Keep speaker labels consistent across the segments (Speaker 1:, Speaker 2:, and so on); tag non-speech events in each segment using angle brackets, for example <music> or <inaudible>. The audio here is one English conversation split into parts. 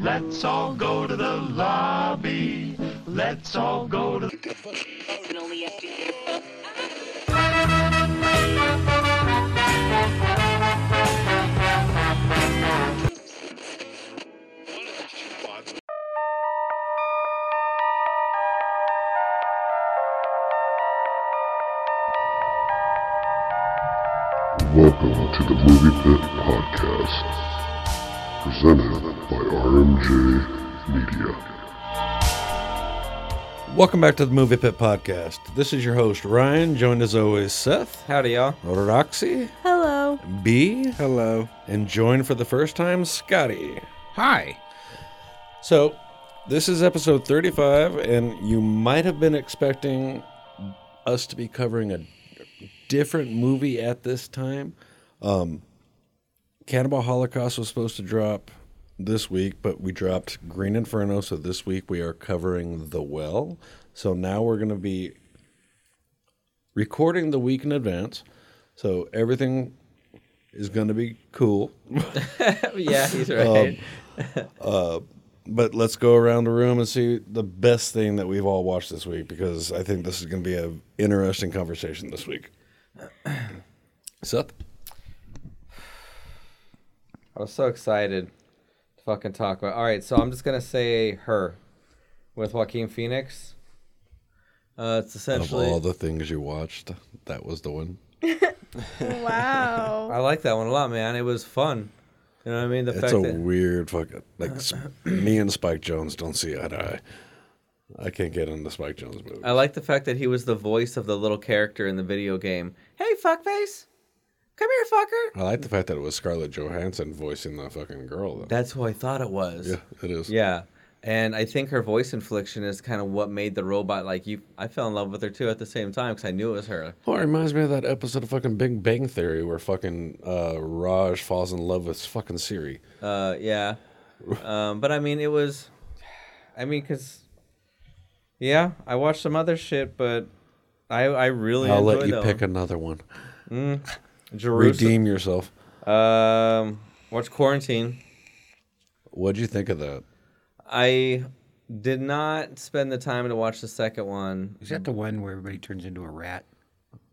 Speaker 1: Let's all go to the lobby. Let's all go to
Speaker 2: Welcome to the Movie Pit Podcast, presented by RMJ Media.
Speaker 3: Welcome back to the Movie Pit Podcast. This is your host, Ryan, joined as always, Seth,
Speaker 4: Howdy, y'all.
Speaker 3: Roxy,
Speaker 5: Hello.
Speaker 3: B,
Speaker 4: Hello.
Speaker 3: and joined for the first time, Scotty.
Speaker 4: Hi.
Speaker 3: So, this is episode 35, and you might have been expecting us to be covering a different movie at this time. Um, Cannibal Holocaust was supposed to drop this week, but we dropped Green Inferno, so this week we are covering The Well. So now we're going to be recording the week in advance. So everything is going to be cool.
Speaker 4: <laughs> yeah, he's
Speaker 3: Um,
Speaker 4: right.
Speaker 3: But let's go around the room and see the best thing that we've all watched this week because I think this is going to be an interesting conversation this week. Seth?
Speaker 4: I was so excited to fucking talk about. All right, so I'm just gonna say her with Joaquin Phoenix. Uh, it's
Speaker 3: Of
Speaker 4: essentially.
Speaker 3: all the things you watched, that was the one.
Speaker 5: Wow.
Speaker 4: I like that one a lot, man. It was fun. You know what I mean? The
Speaker 3: It's
Speaker 4: fact
Speaker 3: a
Speaker 4: that
Speaker 3: weird fucking. Like,
Speaker 4: <laughs>
Speaker 3: s- me and Spike Jones don't see eye to eye. I can't get into Spike Jones movies.
Speaker 4: I like the fact that he was the voice of the little character in the video game. Hey, fuckface, come here, fucker.
Speaker 3: I like the fact that it was Scarlett Johansson voicing the fucking girl, though.
Speaker 4: That's who I thought it was.
Speaker 3: yeah, it is.
Speaker 4: Yeah. And I think her voice inflection is kind of what made the robot like you. I fell in love with her too at the same time because I knew it was her.
Speaker 3: Well, Oh, it reminds me of that episode of fucking Big Bang Theory where fucking uh, Raj falls in love with fucking Siri.
Speaker 4: Uh, yeah. Um, but I mean, it was. I mean, cause. Yeah, I watched some other shit, but I I really
Speaker 3: I'll
Speaker 4: enjoyed
Speaker 3: let you
Speaker 4: that
Speaker 3: pick
Speaker 4: one.
Speaker 3: another one.
Speaker 4: Jerusalem.
Speaker 3: Redeem yourself.
Speaker 4: Um, watch quarantine.
Speaker 3: What'd you think of that?
Speaker 4: I did not spend the time to watch the second one.
Speaker 6: Is that the one where everybody turns into a rat?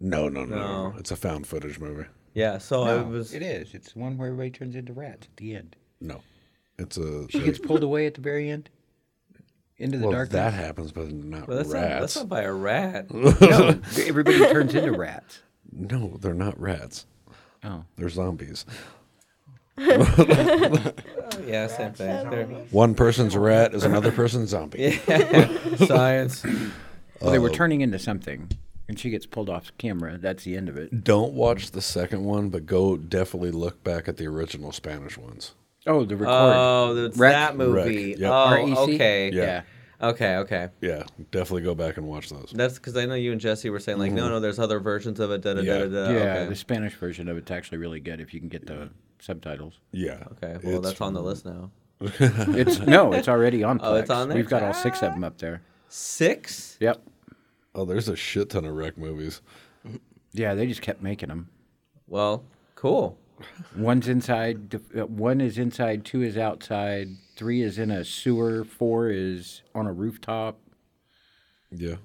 Speaker 3: No, no, no. no.
Speaker 4: No.
Speaker 3: It's a found footage movie.
Speaker 4: Yeah, so I was.
Speaker 6: It is. It's the one where everybody turns into rats at the end.
Speaker 3: No,
Speaker 4: <laughs>
Speaker 3: it's a.
Speaker 6: She gets pulled away at the very end. Into the
Speaker 3: well,
Speaker 6: darkness.
Speaker 3: that happens, but not
Speaker 4: Well, that's not
Speaker 3: rats.
Speaker 4: that's not by
Speaker 3: <laughs>
Speaker 4: a rat.
Speaker 6: No, <laughs> everybody turns into rats.
Speaker 3: No, they're not rats.
Speaker 6: Oh.
Speaker 3: They're zombies.
Speaker 4: yeah, same thing. They're-
Speaker 3: One person's rat is another person's zombie.
Speaker 4: Science.
Speaker 6: Well, they were
Speaker 4: Oh.
Speaker 6: turning into something, and she gets pulled off camera. That's the end of it.
Speaker 3: Don't watch the second one, but go definitely look back at the original Spanish ones.
Speaker 6: Oh, the record. E
Speaker 4: Oh, it's
Speaker 6: Wreck.
Speaker 4: that movie.
Speaker 3: Wreck, yep.
Speaker 4: Oh,
Speaker 6: REC?
Speaker 4: okay.
Speaker 3: Yeah.
Speaker 4: Okay, okay.
Speaker 3: Yeah, definitely go back and watch those.
Speaker 4: That's because I know you and Jesse were saying like, no, no, there's other versions of it. Da da
Speaker 3: Mm-hmm. Yeah.
Speaker 4: da da. da.
Speaker 6: Yeah,
Speaker 4: Okay.
Speaker 6: the Spanish version of it's actually really good if you can get the subtitles.
Speaker 3: Yeah.
Speaker 4: okay. Well,
Speaker 3: It's-
Speaker 4: that's on the list now.
Speaker 6: It's no, it's already on. Plex.
Speaker 4: <laughs> Oh, it's on there? Ah.
Speaker 6: We've got all six of them up there.
Speaker 4: Six.
Speaker 6: Yep.
Speaker 3: Oh, there's a shit ton of wreck movies.
Speaker 6: Yeah, they just kept making them.
Speaker 4: Well, cool.
Speaker 6: One's inside. the- uh, One is inside. Two is outside. Three is in a sewer. Four is on a rooftop.
Speaker 3: Yeah.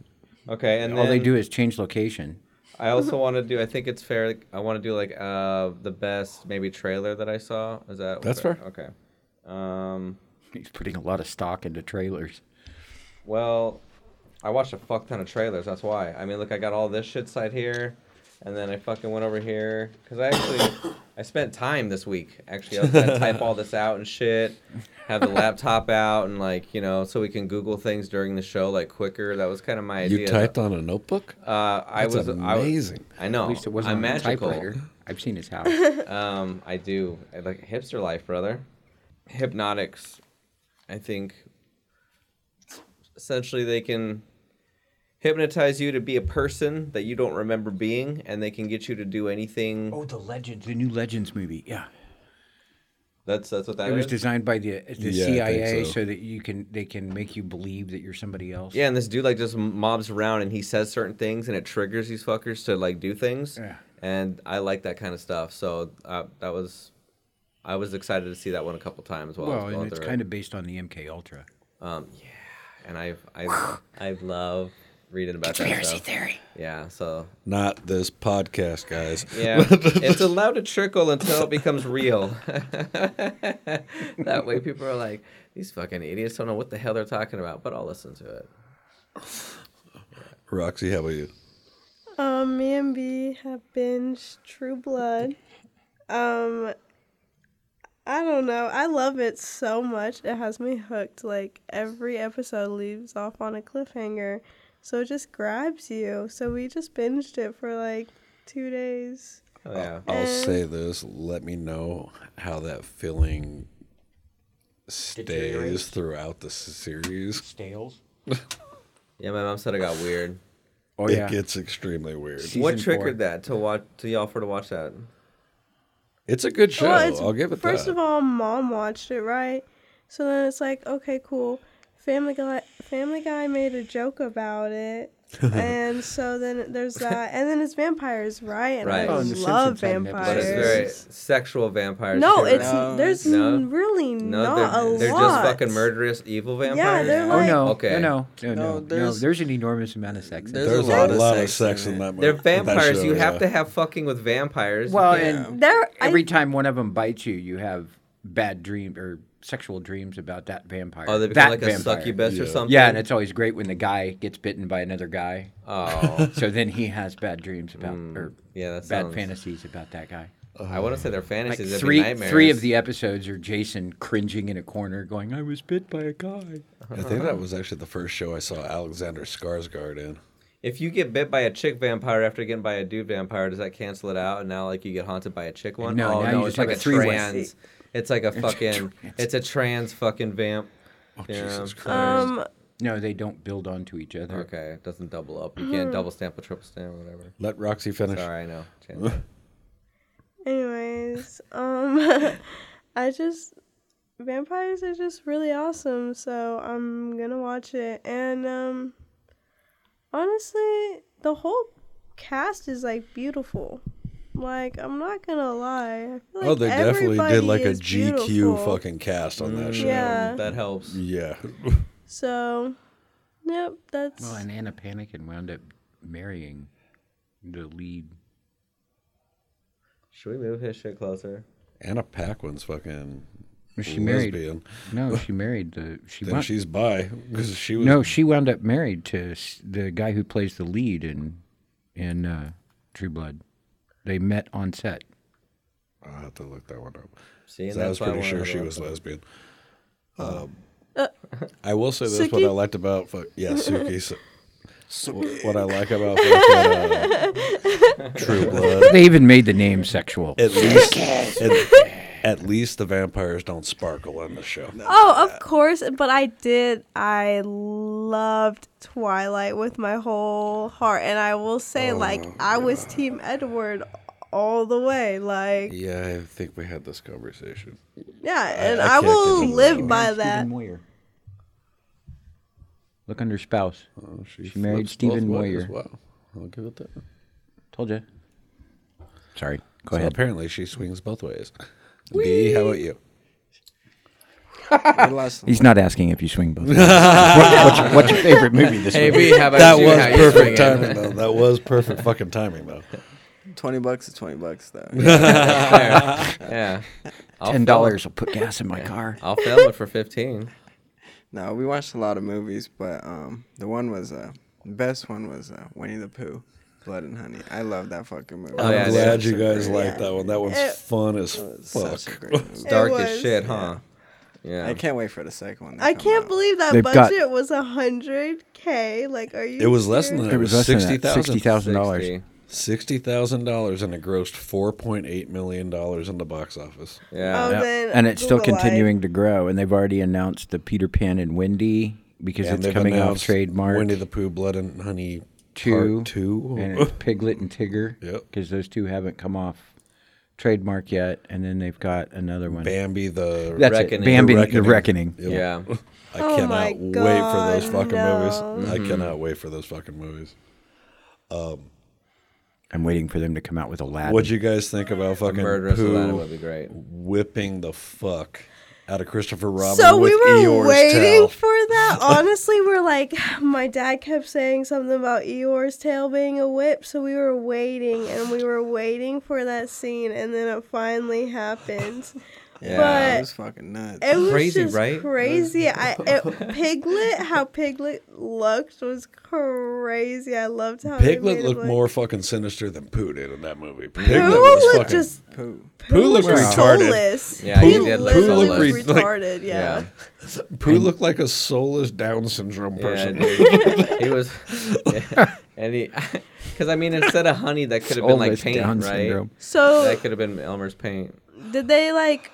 Speaker 4: Okay, and
Speaker 6: All
Speaker 4: then
Speaker 6: Oh, they do is change location.
Speaker 4: I also want to do. I think it's fair. like, I want to do like uh the best maybe trailer that I saw. Is that
Speaker 3: That's fair.
Speaker 4: Okay. Um.
Speaker 6: He's putting a lot of stock into trailers.
Speaker 4: Well, I watched a fuck ton of trailers. That's why. I mean, look, I got all this shit side here, and then I fucking went over here because I actually, I I spent time this week actually. I was gonna type all this out and shit. Have the laptop out and like you know, so we can Google things during the show like quicker. That was kind of my idea.
Speaker 3: You typed on a notebook?
Speaker 4: Uh, I
Speaker 3: That's
Speaker 4: was I was-
Speaker 3: amazing.
Speaker 4: I, know.
Speaker 6: At least it wasn't
Speaker 4: Oh, I'm
Speaker 6: on a
Speaker 4: magical.
Speaker 6: typewriter. I've seen his house.
Speaker 4: Um, I do. I like hipster life, brother. Hypnotics, I think. Essentially, they can hypnotize you to be a person that you don't remember being, and they can get you to do anything.
Speaker 6: <laughs> oh, the Legends, the new Legends movie. Yeah,
Speaker 4: That's that's what that
Speaker 6: it was
Speaker 4: is.
Speaker 6: designed by the the
Speaker 3: Yeah, I think
Speaker 6: CIA
Speaker 3: so.
Speaker 6: so. that you can they can make you believe that you're somebody else.
Speaker 4: Yeah, and this dude like just mobs around and he says certain things and it triggers these fuckers to like do things.
Speaker 6: Yeah.
Speaker 4: And I like that kind of stuff. So uh, that was, I was excited to see that one a couple times while I
Speaker 6: Well,
Speaker 4: was going
Speaker 6: and it's
Speaker 4: through
Speaker 6: kind
Speaker 4: it.
Speaker 6: of based on the MK Ultra.
Speaker 4: Um, yeah. And I've I've I've loved reading about that stuff.
Speaker 6: theory.
Speaker 4: Yeah. So
Speaker 3: Not this podcast, guys.
Speaker 4: yeah, it's allowed to trickle until it becomes real. that way, people are like, these fucking idiots don't know what the hell they're talking about, but I'll listen to it.
Speaker 3: Roxy, how about you?
Speaker 5: Um, me and B have binged True Blood. Um, I don't know. I love it so much. It has me hooked. Like every episode leaves off on a cliffhanger, so it just grabs you. So we just binged it for like two days.
Speaker 4: Oh, yeah.
Speaker 3: I'll
Speaker 5: Uh,
Speaker 3: say this. Let me know how that feeling stays
Speaker 6: Deteriorates?
Speaker 3: throughout the s- series.
Speaker 6: Stales.
Speaker 4: Yeah, my mom said it got weird.
Speaker 6: Oh
Speaker 3: it
Speaker 6: yeah.
Speaker 3: gets extremely weird.
Speaker 6: Season
Speaker 4: what
Speaker 6: four.
Speaker 4: triggered that to watch to y'all for to watch that?
Speaker 3: It's a good show.
Speaker 5: it's-
Speaker 3: I'll give it
Speaker 5: First
Speaker 3: that.
Speaker 5: of all, mom watched it, right? So then it's like, okay, cool. Family Guy, Family Guy made a joke
Speaker 4: <laughs>
Speaker 5: about it, and so then there's that, and then it's vampires, right? And
Speaker 4: Right.
Speaker 5: I
Speaker 4: Oh, and
Speaker 6: The
Speaker 5: love
Speaker 6: Simpsons had an episode.
Speaker 4: But it's very
Speaker 5: vampires.
Speaker 4: sexual vampires.
Speaker 5: No,
Speaker 4: too,
Speaker 5: it's
Speaker 4: right?
Speaker 6: No.
Speaker 5: there's
Speaker 4: No.
Speaker 5: n- really
Speaker 4: no,
Speaker 5: not
Speaker 4: they're,
Speaker 5: a
Speaker 4: they're
Speaker 5: lot.
Speaker 4: just fucking murderous evil vampires.
Speaker 5: Yeah, they're
Speaker 6: Oh
Speaker 5: like
Speaker 6: no!
Speaker 4: Okay.
Speaker 6: No, no, no,
Speaker 7: No,
Speaker 6: no, no. There's,
Speaker 7: there's-
Speaker 6: an enormous amount of sex. in
Speaker 7: there's
Speaker 6: it.
Speaker 3: There's a lot, of sex
Speaker 7: it.
Speaker 3: in that movie.
Speaker 4: They're vampires. you have to have fucking with vampires.
Speaker 6: Well,
Speaker 4: Yeah.
Speaker 6: and
Speaker 5: There,
Speaker 6: every
Speaker 5: I,
Speaker 6: time one of them bites you, you have bad dream or sexual dreams about that vampire.
Speaker 4: oh, they become like
Speaker 6: that
Speaker 4: a succubus or
Speaker 3: Yeah.
Speaker 4: something.
Speaker 6: Yeah, and it's always great when the guy gets bitten by another guy.
Speaker 4: oh,
Speaker 6: so then he has bad dreams about or
Speaker 4: yeah,
Speaker 6: <laughs>
Speaker 4: that
Speaker 6: bad
Speaker 4: sounds.
Speaker 6: fantasies about that guy.
Speaker 4: I want to say they're
Speaker 6: Like
Speaker 4: fantasies. that'd be
Speaker 6: three,
Speaker 4: nightmares.
Speaker 6: three of the episodes are Jason cringing in a corner, going, "I was bit by a guy."
Speaker 3: I think that was actually the first show I saw Alexander Skarsgård in.
Speaker 4: If you get bit by a chick vampire after getting by a dude vampire, does that cancel it out? And now like you get haunted by a chick one?
Speaker 6: No,
Speaker 4: oh,
Speaker 6: now
Speaker 4: no,
Speaker 6: you
Speaker 4: it's
Speaker 6: just
Speaker 4: like
Speaker 6: have
Speaker 4: a,
Speaker 6: a three-way.
Speaker 4: trans. It's like a fucking. It's a trans fucking vamp.
Speaker 3: Oh,
Speaker 4: Yeah.
Speaker 3: Jesus Christ.
Speaker 5: um,
Speaker 6: No, they don't build onto each other.
Speaker 4: Okay, it doesn't double up. You
Speaker 5: hmm.
Speaker 4: can't double stamp or triple stamp or whatever.
Speaker 3: Let Roxy finish.
Speaker 4: Sorry, I know.
Speaker 6: <laughs>
Speaker 4: Jen.
Speaker 5: Anyways, um, <laughs> I just vampires are just really awesome, so I'm gonna watch it. And um, honestly, the whole cast is like beautiful. Like I'm not gonna lie. I feel
Speaker 3: oh,
Speaker 5: like
Speaker 3: they definitely did
Speaker 5: everybody
Speaker 3: like a
Speaker 5: is
Speaker 3: GQ
Speaker 5: beautiful.
Speaker 3: fucking cast on that show.
Speaker 5: Yeah.
Speaker 4: Um, That helps.
Speaker 3: Mm. Yeah.
Speaker 5: So, yep, that's
Speaker 6: Well, and Anna Panikin wound up marrying the lead.
Speaker 4: Should we move his shit closer?
Speaker 3: <laughs> Anna Paquin's fucking
Speaker 6: She married.
Speaker 3: lesbian.
Speaker 6: No, she married the. She
Speaker 3: Then
Speaker 6: wound,
Speaker 3: she's bi because she was
Speaker 6: no, she wound up married to s- the guy who plays the lead in in uh, True Blood. They met on set.
Speaker 3: I'll have to look that one up.
Speaker 4: See, and
Speaker 3: So I was
Speaker 4: that's why I
Speaker 3: pretty
Speaker 4: wanted
Speaker 3: sure
Speaker 4: to
Speaker 3: she
Speaker 4: look
Speaker 3: was
Speaker 6: <laughs>
Speaker 4: up.
Speaker 3: lesbian.
Speaker 7: Uh,
Speaker 3: Um, I will say this: what
Speaker 5: Suki?
Speaker 3: I liked about fuck yeah, Suki. Su- wh- what I like about fucking,
Speaker 7: <laughs>
Speaker 3: uh, True Blood,
Speaker 6: They even made the name sexual.
Speaker 3: at least at, at least the vampires don't sparkle in the show.
Speaker 5: Oh, of course, but I did. I loved Twilight with my whole heart, and I will
Speaker 3: Oh,
Speaker 5: say, like, I was Team Edward all the way. Like, yeah,
Speaker 3: Yeah, I think we had this conversation.
Speaker 5: and
Speaker 3: I
Speaker 5: I,
Speaker 3: can't
Speaker 5: will
Speaker 3: continue
Speaker 5: live
Speaker 3: that.
Speaker 5: by
Speaker 6: Married
Speaker 5: that.
Speaker 6: Stephen Moyer. Look under spouse.
Speaker 3: Oh,
Speaker 6: She married
Speaker 3: flips both
Speaker 6: Stephen
Speaker 3: ways.
Speaker 6: Moyer.
Speaker 3: Wow, I'll give it that.
Speaker 6: Told you. Sorry. Go
Speaker 3: So
Speaker 6: ahead.
Speaker 3: apparently, she swings both ways. B, how about you?
Speaker 7: I lost-
Speaker 6: He's not asking if you swing <laughs> both. ways. What- what's, your, what's your favorite movie this
Speaker 7: Hey,
Speaker 6: week?
Speaker 7: B, how about
Speaker 3: That
Speaker 7: you?
Speaker 3: was
Speaker 7: How you
Speaker 3: perfect
Speaker 7: swinging?
Speaker 3: timing, though. That was perfect fucking timing, though.
Speaker 7: Twenty bucks is twenty bucks, though.
Speaker 4: Yeah. I'll
Speaker 6: Ten
Speaker 4: film it.
Speaker 6: dollars will put gas in my car.
Speaker 4: I'll film it for fifteen.
Speaker 7: no, we watched a lot of movies, but um, the one was uh, the best one was uh, Winnie the Pooh. Blood and Honey. I love that fucking movie.
Speaker 4: Oh,
Speaker 3: I'm
Speaker 4: yeah,
Speaker 3: glad
Speaker 4: that's
Speaker 3: you
Speaker 4: a
Speaker 3: guys
Speaker 4: great-
Speaker 3: like that one. That one's
Speaker 5: It-
Speaker 3: fun as
Speaker 7: It's
Speaker 3: fuck.
Speaker 7: <laughs> Such a great movie.
Speaker 4: Dark as
Speaker 5: was,
Speaker 4: shit, huh? Yeah.
Speaker 7: I can't wait for the second one. to
Speaker 5: I
Speaker 7: come
Speaker 5: can't
Speaker 7: out.
Speaker 5: believe that
Speaker 6: They've got-
Speaker 5: budget was a hundred k. Like, are you?
Speaker 3: It was less than
Speaker 5: serious?
Speaker 3: that. It was
Speaker 6: less than that,
Speaker 3: $60,000.
Speaker 6: $60,000.
Speaker 4: 60.
Speaker 3: Sixty thousand dollars and it grossed four point eight million dollars in the box office.
Speaker 4: Yeah.
Speaker 5: Um,
Speaker 6: Yeah.
Speaker 5: then
Speaker 6: and it's still
Speaker 5: Google Live.
Speaker 6: continuing to grow. And they've already announced the Peter Pan and Wendy because
Speaker 3: And
Speaker 6: it's
Speaker 3: they've
Speaker 6: coming off
Speaker 3: announced
Speaker 6: trademark.
Speaker 3: Winnie the Pooh, Blood and Honey
Speaker 6: two,
Speaker 3: Part Two.
Speaker 6: and
Speaker 3: <laughs>
Speaker 6: it's Piglet and Tigger.
Speaker 3: Yep.
Speaker 6: because those two haven't come off trademark yet. And then they've got another one.
Speaker 3: Bambi the
Speaker 6: That's
Speaker 4: Reckoning.
Speaker 6: it. Bambi, the reckoning.
Speaker 3: Reckoning. Yep.
Speaker 4: Yeah.
Speaker 3: I
Speaker 5: Oh my
Speaker 3: cannot wait for those
Speaker 5: God,
Speaker 3: fucking
Speaker 5: no. Mm-hmm.
Speaker 3: movies. I cannot wait for those fucking movies.
Speaker 6: I'm waiting for them to come out with Aladdin.
Speaker 3: What'd you guys think about fucking
Speaker 4: Murderous Aladdin
Speaker 3: Pooh
Speaker 4: would be great.
Speaker 3: whipping the fuck out of Christopher Robin
Speaker 5: So
Speaker 3: with
Speaker 5: we were
Speaker 3: Eeyore's
Speaker 5: waiting
Speaker 3: tail? <laughs>
Speaker 5: for that. Honestly, we're like, <sighs> my dad kept saying something about Eeyore's tail being a whip, so we were waiting and we were waiting for that scene, and then it finally
Speaker 3: <sighs>
Speaker 5: happened.
Speaker 7: Yeah,
Speaker 5: but-
Speaker 7: it was fucking nuts.
Speaker 5: It was
Speaker 4: Crazy,
Speaker 5: just
Speaker 4: right?
Speaker 5: Crazy. I
Speaker 3: <laughs>
Speaker 5: it, Piglet, how Piglet looked was crazy. I loved how <laughs> they made
Speaker 3: Piglet
Speaker 5: him
Speaker 3: looked
Speaker 5: look.
Speaker 3: more fucking sinister than Pooh did in that movie.
Speaker 5: Pooh
Speaker 3: Piglet was
Speaker 5: looked
Speaker 3: fucking
Speaker 5: just
Speaker 7: Pooh.
Speaker 3: Pooh looked
Speaker 5: was
Speaker 3: retarded.
Speaker 5: Soulless.
Speaker 4: Yeah,
Speaker 5: he
Speaker 4: he did look
Speaker 5: literally
Speaker 4: soulless.
Speaker 5: was
Speaker 3: Like-
Speaker 5: retarded. yeah.
Speaker 4: Yeah.
Speaker 3: Pooh looked like a soulless Down syndrome
Speaker 4: Yeah,
Speaker 3: person.
Speaker 4: dude.
Speaker 3: <laughs>
Speaker 4: he was, yeah, and he, <laughs> because I mean, instead of honey, that could have been like
Speaker 6: Soulless
Speaker 4: paint,
Speaker 6: Down
Speaker 4: right?
Speaker 6: syndrome.
Speaker 5: So
Speaker 4: That could have been Elmer's paint.
Speaker 5: Did they like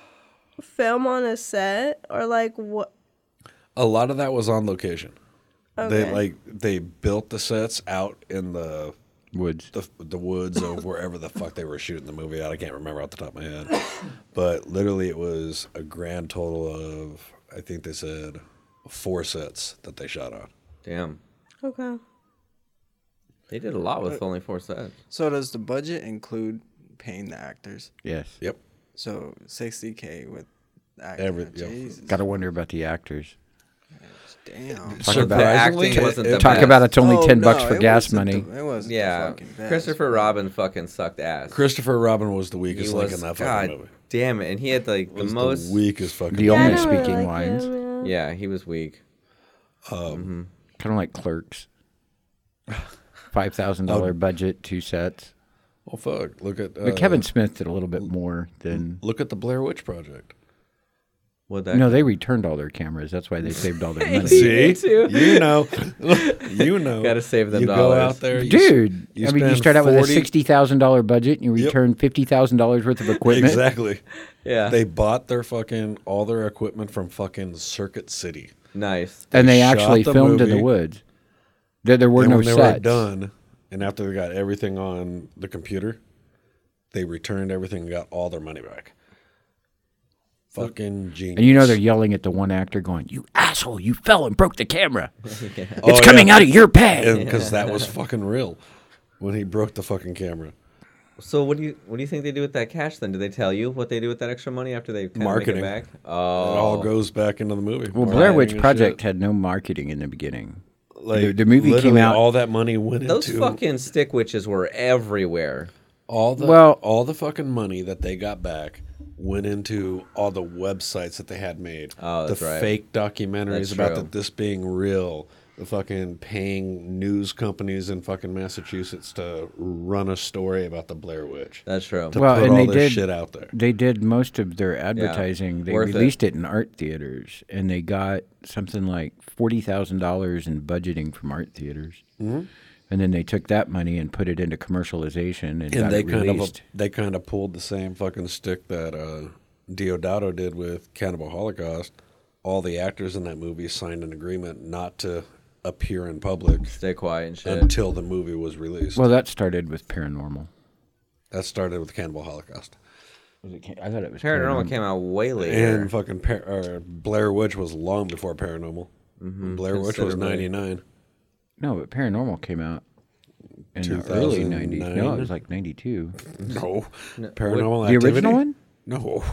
Speaker 5: film on a set or like what?
Speaker 3: a lot of that was on location. They
Speaker 5: Okay.
Speaker 3: like they built the sets out in the
Speaker 6: Woods.
Speaker 3: the, the woods of wherever the fuck they were shooting the movie at. I can't remember off the top of my head, but literally it was a grand total of I think they said four sets that they shot on.
Speaker 4: Damn,
Speaker 5: Okay.
Speaker 4: they did a lot
Speaker 5: Uh,
Speaker 4: with only four sets.
Speaker 7: So does the budget include paying the actors?
Speaker 6: Yes.
Speaker 3: Yep.
Speaker 7: So 60k with the actors.
Speaker 3: Every- yeah.
Speaker 7: Jesus,
Speaker 6: Got to wonder about the actors.
Speaker 7: damn.
Speaker 6: Talk about-
Speaker 3: Surprisingly,
Speaker 4: acting wasn't the
Speaker 3: it-
Speaker 6: Talk
Speaker 4: best.
Speaker 6: about it's only
Speaker 7: Oh,
Speaker 6: ten bucks
Speaker 7: no,
Speaker 6: for
Speaker 7: it
Speaker 6: gas
Speaker 7: wasn't
Speaker 6: money.
Speaker 7: the- it was
Speaker 4: Yeah, Christopher Robin fucking sucked ass.
Speaker 3: Christopher Robin was the
Speaker 4: he
Speaker 3: weakest link in that fucking
Speaker 4: God
Speaker 3: movie.
Speaker 4: damn it, and he had like the
Speaker 3: Was
Speaker 4: most.
Speaker 3: the weakest fucking.
Speaker 6: The
Speaker 3: movie.
Speaker 5: I
Speaker 6: only
Speaker 5: don't really
Speaker 6: speaking
Speaker 5: like
Speaker 6: lines,
Speaker 5: him, yeah.
Speaker 4: Yeah, he was weak.
Speaker 3: Um,
Speaker 6: Mm-hmm. kind of like Clerks. Five thousand dollar budget, two sets.
Speaker 3: Oh fuck! Look at uh,
Speaker 6: But Kevin Smith did a little bit more than.
Speaker 3: Look at the Blair Witch
Speaker 6: <laughs>
Speaker 3: Project.
Speaker 4: What that?
Speaker 6: No, they returned all their cameras. That's why they saved all their money.
Speaker 3: See, you
Speaker 6: <laughs>
Speaker 3: know, you know.
Speaker 4: Gotta save them
Speaker 3: you
Speaker 4: dollars.
Speaker 3: go out there, you s-
Speaker 6: Dude, I mean, you
Speaker 3: spend
Speaker 6: start out with a
Speaker 3: 40
Speaker 6: sixty thousand dollar budget, and you return fifty thousand dollars worth of equipment.
Speaker 3: Exactly.
Speaker 4: yeah,
Speaker 3: They bought their fucking all their equipment from fucking Circuit City.
Speaker 4: nice.
Speaker 6: and
Speaker 3: They
Speaker 6: they
Speaker 3: shot
Speaker 6: actually
Speaker 3: the
Speaker 6: filmed in
Speaker 3: movie.
Speaker 6: the woods. There, there were
Speaker 3: and
Speaker 6: no
Speaker 3: when they
Speaker 6: sets.
Speaker 3: were done, and after they got everything on the computer, they returned everything and got all their money back. Fucking genius.
Speaker 6: And you know they're yelling at the one actor, going, "You asshole! You fell and broke the camera.
Speaker 3: Oh,
Speaker 6: It's coming
Speaker 3: yeah.
Speaker 6: out of your pay." <laughs>
Speaker 3: because that was fucking real when he broke the fucking camera.
Speaker 4: So what do you what do you think they do with that cash then? Do they tell you what they do with that extra money after they kinda
Speaker 3: Marketing.
Speaker 4: Make it back? Oh,
Speaker 3: It all goes back into the movie.
Speaker 6: Well, Blair
Speaker 3: Marketing
Speaker 6: Witch
Speaker 3: and
Speaker 6: Project
Speaker 3: shit.
Speaker 6: had no marketing in the beginning.
Speaker 3: Like,
Speaker 6: the- the movie came
Speaker 3: literally
Speaker 6: out-
Speaker 3: All that money went
Speaker 4: Those
Speaker 3: into
Speaker 4: fucking stick witches were everywhere.
Speaker 3: all the
Speaker 6: Well-
Speaker 3: all the fucking money that they got back went into all the websites that they had made.
Speaker 4: Oh, that's
Speaker 3: the
Speaker 4: right.
Speaker 3: fake documentaries
Speaker 4: That's
Speaker 3: about
Speaker 4: true.
Speaker 3: the, this being real. The fucking paying news companies in fucking Massachusetts to run a story about the Blair Witch.
Speaker 4: That's true.
Speaker 3: To
Speaker 6: Well,
Speaker 3: put
Speaker 6: and
Speaker 3: all
Speaker 6: they
Speaker 3: this
Speaker 6: did-
Speaker 3: shit out there.
Speaker 6: They did most of their advertising. They
Speaker 4: worth it.
Speaker 6: released it. in art theaters, and they got something like forty thousand dollars in budgeting from art theaters. And then they took that money and put it into commercialization, and, got
Speaker 3: And they
Speaker 6: it
Speaker 3: kind of
Speaker 6: released.
Speaker 3: they kind of pulled the same fucking stick that uh, Deodato did with Cannibal Holocaust. All the actors in that movie signed an agreement not to appear in public
Speaker 4: Stay quiet and shit.
Speaker 3: until the movie was released.
Speaker 6: well, that started with paranormal.
Speaker 3: That started with Cannibal Holocaust.
Speaker 6: Was it, ca- I thought it was paranormal.
Speaker 4: Paranormal came out way later.
Speaker 3: And fucking par- or Blair Witch was long before Paranormal.
Speaker 6: Mm-hmm.
Speaker 3: Blair Witch was
Speaker 4: considerably.
Speaker 3: 99.
Speaker 6: No, but Paranormal came out in the early 90s. No, it
Speaker 3: 2009?
Speaker 6: was like 92.
Speaker 3: No. Paranormal
Speaker 6: The
Speaker 3: Activity?
Speaker 6: original one?
Speaker 3: No.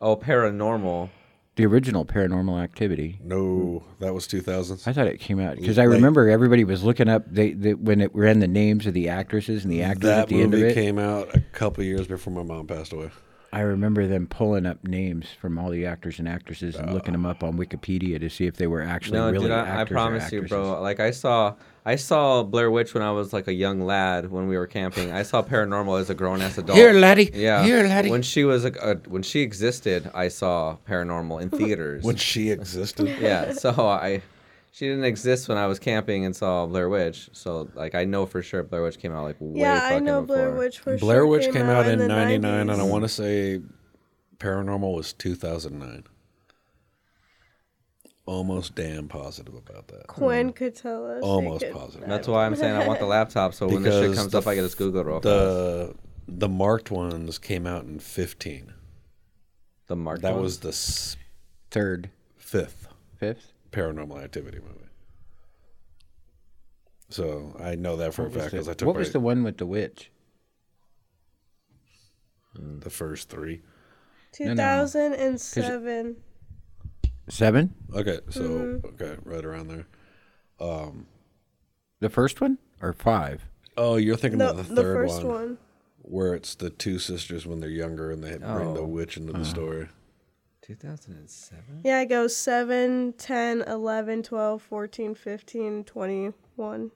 Speaker 4: Oh, paranormal.
Speaker 6: The original Paranormal Activity.
Speaker 3: No. That was 2000s.
Speaker 6: Hmm. I thought it came out because I
Speaker 3: Like-
Speaker 6: remember everybody was looking up they, they when it ran the names of the actresses and the actors at
Speaker 3: that
Speaker 6: the end of
Speaker 3: movie
Speaker 6: it.
Speaker 3: came out a couple years before my mom passed away.
Speaker 6: I remember them pulling up names from all the actors and actresses and looking them up on Wikipedia to see if they were actually
Speaker 4: No,
Speaker 6: really
Speaker 4: dude, I, I
Speaker 6: actors or
Speaker 4: promise you,
Speaker 6: actresses.
Speaker 4: bro. Like I saw, I saw Blair Witch when I was like a young lad when we were camping. I saw Paranormal as a grown ass adult.
Speaker 6: Here, laddie.
Speaker 4: Yeah,
Speaker 6: Here, laddie.
Speaker 4: When she was a, a, when she existed, I saw Paranormal in
Speaker 6: <laughs>
Speaker 3: <laughs>
Speaker 4: theaters.
Speaker 3: When she existed.
Speaker 4: yeah, so I, she didn't exist when I was camping and saw Blair Witch. So like I know for sure Blair Witch came out like way
Speaker 5: yeah, I
Speaker 4: fucking
Speaker 5: know Blair
Speaker 4: before.
Speaker 5: Witch for
Speaker 3: Blair
Speaker 5: sure
Speaker 3: Witch came, out, in
Speaker 5: the
Speaker 3: '99, and I
Speaker 5: 90s.
Speaker 3: want to say Paranormal was 2009. Almost damn positive about that.
Speaker 5: Quinn could tell us. They
Speaker 3: Hmm. Almost
Speaker 5: could-
Speaker 3: positive.
Speaker 4: That's why I'm saying I
Speaker 5: <laughs>
Speaker 4: want the laptop. So when this shit
Speaker 3: Because
Speaker 4: comes
Speaker 3: the
Speaker 4: up, I get this Google real fast.
Speaker 3: The the marked ones came out in 15.
Speaker 4: The mark.
Speaker 3: That was the s-
Speaker 6: Third,
Speaker 3: fifth
Speaker 6: fifth.
Speaker 3: Paranormal Activity movie. So I know that for a fact because I took
Speaker 6: What was
Speaker 3: my-
Speaker 6: the one with the witch?
Speaker 3: the first three.
Speaker 5: 2007.
Speaker 6: Seven?
Speaker 3: Okay, so okay, right around there.
Speaker 6: The first one or five?
Speaker 3: Oh, you're thinking
Speaker 5: No,
Speaker 3: of the
Speaker 5: the
Speaker 3: third
Speaker 5: first
Speaker 3: one.
Speaker 5: one.
Speaker 3: where it's the two sisters when they're younger and they bring the witch into the story.
Speaker 4: 2007.
Speaker 5: Yeah, it goes 7, 10, 11, 12, 14, 15, 21.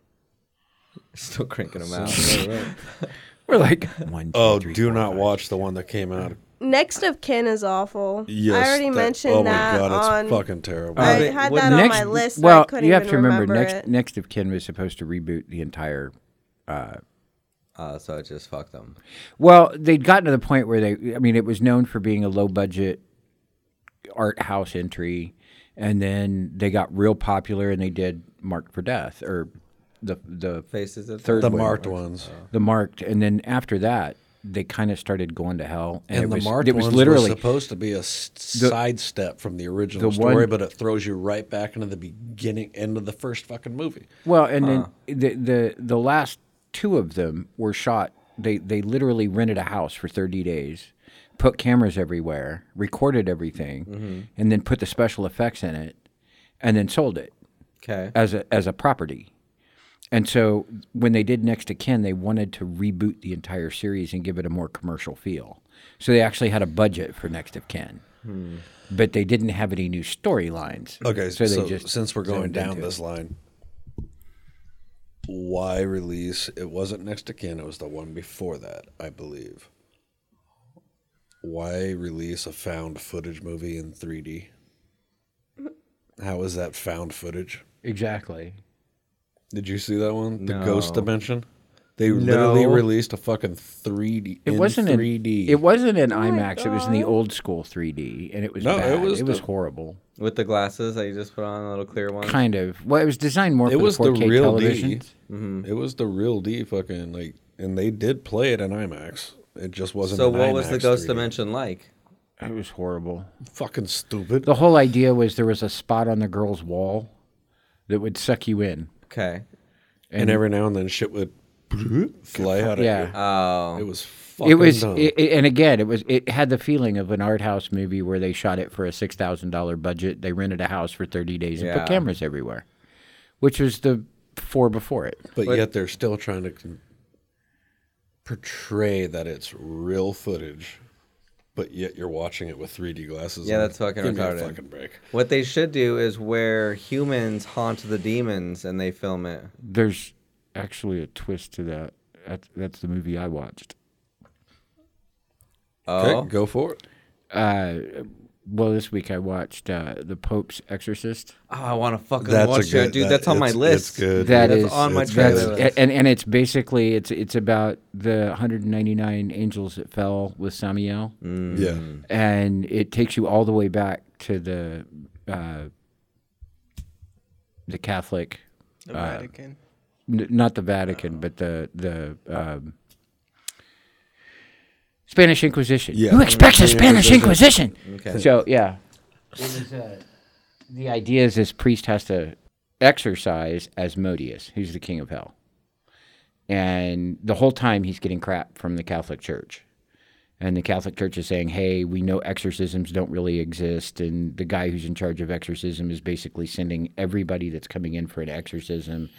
Speaker 4: <laughs> Still cranking them out.
Speaker 3: <laughs>
Speaker 6: We're like <laughs> one. two,
Speaker 3: Oh,
Speaker 6: three,
Speaker 3: do
Speaker 6: four,
Speaker 3: not
Speaker 6: five.
Speaker 3: watch the one that came out.
Speaker 5: Next of Kin is awful.
Speaker 3: Yes,
Speaker 5: I already
Speaker 3: that-
Speaker 5: mentioned
Speaker 3: oh
Speaker 5: that
Speaker 3: my god,
Speaker 5: on.
Speaker 3: it's fucking terrible.
Speaker 5: I
Speaker 4: Uh,
Speaker 5: had
Speaker 4: what-
Speaker 5: that on my list. and I
Speaker 6: Well,
Speaker 5: couldn't
Speaker 6: you have
Speaker 5: even
Speaker 6: to remember, next
Speaker 5: it.
Speaker 6: next of kin was supposed to reboot the entire.
Speaker 4: Uh, so I just fucked them.
Speaker 6: Well, they'd gotten to the point where they. I mean, it was known for being a low budget art house entry, and then they got real popular and they did Marked for Death or the the
Speaker 4: Faces of
Speaker 6: Third
Speaker 3: the
Speaker 6: one.
Speaker 3: marked ones.
Speaker 6: the Marked, and then after that they kind of started going to hell.
Speaker 3: And
Speaker 6: it
Speaker 3: the
Speaker 6: was,
Speaker 3: marked
Speaker 6: it was
Speaker 3: ones
Speaker 6: literally
Speaker 3: were supposed to be a s- sidestep from the original
Speaker 6: the
Speaker 3: story,
Speaker 6: one-
Speaker 3: but it throws you right back into the beginning end of the first fucking movie.
Speaker 6: Well, and
Speaker 3: Uh.
Speaker 6: then the, the the last two of them were shot. They they literally rented a house for thirty days, put cameras everywhere, recorded everything,
Speaker 3: Mm-hmm.
Speaker 6: and then put the special effects in it, and then sold it
Speaker 4: Okay.
Speaker 6: as a as a property. And so when they did Next to Kin, they wanted to reboot the entire series and give it a more commercial feel. So they actually had a budget for Next of Kin. But they didn't have any new storylines.
Speaker 3: Hmm. Okay, so,
Speaker 6: they just
Speaker 3: since we're going
Speaker 6: zoned
Speaker 3: down
Speaker 6: into it.
Speaker 3: this line, why release? It wasn't next to kin. It was the one before that, I believe. Why release a found footage movie in 3D? How is that found footage?
Speaker 6: exactly.
Speaker 3: Did you see that one? The
Speaker 4: No.
Speaker 3: Ghost Dimension. They literally
Speaker 4: No.
Speaker 3: released a fucking 3D.
Speaker 6: It wasn't in
Speaker 3: 3D.
Speaker 6: It wasn't in IMAX. It was in the old school 3D, and it was
Speaker 3: No, it
Speaker 6: bad. It
Speaker 3: was
Speaker 6: was,
Speaker 3: the-
Speaker 6: horrible.
Speaker 4: With the glasses that you just put on, the little clear ones.
Speaker 6: Kind of. Well, it was designed more
Speaker 3: It
Speaker 6: for
Speaker 3: was
Speaker 6: the
Speaker 3: the
Speaker 6: 4K
Speaker 3: real D.
Speaker 6: televisions.
Speaker 4: Mm-hmm.
Speaker 3: It was the real D. Fucking like, and they did play it in IMAX. It just wasn't.
Speaker 4: So
Speaker 3: an
Speaker 4: what was the
Speaker 3: IMAX
Speaker 4: ghost
Speaker 3: 3D.
Speaker 4: dimension like?
Speaker 6: It was horrible.
Speaker 3: Fucking stupid.
Speaker 6: The whole idea was there was a spot on the girl's wall that would suck you in.
Speaker 4: Okay.
Speaker 3: and every now and then shit would fly out of
Speaker 6: Yeah.
Speaker 3: you.
Speaker 4: Oh.
Speaker 3: It was fucking
Speaker 6: it was,
Speaker 3: dumb.
Speaker 6: it, it- and again, it was. It had the feeling of an art house movie where they shot it for a six thousand dollar budget. They rented a house for thirty days and
Speaker 4: Yeah.
Speaker 6: put cameras everywhere, which was the four before it.
Speaker 3: but, yet they're still trying to con- portray that it's real footage, but yet you're watching it with 3D glasses.
Speaker 4: Yeah,
Speaker 3: on.
Speaker 4: that's fucking
Speaker 3: Give me
Speaker 4: retarded.
Speaker 3: a fucking break.
Speaker 4: What they should do is where humans haunt the demons and they film it.
Speaker 6: There's actually a twist to that. That's, that's the movie I watched.
Speaker 4: Oh.
Speaker 3: Okay, go for it.
Speaker 6: Uh, well, this week I watched uh, The Pope's Exorcist.
Speaker 4: Oh, I want to fucking watch that, dude.
Speaker 3: that-
Speaker 4: that's on my
Speaker 3: it's-
Speaker 4: list.
Speaker 3: It's good.
Speaker 6: That
Speaker 4: That's
Speaker 6: is-
Speaker 4: on my
Speaker 3: it's
Speaker 4: trailer
Speaker 3: good.
Speaker 4: list.
Speaker 6: a- and and it's basically it's it's about the 199 angels that fell with Samuel,
Speaker 3: Yeah.
Speaker 4: Mm.
Speaker 6: and it takes you all the way back to the uh, the Catholic,
Speaker 7: The Vatican.
Speaker 6: n- not the Vatican, but the the. Um, Spanish Inquisition.
Speaker 3: Yeah.
Speaker 6: Who expects a Spanish Inquisition?
Speaker 4: Okay.
Speaker 6: So yeah, uh, the idea is this priest has to exorcise Asmodeus, who's the king of hell, and the whole time he's getting crap from the Catholic Church, and the Catholic Church is saying, "Hey, we know exorcisms don't really exist," and the guy who's in charge of exorcism is basically sending everybody that's coming in for an exorcism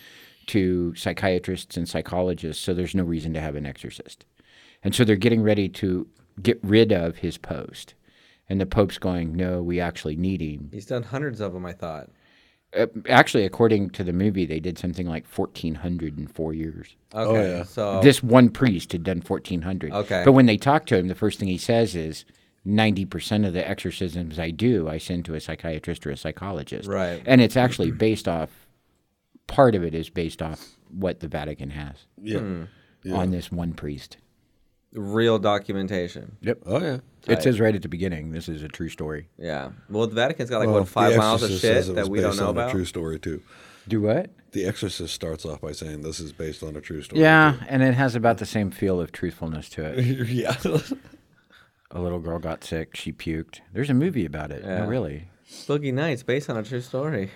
Speaker 6: to psychiatrists and psychologists, so there's no reason to have an exorcist. And so they're getting ready to get rid of his post. And the Pope's going, no, we actually need him.
Speaker 4: He's done hundreds of them, I thought.
Speaker 6: Uh, actually, according to the movie, they did something like 1,400 in four years.
Speaker 4: Okay,
Speaker 3: Oh, yeah.
Speaker 8: Oh.
Speaker 4: so
Speaker 6: This one priest had done 1,400.
Speaker 4: Okay.
Speaker 6: But when they talk to him, the first thing he says is, 90% of the exorcisms I do, I send to a psychiatrist or a psychologist.
Speaker 4: Right.
Speaker 6: And it's actually based off, part of it is based off what the Vatican has
Speaker 3: Yeah.
Speaker 4: Hmm.
Speaker 6: on this one priest.
Speaker 4: real documentation.
Speaker 8: Yep.
Speaker 3: Oh yeah.
Speaker 8: It says right at the beginning, this is a true story.
Speaker 4: Yeah. Well, the Vatican's got like
Speaker 3: Well,
Speaker 4: what five
Speaker 3: The
Speaker 4: miles of
Speaker 3: Exorcist says
Speaker 4: shit
Speaker 3: it
Speaker 4: that
Speaker 3: was
Speaker 4: we don't
Speaker 3: based
Speaker 4: know
Speaker 3: on a
Speaker 4: about.
Speaker 3: True story too.
Speaker 6: Do what?
Speaker 3: The Exorcist starts off by saying this is based on a true story.
Speaker 6: Yeah, and it has about the same feel of truthfulness to it.
Speaker 8: <laughs>
Speaker 3: too. yeah.
Speaker 6: <laughs> A little girl got sick, she puked. There's a movie about it.
Speaker 4: Yeah.
Speaker 6: No, really.
Speaker 4: Boogie Nights, based on a
Speaker 3: <laughs>
Speaker 4: true story.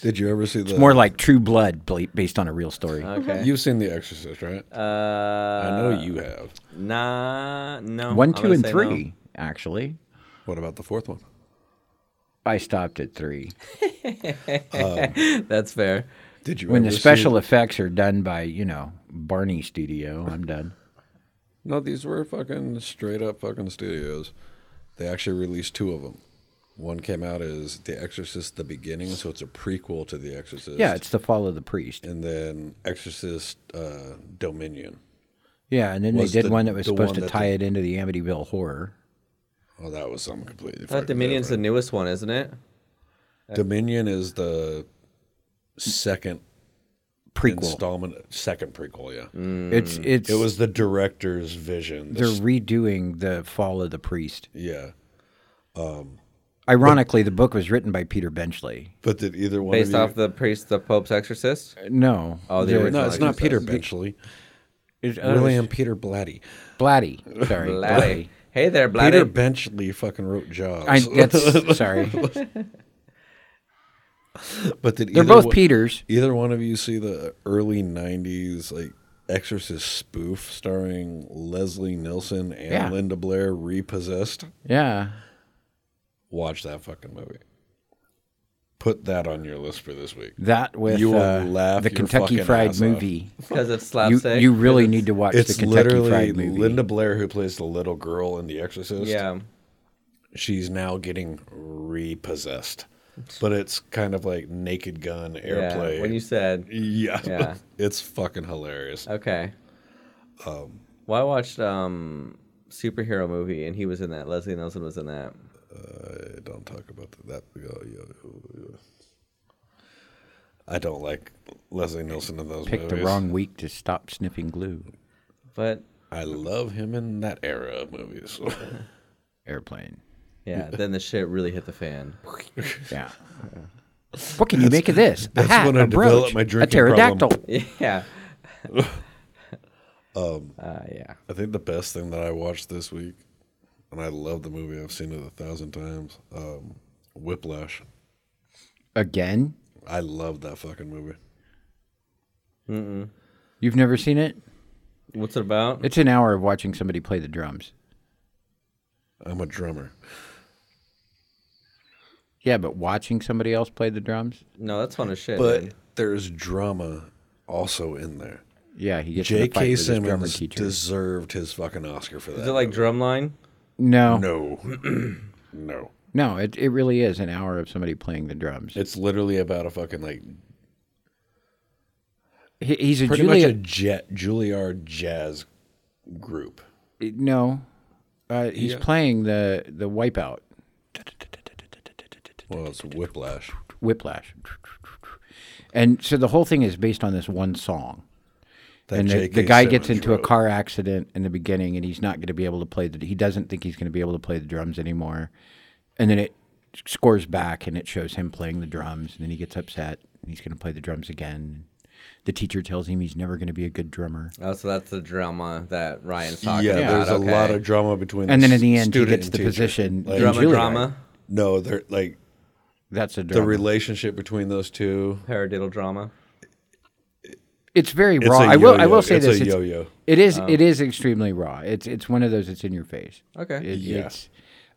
Speaker 3: Did you ever see the?
Speaker 6: It's more like True Blood bla- based on a real story.
Speaker 4: Okay.
Speaker 3: You've seen The Exorcist, right?
Speaker 4: uh,
Speaker 3: I know you have.
Speaker 4: Nah, no.
Speaker 6: One,
Speaker 4: I'm
Speaker 6: two,
Speaker 4: gonna
Speaker 6: and
Speaker 4: say
Speaker 6: three, actually.
Speaker 3: What about the fourth one?
Speaker 6: I stopped at three.
Speaker 4: no. That's fair.
Speaker 3: Did you
Speaker 6: When the
Speaker 3: ever see-
Speaker 6: special e- effects are done by, you know, Barney Studio, I'm done.
Speaker 3: No, these were fucking straight up fucking studios. They actually released two of them. One came out as The Exorcist: The Beginning, so it's a prequel to The Exorcist.
Speaker 6: Yeah, it's the fall of the priest.
Speaker 3: and then Exorcist uh, Dominion.
Speaker 6: Yeah, and then they
Speaker 3: Was
Speaker 6: did
Speaker 3: the-
Speaker 6: one that was
Speaker 3: the
Speaker 6: supposed
Speaker 3: one
Speaker 6: to
Speaker 3: that
Speaker 6: tie
Speaker 3: the-
Speaker 6: it into the Amityville horror.
Speaker 3: Oh, that was something completely.
Speaker 4: I thought
Speaker 3: fucking
Speaker 4: Dominion's
Speaker 3: different.
Speaker 4: the newest one, isn't it?
Speaker 3: Dominion is the second
Speaker 6: Prequel. Mm.
Speaker 3: installment, second prequel. Yeah,
Speaker 6: It's it's
Speaker 3: Mm. it was the director's vision.
Speaker 6: they're
Speaker 3: This-
Speaker 6: redoing the fall of the priest.
Speaker 3: yeah,
Speaker 6: Ironically, the book was written by Peter Benchley.
Speaker 3: but did either one
Speaker 4: Based
Speaker 3: of you,
Speaker 4: off the priest, the Pope's exorcist.
Speaker 6: No.
Speaker 4: Oh, the
Speaker 6: there-
Speaker 4: original
Speaker 3: No, it's not
Speaker 4: Exorcist.
Speaker 3: Peter Benchley.
Speaker 6: it's- uh,
Speaker 3: William Peter Blatty.
Speaker 6: Blatty. Sorry.
Speaker 4: Blatty. Hey there, Blatty.
Speaker 3: Peter Benchley fucking wrote Jaws. <laughs>
Speaker 6: I, that's sorry.
Speaker 3: but did
Speaker 6: They're
Speaker 3: either
Speaker 6: both
Speaker 3: one-
Speaker 6: Peters.
Speaker 3: Either one of you see the early '90s like Exorcist spoof starring Leslie Nielsen and
Speaker 6: Yeah.
Speaker 3: Linda Blair repossessed?
Speaker 6: Yeah.
Speaker 3: Watch that fucking movie. Put that on your list for this week.
Speaker 6: That with
Speaker 3: You will
Speaker 6: uh,
Speaker 3: laugh
Speaker 6: the
Speaker 3: your
Speaker 6: Kentucky
Speaker 3: fucking
Speaker 6: Fried
Speaker 3: ass off.
Speaker 6: movie.
Speaker 4: because it's
Speaker 6: You,
Speaker 4: slapstick.
Speaker 6: you really need to watch
Speaker 3: It's
Speaker 6: the Kentucky
Speaker 3: literally
Speaker 6: Fried movie.
Speaker 3: Linda Blair who plays the little girl in The Exorcist.
Speaker 4: Yeah.
Speaker 3: she's now getting repossessed, but it's kind of like Naked Gun airplay.
Speaker 4: Yeah. When you said
Speaker 3: Yeah.
Speaker 4: Yeah.
Speaker 3: <laughs> it's fucking hilarious.
Speaker 4: Okay. well, I watched um superhero movie and he was in that. Leslie Nielsen was in that.
Speaker 3: I don't talk about that. that- yeah, yeah, yeah. I don't like Leslie Nielsen in those
Speaker 6: Picked
Speaker 3: movies.
Speaker 6: the wrong week to stop sniffing glue.
Speaker 4: But
Speaker 3: I love him in that era of movies. <laughs>
Speaker 6: Airplane.
Speaker 4: yeah, then the shit really hit the fan. <laughs>
Speaker 3: <laughs>
Speaker 6: Yeah. What can you make of this? A
Speaker 3: that's
Speaker 6: hat,
Speaker 3: when
Speaker 6: a
Speaker 3: I
Speaker 6: brooch,
Speaker 3: developed my
Speaker 6: a
Speaker 3: drinking problem.
Speaker 6: pterodactyl.
Speaker 3: <laughs>
Speaker 4: Yeah. um. Uh, yeah.
Speaker 3: I think the best thing that I watched this week, and I love the movie. I've seen it a thousand times. Um, Whiplash.
Speaker 6: Again?
Speaker 3: I love that fucking movie.
Speaker 6: You've never seen it?
Speaker 4: What's it about?
Speaker 6: It's an hour of watching somebody play the drums.
Speaker 3: I'm a drummer.
Speaker 6: Yeah, but watching somebody else play the drums?
Speaker 4: no, that's fun as shit.
Speaker 3: But
Speaker 4: dude.
Speaker 3: there's drama also in there.
Speaker 6: Yeah, he gets in a fight
Speaker 3: J.K.
Speaker 6: with his drummer
Speaker 3: Simmons
Speaker 6: teacher.
Speaker 3: deserved his fucking Oscar for that.
Speaker 4: is it like Drumline?
Speaker 6: no, no,
Speaker 3: no, <clears throat> no?
Speaker 6: it, it really is an hour of somebody playing the drums.
Speaker 3: It's literally about a fucking like
Speaker 6: He, he's a
Speaker 3: pretty much a
Speaker 6: Juilliard.
Speaker 3: jet Juilliard jazz group.
Speaker 6: no, uh, he's playing the the Wipeout,
Speaker 3: Well, it's Whiplash.
Speaker 6: Whiplash, and so the whole thing is based on this one song.
Speaker 3: That
Speaker 6: and the,
Speaker 3: J.K.
Speaker 6: the guy gets
Speaker 3: Simmons
Speaker 6: into a
Speaker 3: wrote.
Speaker 6: car accident in the beginning, and he's not going to be able to play the. He doesn't think he's going to be able to play the drums anymore, and then it scores back, and it shows him playing the drums, and then he gets upset, and he's going to play the drums again. The teacher tells him he's never going to be a good drummer,
Speaker 4: Oh, so that's the drama that Ryan's
Speaker 3: Yeah,
Speaker 4: talking about.
Speaker 3: there's a
Speaker 4: okay.
Speaker 3: lot of drama between.
Speaker 6: and then in
Speaker 3: s-
Speaker 6: the end, he
Speaker 3: student
Speaker 6: gets
Speaker 3: and
Speaker 6: the
Speaker 3: teacher.
Speaker 6: position. in
Speaker 4: drama,
Speaker 6: Juilliard.
Speaker 4: drama,
Speaker 3: No, they're like
Speaker 6: That's a
Speaker 3: the
Speaker 6: drama.
Speaker 3: relationship between those two.
Speaker 4: paradiddle drama.
Speaker 6: it's very
Speaker 3: It's
Speaker 6: raw.
Speaker 3: a
Speaker 6: I will. I
Speaker 3: yo-yo.
Speaker 6: will say
Speaker 3: It's a
Speaker 6: this. it's,
Speaker 3: yo-yo.
Speaker 6: It is. it is extremely raw. It's. It's one of those. that's in your face.
Speaker 4: Okay.
Speaker 6: It,
Speaker 3: Yeah.
Speaker 6: It's,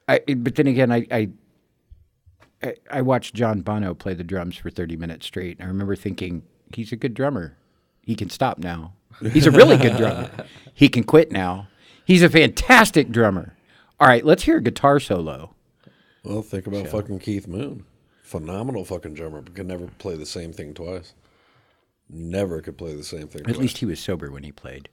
Speaker 6: I, it- but then again, I, I I- I watched John Bono play the drums for 30 minutes straight. And I remember thinking, he's a good drummer. He can stop now. He's a really good drummer. He can quit now. He's a fantastic drummer. All right, let's hear a guitar solo.
Speaker 3: Well, think about fucking Keith Moon. Phenomenal fucking drummer, but could never play the same thing twice. Never could play the same thing
Speaker 6: At
Speaker 3: twice.
Speaker 6: least he was sober when he played.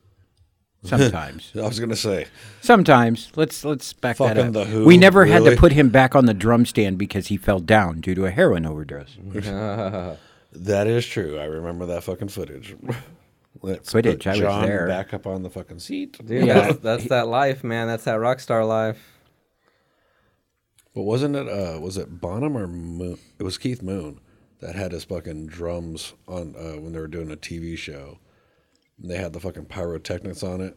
Speaker 6: Sometimes.
Speaker 3: I was going to say,
Speaker 6: Sometimes. Let's let's back that
Speaker 3: Fucking
Speaker 6: up.
Speaker 3: The Who,
Speaker 6: we never had to
Speaker 3: really?
Speaker 6: put him back on the drum stand because he fell down due to a heroin overdose.
Speaker 3: Mm-hmm. that is true. I remember that fucking footage. Let's
Speaker 6: Footage,
Speaker 3: put
Speaker 6: I was
Speaker 3: John
Speaker 6: there.
Speaker 3: back up on the fucking seat.
Speaker 4: Dude, that's, that's that life, man. That's that rock star life.
Speaker 3: But wasn't it? Uh, was it Bonham or Moon? It was Keith Moon that had his fucking drums on uh, when they were doing a TV show. And they had the fucking pyrotechnics on it,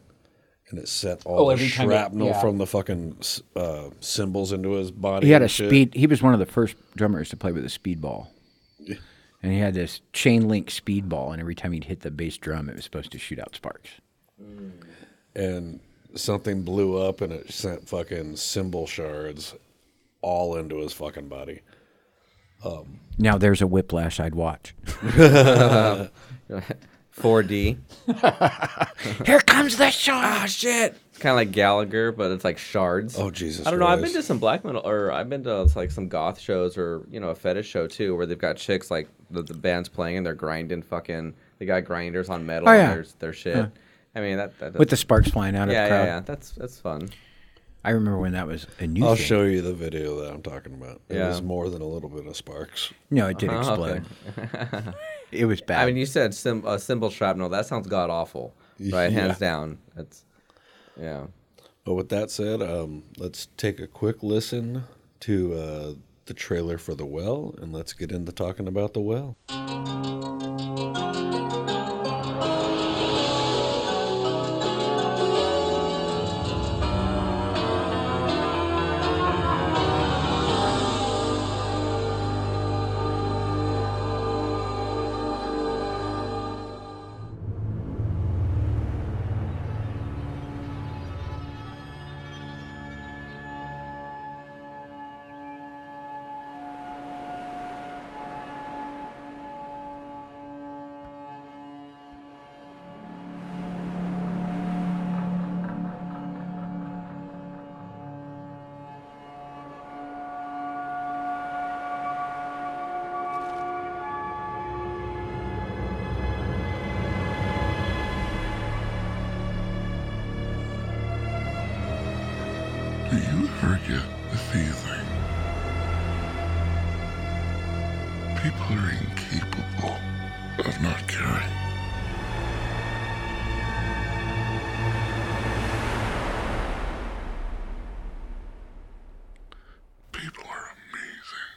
Speaker 3: and it set all
Speaker 6: Oh,
Speaker 3: the
Speaker 6: every time it-
Speaker 3: shrapnel
Speaker 6: yeah.
Speaker 3: from the fucking s- uh, cymbals into his body.
Speaker 6: He had a
Speaker 3: and shit.
Speaker 6: speed. He was one of the first drummers to play with a speed ball, and he had this chain link speed ball. And every time he'd hit the bass drum, it was supposed to shoot out sparks.
Speaker 3: and something blew up, and it sent fucking cymbal shards all into his fucking body.
Speaker 6: Now there's a whiplash
Speaker 3: <laughs>
Speaker 6: I'd watch.
Speaker 4: 4D.
Speaker 6: Here comes the
Speaker 3: Ah,
Speaker 6: shot.
Speaker 4: Shit. It's kind of like Gallagher, but it's like shards.
Speaker 3: Oh Jesus!
Speaker 4: I don't know. I've been
Speaker 3: Christ.
Speaker 4: to some black metal, or I've been to like some goth shows, or you know, a fetish show too, where they've got chicks like the, the band's playing and they're grinding fucking. They got grinders on metal.
Speaker 6: Oh,
Speaker 4: and
Speaker 6: yeah.
Speaker 4: their, their shit. I mean that. that
Speaker 6: With the sparks flying out of
Speaker 4: yeah,
Speaker 6: the crowd.
Speaker 4: yeah, yeah. That's that's fun.
Speaker 6: I remember when that was a new
Speaker 3: I'll
Speaker 6: thing.
Speaker 3: show you the video that I'm talking about. It
Speaker 4: Yeah.
Speaker 3: was more than a little bit of sparks.
Speaker 6: No, it did
Speaker 4: Oh, okay.
Speaker 6: explode.
Speaker 4: <laughs>
Speaker 6: it was bad.
Speaker 4: I mean, you said sim, uh, cymbal shrapnel. That sounds god awful, right?
Speaker 6: <laughs>
Speaker 4: Hands down. That's yeah.
Speaker 3: But with that said, um, let's take a quick listen to uh, the trailer for The Well and let's get into talking about The Well.
Speaker 2: Do you forget the feeling? People are incapable of not caring. People are amazing.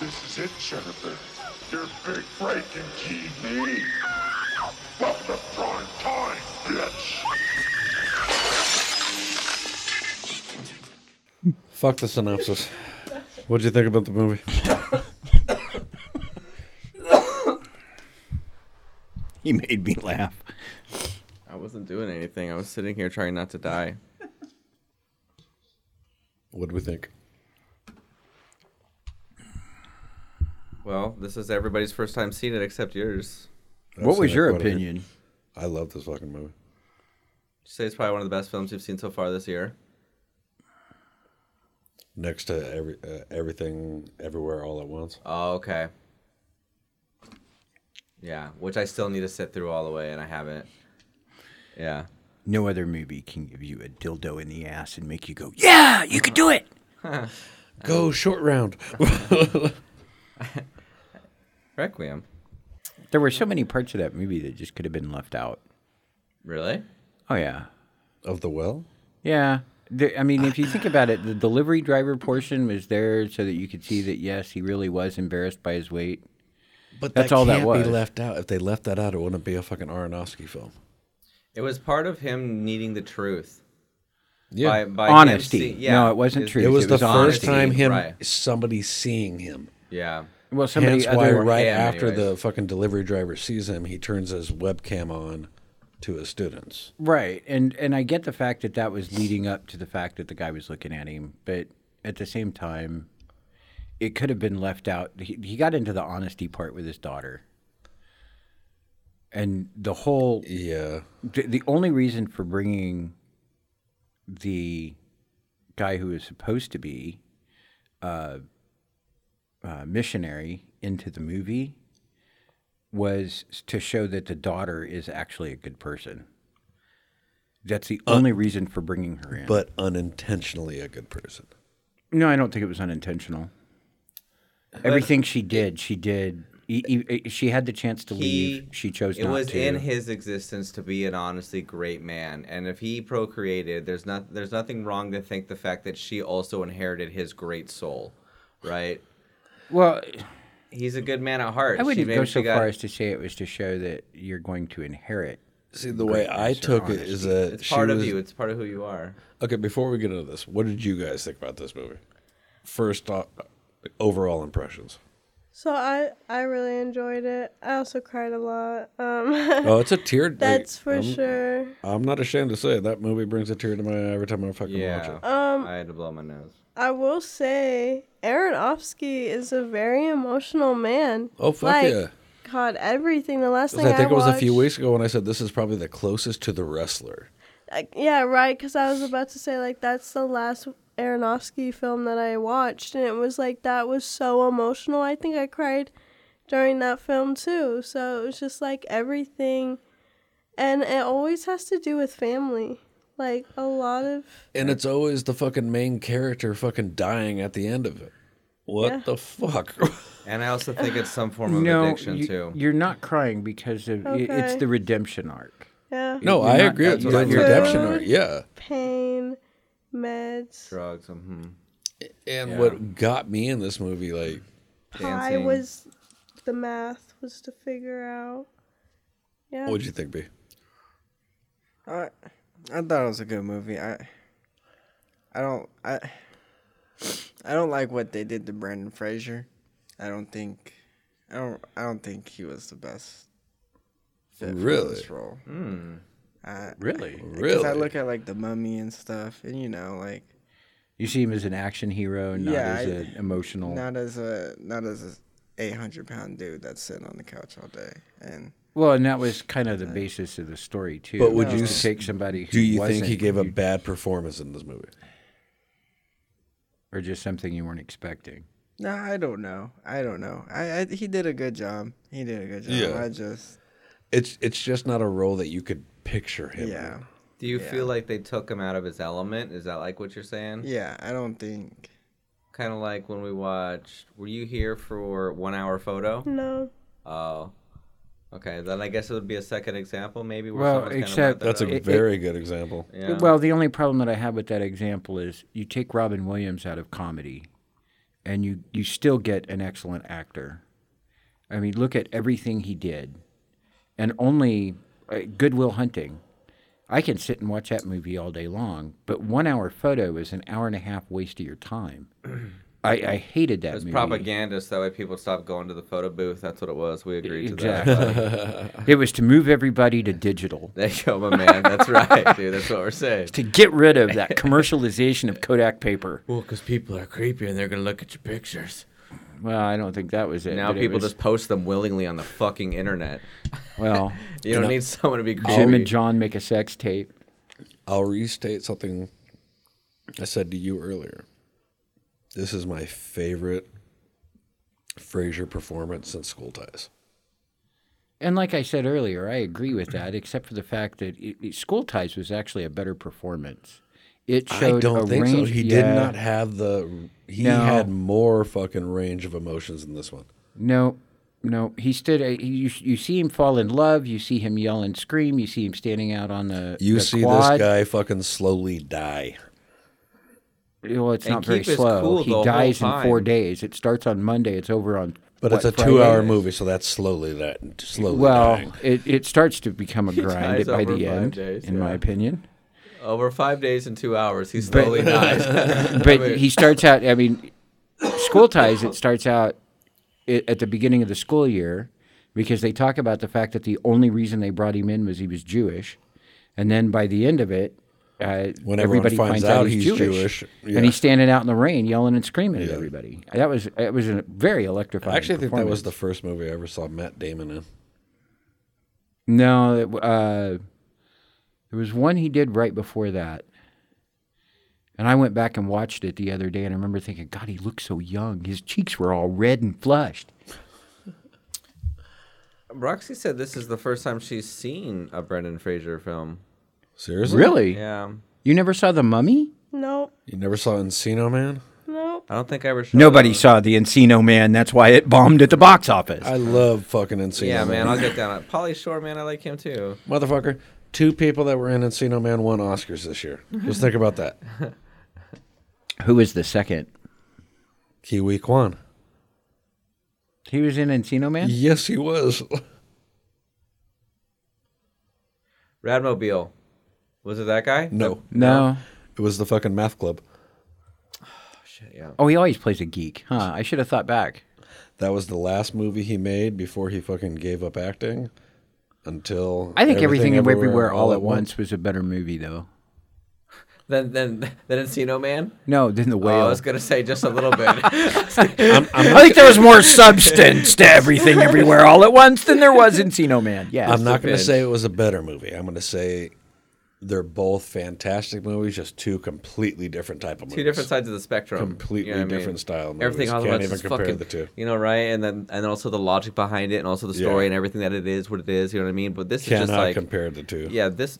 Speaker 1: This is it, Jennifer. Your big breaking TV. Welcome to prime time, bitch.
Speaker 3: Fuck the synopsis. What'd you think about the movie?
Speaker 8: He made me laugh.
Speaker 4: I wasn't doing anything. I was sitting here trying not to die.
Speaker 3: What'd we think?
Speaker 4: Well, this is everybody's first time seeing it except yours.
Speaker 6: what was
Speaker 3: seen it
Speaker 6: your
Speaker 3: quite a bit.
Speaker 6: opinion?
Speaker 3: I love this fucking movie.
Speaker 4: You say it's probably one of the best films you've seen so far this year.
Speaker 3: Next to every uh, everything, everywhere, all at once.
Speaker 4: Oh, okay. Yeah, which I still need to sit through all the way, and I haven't. Yeah.
Speaker 6: No other movie can give you a dildo in the ass and make you go, "Yeah, you can do it."
Speaker 3: Go short round.
Speaker 4: Requiem.
Speaker 6: There were so many parts of that movie that just could have been left out.
Speaker 4: Really?
Speaker 6: Oh yeah,
Speaker 3: of The Well?
Speaker 6: Yeah. The, I mean, if you think about it, the delivery driver portion was there so that you could see that, yes, he really was embarrassed by his weight.
Speaker 3: But
Speaker 6: That's all that was.
Speaker 3: be left out. If they left that out, it wouldn't be a fucking Aronofsky film.
Speaker 4: It was part of him needing the truth.
Speaker 3: Yeah.
Speaker 4: By, by him
Speaker 6: Honesty.
Speaker 4: see-
Speaker 6: No, it wasn't
Speaker 4: His-
Speaker 6: truth.
Speaker 3: it was
Speaker 6: it
Speaker 3: the
Speaker 6: was
Speaker 3: first
Speaker 6: honesty,
Speaker 3: time him
Speaker 4: right.
Speaker 3: somebody seeing him.
Speaker 4: Yeah.
Speaker 6: Well, somebody
Speaker 3: Hence why
Speaker 6: other.
Speaker 3: right
Speaker 4: him
Speaker 3: after
Speaker 4: anyways.
Speaker 3: the fucking delivery driver sees him, he turns his webcam on to his students.
Speaker 6: Right, and and I get the fact that that was leading up to the fact that the guy was looking at him, but at the same time, it could have been left out. He, he got into the honesty part with his daughter, and the whole
Speaker 3: Yeah.
Speaker 6: the, the only reason for bringing the guy who is supposed to be uh, uh, missionary into the movie was to show that the daughter is actually a good person.
Speaker 4: Uh,
Speaker 6: That's the only reason for bringing her in.
Speaker 3: But unintentionally a good person.
Speaker 6: no, I don't think it was unintentional. Everything she did, she did. e- e- e- She had the chance to leave. She chose
Speaker 4: It
Speaker 6: not
Speaker 4: was
Speaker 6: to.
Speaker 4: in his existence to be an honestly great man, and if he procreated, there's not there's nothing wrong to think the fact that she also inherited his great soul, right?
Speaker 6: well,
Speaker 4: He's a good man at heart.
Speaker 6: I
Speaker 4: She
Speaker 6: wouldn't
Speaker 4: maybe
Speaker 6: go
Speaker 4: she
Speaker 6: so
Speaker 4: got-
Speaker 6: far as to say it was to show that you're going to inherit.
Speaker 3: See, the way I
Speaker 6: Greatness or
Speaker 3: took it is
Speaker 6: honesty.
Speaker 3: that
Speaker 4: It's
Speaker 3: she
Speaker 4: part of
Speaker 3: was-
Speaker 4: you. It's part of who you are.
Speaker 3: Okay, before we get into this, what did you guys think about this movie? First, uh, overall impressions.
Speaker 5: So I I really enjoyed it. I also cried a lot. Um,
Speaker 3: Oh, it's a <laughs> tear. like,
Speaker 5: that's for
Speaker 3: I'm-
Speaker 5: sure.
Speaker 3: I'm not ashamed to say it. that movie brings a tear to my eye every time I fucking
Speaker 4: Yeah.
Speaker 3: watch it.
Speaker 4: Um, I had to blow my nose.
Speaker 5: I will say Aronofsky is a very emotional man.
Speaker 3: Oh, fuck
Speaker 5: like,
Speaker 3: yeah.
Speaker 5: God, everything. The last
Speaker 3: 'Cause
Speaker 5: thing I,
Speaker 3: I think it was
Speaker 5: watched,
Speaker 3: a few weeks ago when I said this is probably the closest to the wrestler.
Speaker 5: like, yeah, right. Because I was about to say like that's the last Aronofsky film that I watched, and it was like that was so emotional. I think I cried during that film too. So it was just like everything, and it always has to do with family. Like a lot of
Speaker 3: And it's always the fucking main character fucking dying at the end of it. What
Speaker 5: Yeah.
Speaker 3: the fuck?
Speaker 4: And I also think it's some form of <sighs> addiction
Speaker 6: you,
Speaker 4: too.
Speaker 6: You're not crying because of i- it's
Speaker 5: Okay.
Speaker 6: the redemption arc.
Speaker 5: yeah
Speaker 3: <laughs> no,
Speaker 6: You're
Speaker 3: I
Speaker 6: not-
Speaker 3: agree with
Speaker 6: that's
Speaker 3: you.
Speaker 4: what
Speaker 3: The
Speaker 4: I thought.
Speaker 3: redemption
Speaker 5: Food.
Speaker 3: arc, yeah.
Speaker 5: pain, meds.
Speaker 4: Drugs. mhm.
Speaker 3: And what got me in this movie, like,
Speaker 5: Pi
Speaker 4: dancing.
Speaker 5: was the math was to figure out. Yeah.
Speaker 3: what'd you think, B?
Speaker 7: I, I thought it was a good movie. I I don't I I don't like what they did to Brandon Fraser. I don't think I don't I don't think he was the best fit for
Speaker 3: Really? Hmm.
Speaker 7: this role. I,
Speaker 6: Really?
Speaker 7: Because I
Speaker 3: Really?
Speaker 7: look at like the mummy and stuff, and you know, like
Speaker 6: You see him as an action hero, not
Speaker 7: Yeah,
Speaker 6: as
Speaker 7: I-
Speaker 6: an emotional.
Speaker 7: not as a not as a eight hundred pound dude that's sitting on the couch all day. And
Speaker 6: well, and that was kind of the basis of the story too.
Speaker 3: But would
Speaker 6: was
Speaker 3: you
Speaker 6: to
Speaker 3: s-
Speaker 6: take somebody? Who
Speaker 3: Do you
Speaker 6: wasn't,
Speaker 3: think he gave a
Speaker 6: you-
Speaker 3: bad performance in this movie?
Speaker 6: or just something you weren't expecting?
Speaker 7: no, I don't know. I don't know. I, I he did a good job. He did a good job.
Speaker 3: Yeah.
Speaker 7: I just
Speaker 3: It's it's just not a role that you could picture him. in.
Speaker 7: yeah
Speaker 4: Do you feel like they took him out of his element? Is that like what you're saying?
Speaker 7: yeah. I don't think.
Speaker 4: Kind of like when we watched. Were you here for one hour photo?
Speaker 5: no.
Speaker 4: Oh. Okay, then I guess it would be a second example, maybe. Where
Speaker 6: Well,
Speaker 4: someone's kinda
Speaker 6: except-
Speaker 4: wrapped it
Speaker 3: That's a
Speaker 4: up.
Speaker 6: It- it-
Speaker 3: very good example.
Speaker 4: Yeah.
Speaker 6: Well, the only problem that I have with that example is you take Robin Williams out of comedy, and you you still get an excellent actor. I mean, look at everything he did, and only uh, Goodwill Hunting. I can sit and watch that movie all day long, but one hour photo is an hour and a half waste of your time. I, I hated that
Speaker 4: It's
Speaker 6: movie.
Speaker 4: propagandist. That way people stop going to the photo booth. That's what it was. We agreed to that.
Speaker 6: Exactly. it was to move everybody to digital.
Speaker 4: <laughs> There you go, my man. That's right, dude. That's what we're saying.
Speaker 6: To get rid of
Speaker 4: <laughs>
Speaker 6: that commercialization of Kodak paper.
Speaker 4: Well, because people are creepy and they're gonna look at your pictures.
Speaker 6: Well, I don't think that was it.
Speaker 4: Now
Speaker 6: but it
Speaker 4: people
Speaker 6: was-
Speaker 4: just post them willingly on the fucking internet. <laughs>
Speaker 6: well,
Speaker 4: You don't need someone to be creepy.
Speaker 6: Jim and John make a sex tape.
Speaker 3: I'll restate something I said to you earlier. This is my favorite Frasier performance since School Ties.
Speaker 6: And like I said earlier, I agree with that, except for the fact that it, it- School Ties was actually a better performance. It showed
Speaker 3: I
Speaker 6: a
Speaker 3: don't think so.
Speaker 6: range.
Speaker 3: He
Speaker 6: yeah.
Speaker 3: did not have the. He
Speaker 6: No.
Speaker 3: had more fucking range of emotions in this one.
Speaker 6: No, no. He stood. uh, You you see him fall in love. You see him yell and scream. You see him standing out on the.
Speaker 3: You
Speaker 6: the
Speaker 3: see
Speaker 6: quad.
Speaker 3: this guy fucking slowly die.
Speaker 6: Eh, Well, it's
Speaker 4: And
Speaker 6: not very
Speaker 4: keep his
Speaker 6: slow.
Speaker 4: cool the
Speaker 6: he
Speaker 4: whole
Speaker 6: dies in four
Speaker 4: time.
Speaker 6: days. It starts on Monday. It's over on.
Speaker 3: But it's a
Speaker 6: what,
Speaker 3: two-hour
Speaker 6: Friday?
Speaker 3: movie, so that's slowly that slowly. dying.
Speaker 6: Well, it, it starts
Speaker 4: <laughs>
Speaker 6: to become a grind
Speaker 4: dies
Speaker 6: by
Speaker 4: over
Speaker 6: the
Speaker 4: five
Speaker 6: end,
Speaker 4: days,
Speaker 6: in
Speaker 4: yeah.
Speaker 6: my
Speaker 4: <laughs>
Speaker 6: opinion.
Speaker 4: Over five days and two hours, he
Speaker 6: <laughs>
Speaker 4: slowly dies. <laughs>
Speaker 6: but he starts out. I mean, school ties. It starts out i at the beginning of the school year because they talk about the fact that the only reason they brought him in was he was Jewish, And then by the end of it, uh,
Speaker 3: When everyone
Speaker 6: everybody
Speaker 3: finds
Speaker 6: finds, out,
Speaker 3: out
Speaker 6: he's
Speaker 3: he's
Speaker 6: Jewish,
Speaker 3: Jewish, yeah.
Speaker 6: and he's standing out in the rain yelling and screaming at
Speaker 3: Yeah.
Speaker 6: everybody. That was it was a very electrifying.
Speaker 3: I actually think that was the
Speaker 6: performance.
Speaker 3: first movie I ever saw Matt Damon in.
Speaker 6: no. It, w- uh, there was one he did right before that, and I went back and watched it the other day, and I remember thinking, God, he looked so young. His cheeks were all red and flushed.
Speaker 4: Roxy said this is the first time she's seen a Brendan Fraser film.
Speaker 3: Seriously?
Speaker 6: Really?
Speaker 4: Yeah,
Speaker 6: You never saw the Mummy?
Speaker 5: Nope.
Speaker 3: You never saw Encino Man?
Speaker 5: Nope.
Speaker 4: I don't think I ever. Showed
Speaker 8: Nobody
Speaker 4: those.
Speaker 8: saw the Encino Man. That's why it bombed at the box office.
Speaker 6: Uh,
Speaker 3: I love fucking Encino
Speaker 4: Yeah, man,
Speaker 3: Man.
Speaker 4: I'll get down. on it. Polly Shore, man, I like him too.
Speaker 3: Motherfucker, two people that were in Encino Man won Oscars this year. Just think about that.
Speaker 6: Who was the second?
Speaker 3: Kiwi Kwan.
Speaker 6: He was in Encino Man.
Speaker 3: Yes, he was. <laughs>
Speaker 4: Radmobile, was it that guy? Oh,
Speaker 3: No,
Speaker 6: No.
Speaker 3: it was the fucking math club.
Speaker 4: Shit, yeah.
Speaker 6: Oh, he always plays a geek, huh? I should have thought back.
Speaker 3: That was the last movie he made before he fucking gave up acting. Until
Speaker 6: I think everything, everywhere, all at once was a better movie, though.
Speaker 4: Then, then, <laughs> then Encino Man.
Speaker 6: No, than the
Speaker 4: Oh,
Speaker 6: whale.
Speaker 4: I was gonna say just a little
Speaker 6: <laughs>
Speaker 4: bit.
Speaker 8: I think there was more substance to everything everywhere all at once than there was Encino Man. Yeah.
Speaker 3: I'm not going to
Speaker 4: pinch.
Speaker 3: say it was a better movie. I'm going to say they're both fantastic movies, just two completely different type of movies.
Speaker 4: Two different sides of the spectrum.
Speaker 3: Completely
Speaker 4: what I mean?
Speaker 3: different style movies.
Speaker 4: Everything all at
Speaker 3: Can't
Speaker 4: once
Speaker 3: even
Speaker 4: is
Speaker 3: compare
Speaker 4: fucking,
Speaker 3: the two.
Speaker 4: You know, right? And then, and also the logic behind it, and also the story
Speaker 3: Yeah.
Speaker 4: and everything that it is, what it is. You know what I mean? But this
Speaker 3: Cannot
Speaker 4: is just like
Speaker 3: compare the two.
Speaker 4: yeah this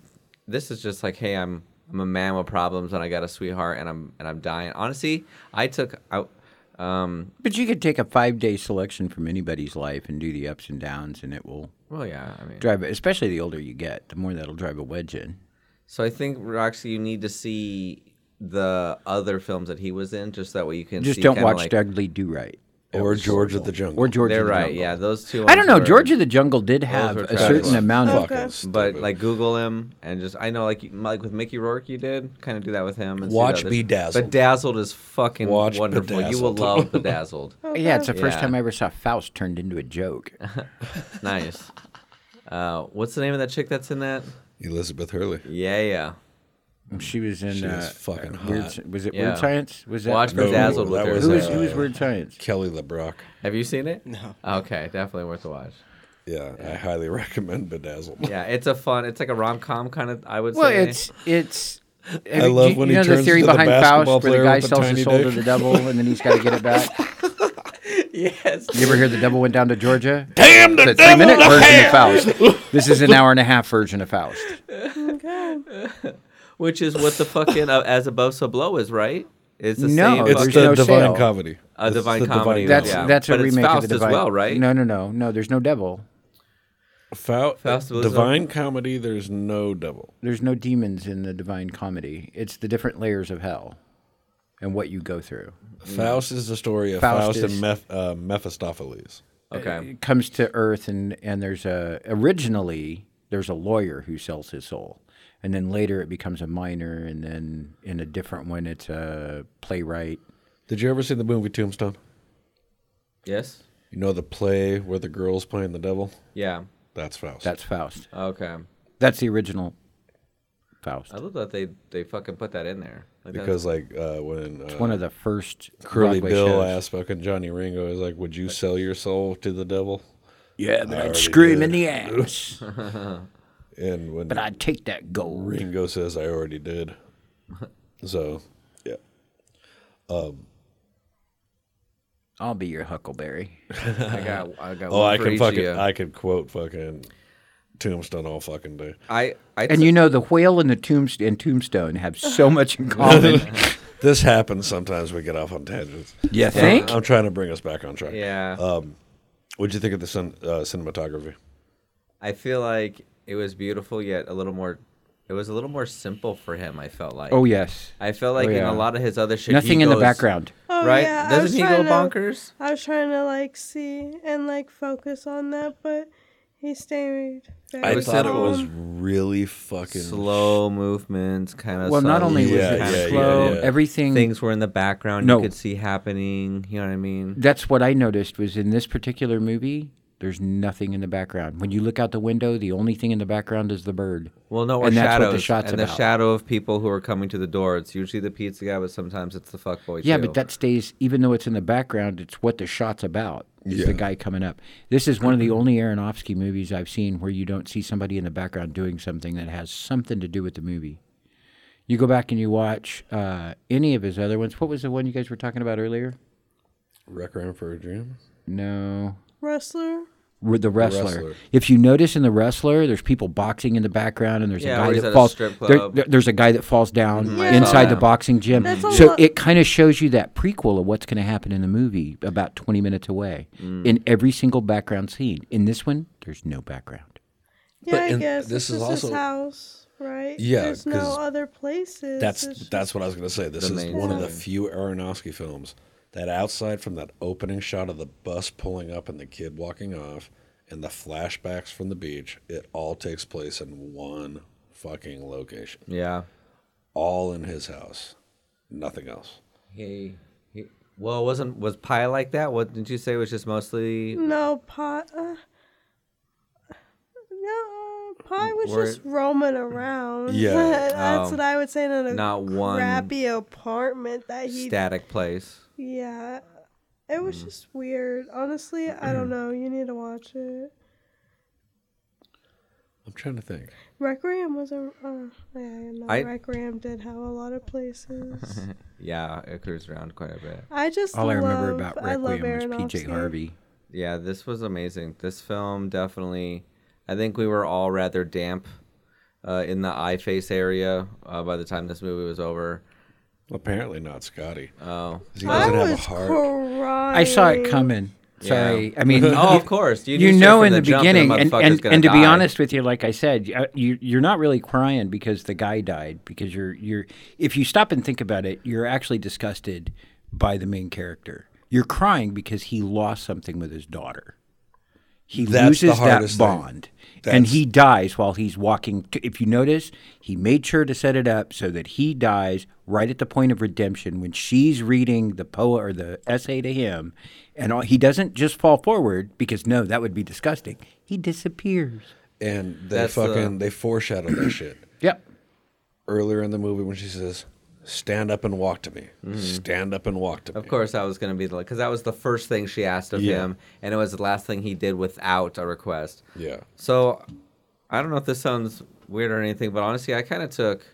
Speaker 4: this is just like hey i'm i'm a man with problems and i got a sweetheart and i'm and i'm dying honestly i took out um
Speaker 6: but you could take a five day selection from anybody's life and do the ups and downs, and it will
Speaker 4: well yeah i mean
Speaker 6: drive. Especially the older you get, the more that'll drive a wedge in.
Speaker 4: so i think roxy you need to see the other films that he was in just that way you can
Speaker 6: Just
Speaker 4: see
Speaker 6: don't
Speaker 4: kinda
Speaker 6: watch
Speaker 4: like,
Speaker 6: Dudley Do Right
Speaker 8: Oh,
Speaker 3: Or George of the Jungle.
Speaker 6: or George.
Speaker 4: they're
Speaker 6: of the
Speaker 4: right
Speaker 6: Jungle.
Speaker 4: yeah those two
Speaker 6: I
Speaker 4: ones
Speaker 6: don't know.
Speaker 4: were-
Speaker 6: George of the Jungle did have
Speaker 4: were
Speaker 6: a
Speaker 4: trash.
Speaker 6: certain
Speaker 4: Fucking
Speaker 6: amount of.
Speaker 3: Fucking stupid.
Speaker 4: but like Google him and just I know like you- like with Mickey Rourke you did kind of do that with him. And see the
Speaker 3: Watch
Speaker 4: others.
Speaker 3: Bedazzled.
Speaker 4: Bedazzled is fucking
Speaker 3: Watch
Speaker 4: wonderful. You will
Speaker 3: Bedazzled. <laughs>
Speaker 4: love Bedazzled.
Speaker 6: Yeah, it's the first
Speaker 4: Yeah.
Speaker 6: time I ever saw Faust turned into a joke.
Speaker 4: nice. Uh, what's the name of that chick that's in that?
Speaker 3: Elizabeth Hurley.
Speaker 4: Yeah, yeah.
Speaker 6: She was in.
Speaker 3: She
Speaker 6: uh,
Speaker 3: was fucking
Speaker 6: Weird,
Speaker 3: hot.
Speaker 6: Sci- was it
Speaker 4: Yeah.
Speaker 6: Weird Science? Was that
Speaker 4: Watch
Speaker 3: No,
Speaker 4: Bedazzled with
Speaker 3: that
Speaker 4: her.
Speaker 3: was,
Speaker 6: Who was,
Speaker 3: uh,
Speaker 6: who was Weird Science?
Speaker 3: Kelly LeBrock.
Speaker 4: Have you seen it?
Speaker 7: No.
Speaker 4: Okay, definitely worth a watch.
Speaker 3: Yeah, I highly <laughs> recommend Bedazzled.
Speaker 4: Yeah, it's a fun. It's like a rom com kind of. I would
Speaker 6: Well,
Speaker 4: say.
Speaker 6: it's it's.
Speaker 3: I love when he
Speaker 6: you know
Speaker 3: turns
Speaker 6: the theory
Speaker 3: into the
Speaker 6: behind
Speaker 3: basketball
Speaker 6: Faust, where
Speaker 3: player
Speaker 6: the guy
Speaker 3: with the
Speaker 6: sells
Speaker 3: tiny
Speaker 6: his soul to
Speaker 3: dick.
Speaker 6: the devil, and then he's got to get it back.
Speaker 4: <laughs> yes.
Speaker 6: You ever hear the devil went down to Georgia? Damn the devil! minute version
Speaker 3: <laughs>
Speaker 6: of Faust. This is an hour and a half version of Faust.
Speaker 5: Okay.
Speaker 4: Which is what the fucking uh, as above so below is, right? It's the
Speaker 6: No,
Speaker 4: same.
Speaker 6: it's
Speaker 4: fucking-
Speaker 3: It's
Speaker 6: There's
Speaker 3: the
Speaker 6: no
Speaker 3: Divine
Speaker 6: sale.
Speaker 3: Comedy.
Speaker 4: A Divine Comedy,
Speaker 6: That's
Speaker 4: Yeah.
Speaker 6: that's a
Speaker 4: But it's
Speaker 6: remake
Speaker 4: Faust
Speaker 6: of the
Speaker 4: as
Speaker 6: Divine.
Speaker 4: well, right?
Speaker 6: No, no, no, no. There's no devil.
Speaker 3: Fou-
Speaker 4: Faust was
Speaker 3: Divine Comedy, there's no devil.
Speaker 6: There's no demons in the Divine Comedy. It's the different layers of hell, and what you go through.
Speaker 3: Faust is the story of Faust,
Speaker 6: Faust
Speaker 3: and
Speaker 6: is-
Speaker 3: Meph- uh, Mephistopheles.
Speaker 4: Okay.
Speaker 6: It comes to Earth, and and there's a originally there's a lawyer who sells his soul, and then later it becomes a miner, and then in a different one it's a playwright.
Speaker 3: Did you ever see the movie Tombstone?
Speaker 4: Yes.
Speaker 3: You know the play where the girl's playing the devil?
Speaker 4: Yeah.
Speaker 3: That's Faust.
Speaker 6: That's Faust.
Speaker 4: Okay.
Speaker 6: That's the original Faust.
Speaker 4: I love that they they fucking put that in there. Like that's-
Speaker 3: because like uh, when uh,
Speaker 6: One of the first
Speaker 3: Curly
Speaker 6: Broadway
Speaker 3: Bill
Speaker 6: shows.
Speaker 3: asked fucking Johnny Ringo is like, "Would you sell your soul to the devil?"
Speaker 6: Yeah, but I'd
Speaker 3: already
Speaker 6: scream in
Speaker 3: did.
Speaker 6: the ass,
Speaker 3: And when
Speaker 6: but I'd take that gold.
Speaker 3: Ringo says, "I already did," so yeah,
Speaker 6: I'll be your Huckleberry.
Speaker 4: I got I got.
Speaker 3: Oh,
Speaker 4: one
Speaker 3: I
Speaker 4: for
Speaker 3: can
Speaker 4: each of
Speaker 3: fucking
Speaker 4: you.
Speaker 3: I can quote fucking Tombstone all fucking day.
Speaker 4: I I
Speaker 6: <laughs> And you know the whale and the tombst- and tombstone have so
Speaker 3: <laughs>
Speaker 6: much in common.
Speaker 3: This happens sometimes. We get off on tangents.
Speaker 6: you think?
Speaker 3: I'm trying to bring us back on track.
Speaker 4: yeah.
Speaker 3: Oh. What'd you think of the cin- uh, cinematography?
Speaker 4: I feel like it was beautiful yet a little more. It was a little more simple for him. I felt like.
Speaker 6: Oh yes.
Speaker 4: I felt like
Speaker 6: yeah.
Speaker 4: in a lot of his other shit. he
Speaker 6: Nothing in the
Speaker 4: goes-
Speaker 6: background.
Speaker 5: Oh,
Speaker 4: right?
Speaker 5: yeah, I was
Speaker 4: Doesn't he go
Speaker 5: trying to-
Speaker 4: bonkers?
Speaker 5: I was trying to like see and like focus on that, but he stayed very
Speaker 3: I
Speaker 4: was
Speaker 3: thought it
Speaker 4: simple.
Speaker 3: was
Speaker 5: calm.
Speaker 3: really fucking
Speaker 4: Slow movements, kind of.
Speaker 6: Well, not only was
Speaker 3: Yeah,
Speaker 6: it
Speaker 3: yeah, yeah,
Speaker 6: slow,
Speaker 3: yeah.
Speaker 6: everything.
Speaker 4: things were in the background,
Speaker 6: No.
Speaker 4: you could see happening. You know what I mean?
Speaker 6: That's what I noticed was in this particular movie, There's nothing in the background. When you look out the window, the only thing in the background is the bird.
Speaker 4: Well, no, or
Speaker 6: And that's what
Speaker 4: shadows.
Speaker 6: the shot's
Speaker 4: and the
Speaker 6: about.
Speaker 4: shadow of people who are coming to the door. It's usually the pizza guy, but sometimes it's the fuckboy.
Speaker 6: Yeah,
Speaker 4: too.
Speaker 6: but that stays, even though it's in the background, it's what the shot's about. It's
Speaker 3: Yeah.
Speaker 6: the guy coming up. This is one of the
Speaker 4: Mm-hmm.
Speaker 6: only Aronofsky movies I've seen where you don't see somebody in the background doing something that has something to do with the movie. You go back and you watch uh, any of his other ones. What was the one you guys were talking about earlier?
Speaker 3: Requiem for a Dream.
Speaker 6: No.
Speaker 5: Wrestler.
Speaker 6: With the wrestler.
Speaker 3: Wrestler.
Speaker 6: If you notice in the wrestler, there's people boxing in the background, and there's
Speaker 4: Yeah,
Speaker 6: a
Speaker 4: or
Speaker 6: guy
Speaker 4: he's
Speaker 6: that
Speaker 4: at a
Speaker 6: falls.
Speaker 4: strip
Speaker 6: there-
Speaker 4: club.
Speaker 6: there- there's a guy that falls down
Speaker 4: I saw
Speaker 6: inside the
Speaker 4: that.
Speaker 6: boxing gym.
Speaker 5: That's a
Speaker 6: So
Speaker 5: lot-
Speaker 6: it kind of shows you that prequel of what's going to happen in the movie about 20 minutes away in every single background scene. In this one, there's no background.
Speaker 5: Yeah, I
Speaker 3: in-
Speaker 5: guess
Speaker 3: this
Speaker 5: this
Speaker 3: is
Speaker 5: is his
Speaker 3: also-
Speaker 5: house, right?
Speaker 3: Yeah,
Speaker 5: there's no
Speaker 3: 'cause
Speaker 5: other places. It's
Speaker 3: That's
Speaker 5: just-
Speaker 3: that's what I was gonna say. This
Speaker 4: The
Speaker 3: is
Speaker 4: main
Speaker 3: one of the
Speaker 4: thing.
Speaker 3: few Aronofsky films that outside from that opening shot of the bus pulling up and the kid walking off and the flashbacks from the beach, it all takes place in one fucking location.
Speaker 4: Yeah.
Speaker 3: All in his house. Nothing else.
Speaker 4: He, he, well, it wasn't was pie like that? What didn't you say? It was just mostly
Speaker 5: no pot. Uh, no, uh, pie was
Speaker 4: Were-
Speaker 5: just roaming around.
Speaker 3: Yeah.
Speaker 5: <laughs>
Speaker 3: um,
Speaker 5: that's
Speaker 4: Oh.
Speaker 5: what I would say. Not a
Speaker 4: Not one
Speaker 5: crappy apartment that he.
Speaker 4: static place.
Speaker 5: Yeah, it was
Speaker 3: Mm.
Speaker 5: just weird. Honestly, I don't know. You need to watch it.
Speaker 3: I'm trying to think.
Speaker 5: Requiem was a. Uh, yeah, no,
Speaker 4: I-
Speaker 5: Requiem did have a lot
Speaker 4: <laughs>
Speaker 5: of places.
Speaker 4: Yeah, it cruised around quite a bit.
Speaker 5: I just
Speaker 6: All I
Speaker 5: love,
Speaker 6: remember about
Speaker 5: I love
Speaker 6: Requiem was PJ
Speaker 5: Aronofsky.
Speaker 6: Harvey.
Speaker 4: Yeah, this was amazing. This film definitely. I think we were all rather damp uh, in the eye face area uh, by the time this movie was over.
Speaker 3: Apparently not Scotty.
Speaker 4: Oh,
Speaker 3: 'Cause He
Speaker 5: I
Speaker 3: doesn't have a
Speaker 5: was
Speaker 3: heart.
Speaker 5: crying.
Speaker 6: I saw it coming. Sorry. I mean,
Speaker 4: <laughs> oh, of course. You,
Speaker 6: you
Speaker 4: knew
Speaker 6: know
Speaker 4: from
Speaker 6: in the,
Speaker 4: jump that
Speaker 6: beginning and,
Speaker 4: motherfucker's
Speaker 6: and,
Speaker 4: gonna
Speaker 6: and to be
Speaker 4: die.
Speaker 6: honest with you like i said uh, you, you're not really crying because the guy died because you're you're if you stop and think about it you're actually disgusted by the main character you're crying because he lost something with his daughter he
Speaker 3: That's the
Speaker 6: loses that
Speaker 3: hardest thing.
Speaker 6: bond and
Speaker 3: That's-
Speaker 6: he dies while he's walking to, if you notice he made sure to set it up so that he dies right at the point of redemption when she's reading the poem or the essay to him and all, he doesn't just fall forward because no that would be disgusting he disappears
Speaker 3: And they
Speaker 4: That's uh, the-
Speaker 3: fucking they foreshadow that shit.
Speaker 6: yep
Speaker 3: Earlier in the movie when she says, Stand up and walk to me. Stand up and walk to me.
Speaker 4: Mm-hmm. Of course, I was gonna be like, because that was the first thing she asked of
Speaker 3: Yeah.
Speaker 4: him, and it was the last thing he did without a request.
Speaker 3: Yeah.
Speaker 4: So, I don't know if this sounds weird or anything, but honestly, I kind of took,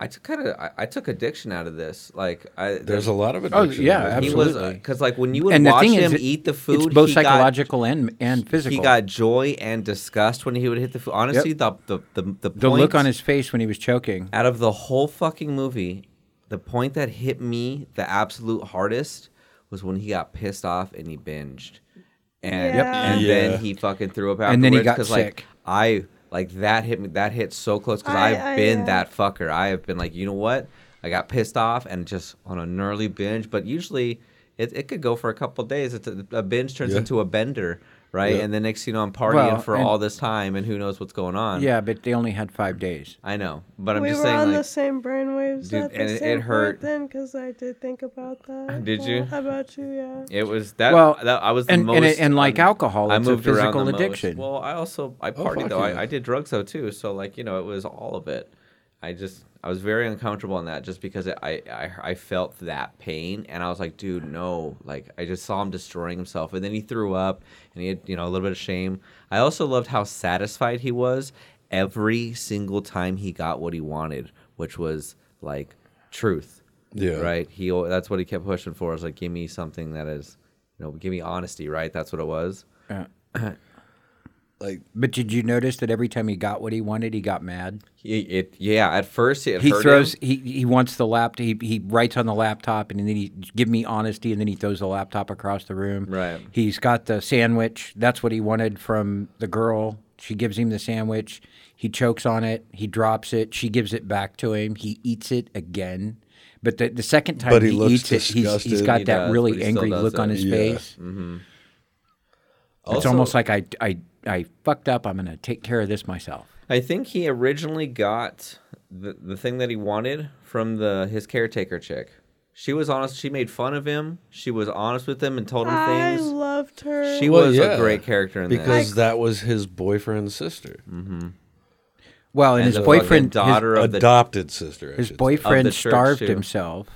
Speaker 4: I took kind of, I, I took addiction out of this. Like, I
Speaker 3: There's a lot of
Speaker 6: Oh,
Speaker 3: addiction. in
Speaker 6: yeah,
Speaker 3: this movie.
Speaker 4: he was
Speaker 6: absolutely.
Speaker 4: because like when you would
Speaker 6: and the
Speaker 4: watch
Speaker 6: thing
Speaker 4: him
Speaker 6: is it-
Speaker 4: eat the food,
Speaker 6: it's both
Speaker 4: he got-
Speaker 6: psychological and and physical
Speaker 4: He got joy and disgust when he would hit the food. Honestly, the the the, the,
Speaker 6: the look
Speaker 4: point-
Speaker 6: on his face when he was choking
Speaker 4: out of the whole fucking movie, the point that hit me the absolute hardest was when he got pissed off and he binged, and
Speaker 5: Yep.
Speaker 4: and
Speaker 3: Yeah.
Speaker 4: then he fucking threw up afterwards.
Speaker 6: And then he got
Speaker 4: 'cause, Like,
Speaker 6: sick.
Speaker 4: I like that hit me. That hit so close because
Speaker 5: I-
Speaker 4: I've
Speaker 5: I,
Speaker 4: been
Speaker 5: uh,
Speaker 4: that fucker. I have been like, you know what? I got pissed off and just on a gnarly binge. But usually, it, it could go for a couple days. It's a, a binge turns
Speaker 3: Yeah.
Speaker 4: into a bender, right?
Speaker 3: Yeah.
Speaker 4: And the next, thing you know, I'm partying
Speaker 6: Well,
Speaker 4: for
Speaker 6: and-
Speaker 4: all this time, and who knows what's going on?
Speaker 6: yeah but they only had five days
Speaker 4: I know. But I'm
Speaker 5: we
Speaker 4: just
Speaker 5: were
Speaker 4: saying,
Speaker 5: on
Speaker 4: like,
Speaker 5: the same brainwaves
Speaker 4: Dude,
Speaker 5: at the
Speaker 4: and it- it
Speaker 5: same
Speaker 4: hurt.
Speaker 5: point then, because I did think about
Speaker 4: <laughs>
Speaker 5: that.
Speaker 4: Did you?
Speaker 5: How about you? Yeah.
Speaker 4: It was that.
Speaker 6: Well,
Speaker 4: that, I was the
Speaker 6: and-
Speaker 4: most.
Speaker 6: and it- and like
Speaker 4: un-
Speaker 6: alcohol, it's a
Speaker 4: around
Speaker 6: physical
Speaker 4: the most.
Speaker 6: addiction.
Speaker 4: Well, I also I partied
Speaker 3: Oh, fuck
Speaker 4: though.
Speaker 3: yeah.
Speaker 4: I, I did drugs though too. So like you know, it was all of it. I just I was very uncomfortable in that just because it, I, I I felt that pain and I was like, dude, no. Like I just saw him destroying himself, and then he threw up and he had you know a little bit of shame. I also loved how satisfied he was every single time he got what he wanted, which was like truth.
Speaker 3: Yeah.
Speaker 4: Right. He al- that's what he kept pushing for. Is like, give me something that is, you know, give me honesty. Right. That's what it was.
Speaker 3: Like
Speaker 6: but did you notice that every time he got what he wanted he got mad
Speaker 4: He, it yeah. At first it
Speaker 6: he
Speaker 4: hurt
Speaker 6: throws
Speaker 4: him.
Speaker 6: he he wants the laptop he, he writes on the laptop and then he give me honesty and then he throws the laptop across the room
Speaker 4: Right.
Speaker 6: he's got the sandwich that's what he wanted from the girl she gives him the sandwich he chokes on it he drops it she gives it back to him he eats it again but the, the second time
Speaker 3: But
Speaker 6: he,
Speaker 3: he looks
Speaker 6: eats it he's, he's
Speaker 3: disgusted.
Speaker 6: got
Speaker 4: He
Speaker 6: that
Speaker 4: does, but
Speaker 6: really
Speaker 4: he still
Speaker 6: angry
Speaker 4: does
Speaker 6: look on
Speaker 4: it.
Speaker 6: his
Speaker 3: Yeah.
Speaker 6: face it's
Speaker 4: Also,
Speaker 6: almost like I, I i fucked up i'm gonna take care of this myself
Speaker 4: I think he originally got the the thing that he wanted from the his caretaker chick. She was honest. She made fun of him. She was honest with him and told him
Speaker 5: I
Speaker 4: things.
Speaker 5: loved her.
Speaker 4: She
Speaker 3: Well,
Speaker 4: was
Speaker 3: yeah,
Speaker 4: a great character in
Speaker 3: because
Speaker 4: this.
Speaker 3: that was his boyfriend's sister,
Speaker 6: Well, and,
Speaker 4: And
Speaker 6: his
Speaker 4: the fucking
Speaker 6: boyfriend, his,
Speaker 4: daughter of the
Speaker 3: adopted sister. I
Speaker 6: his
Speaker 3: should say.
Speaker 6: boyfriend
Speaker 4: church,
Speaker 6: starved
Speaker 4: too.
Speaker 6: himself,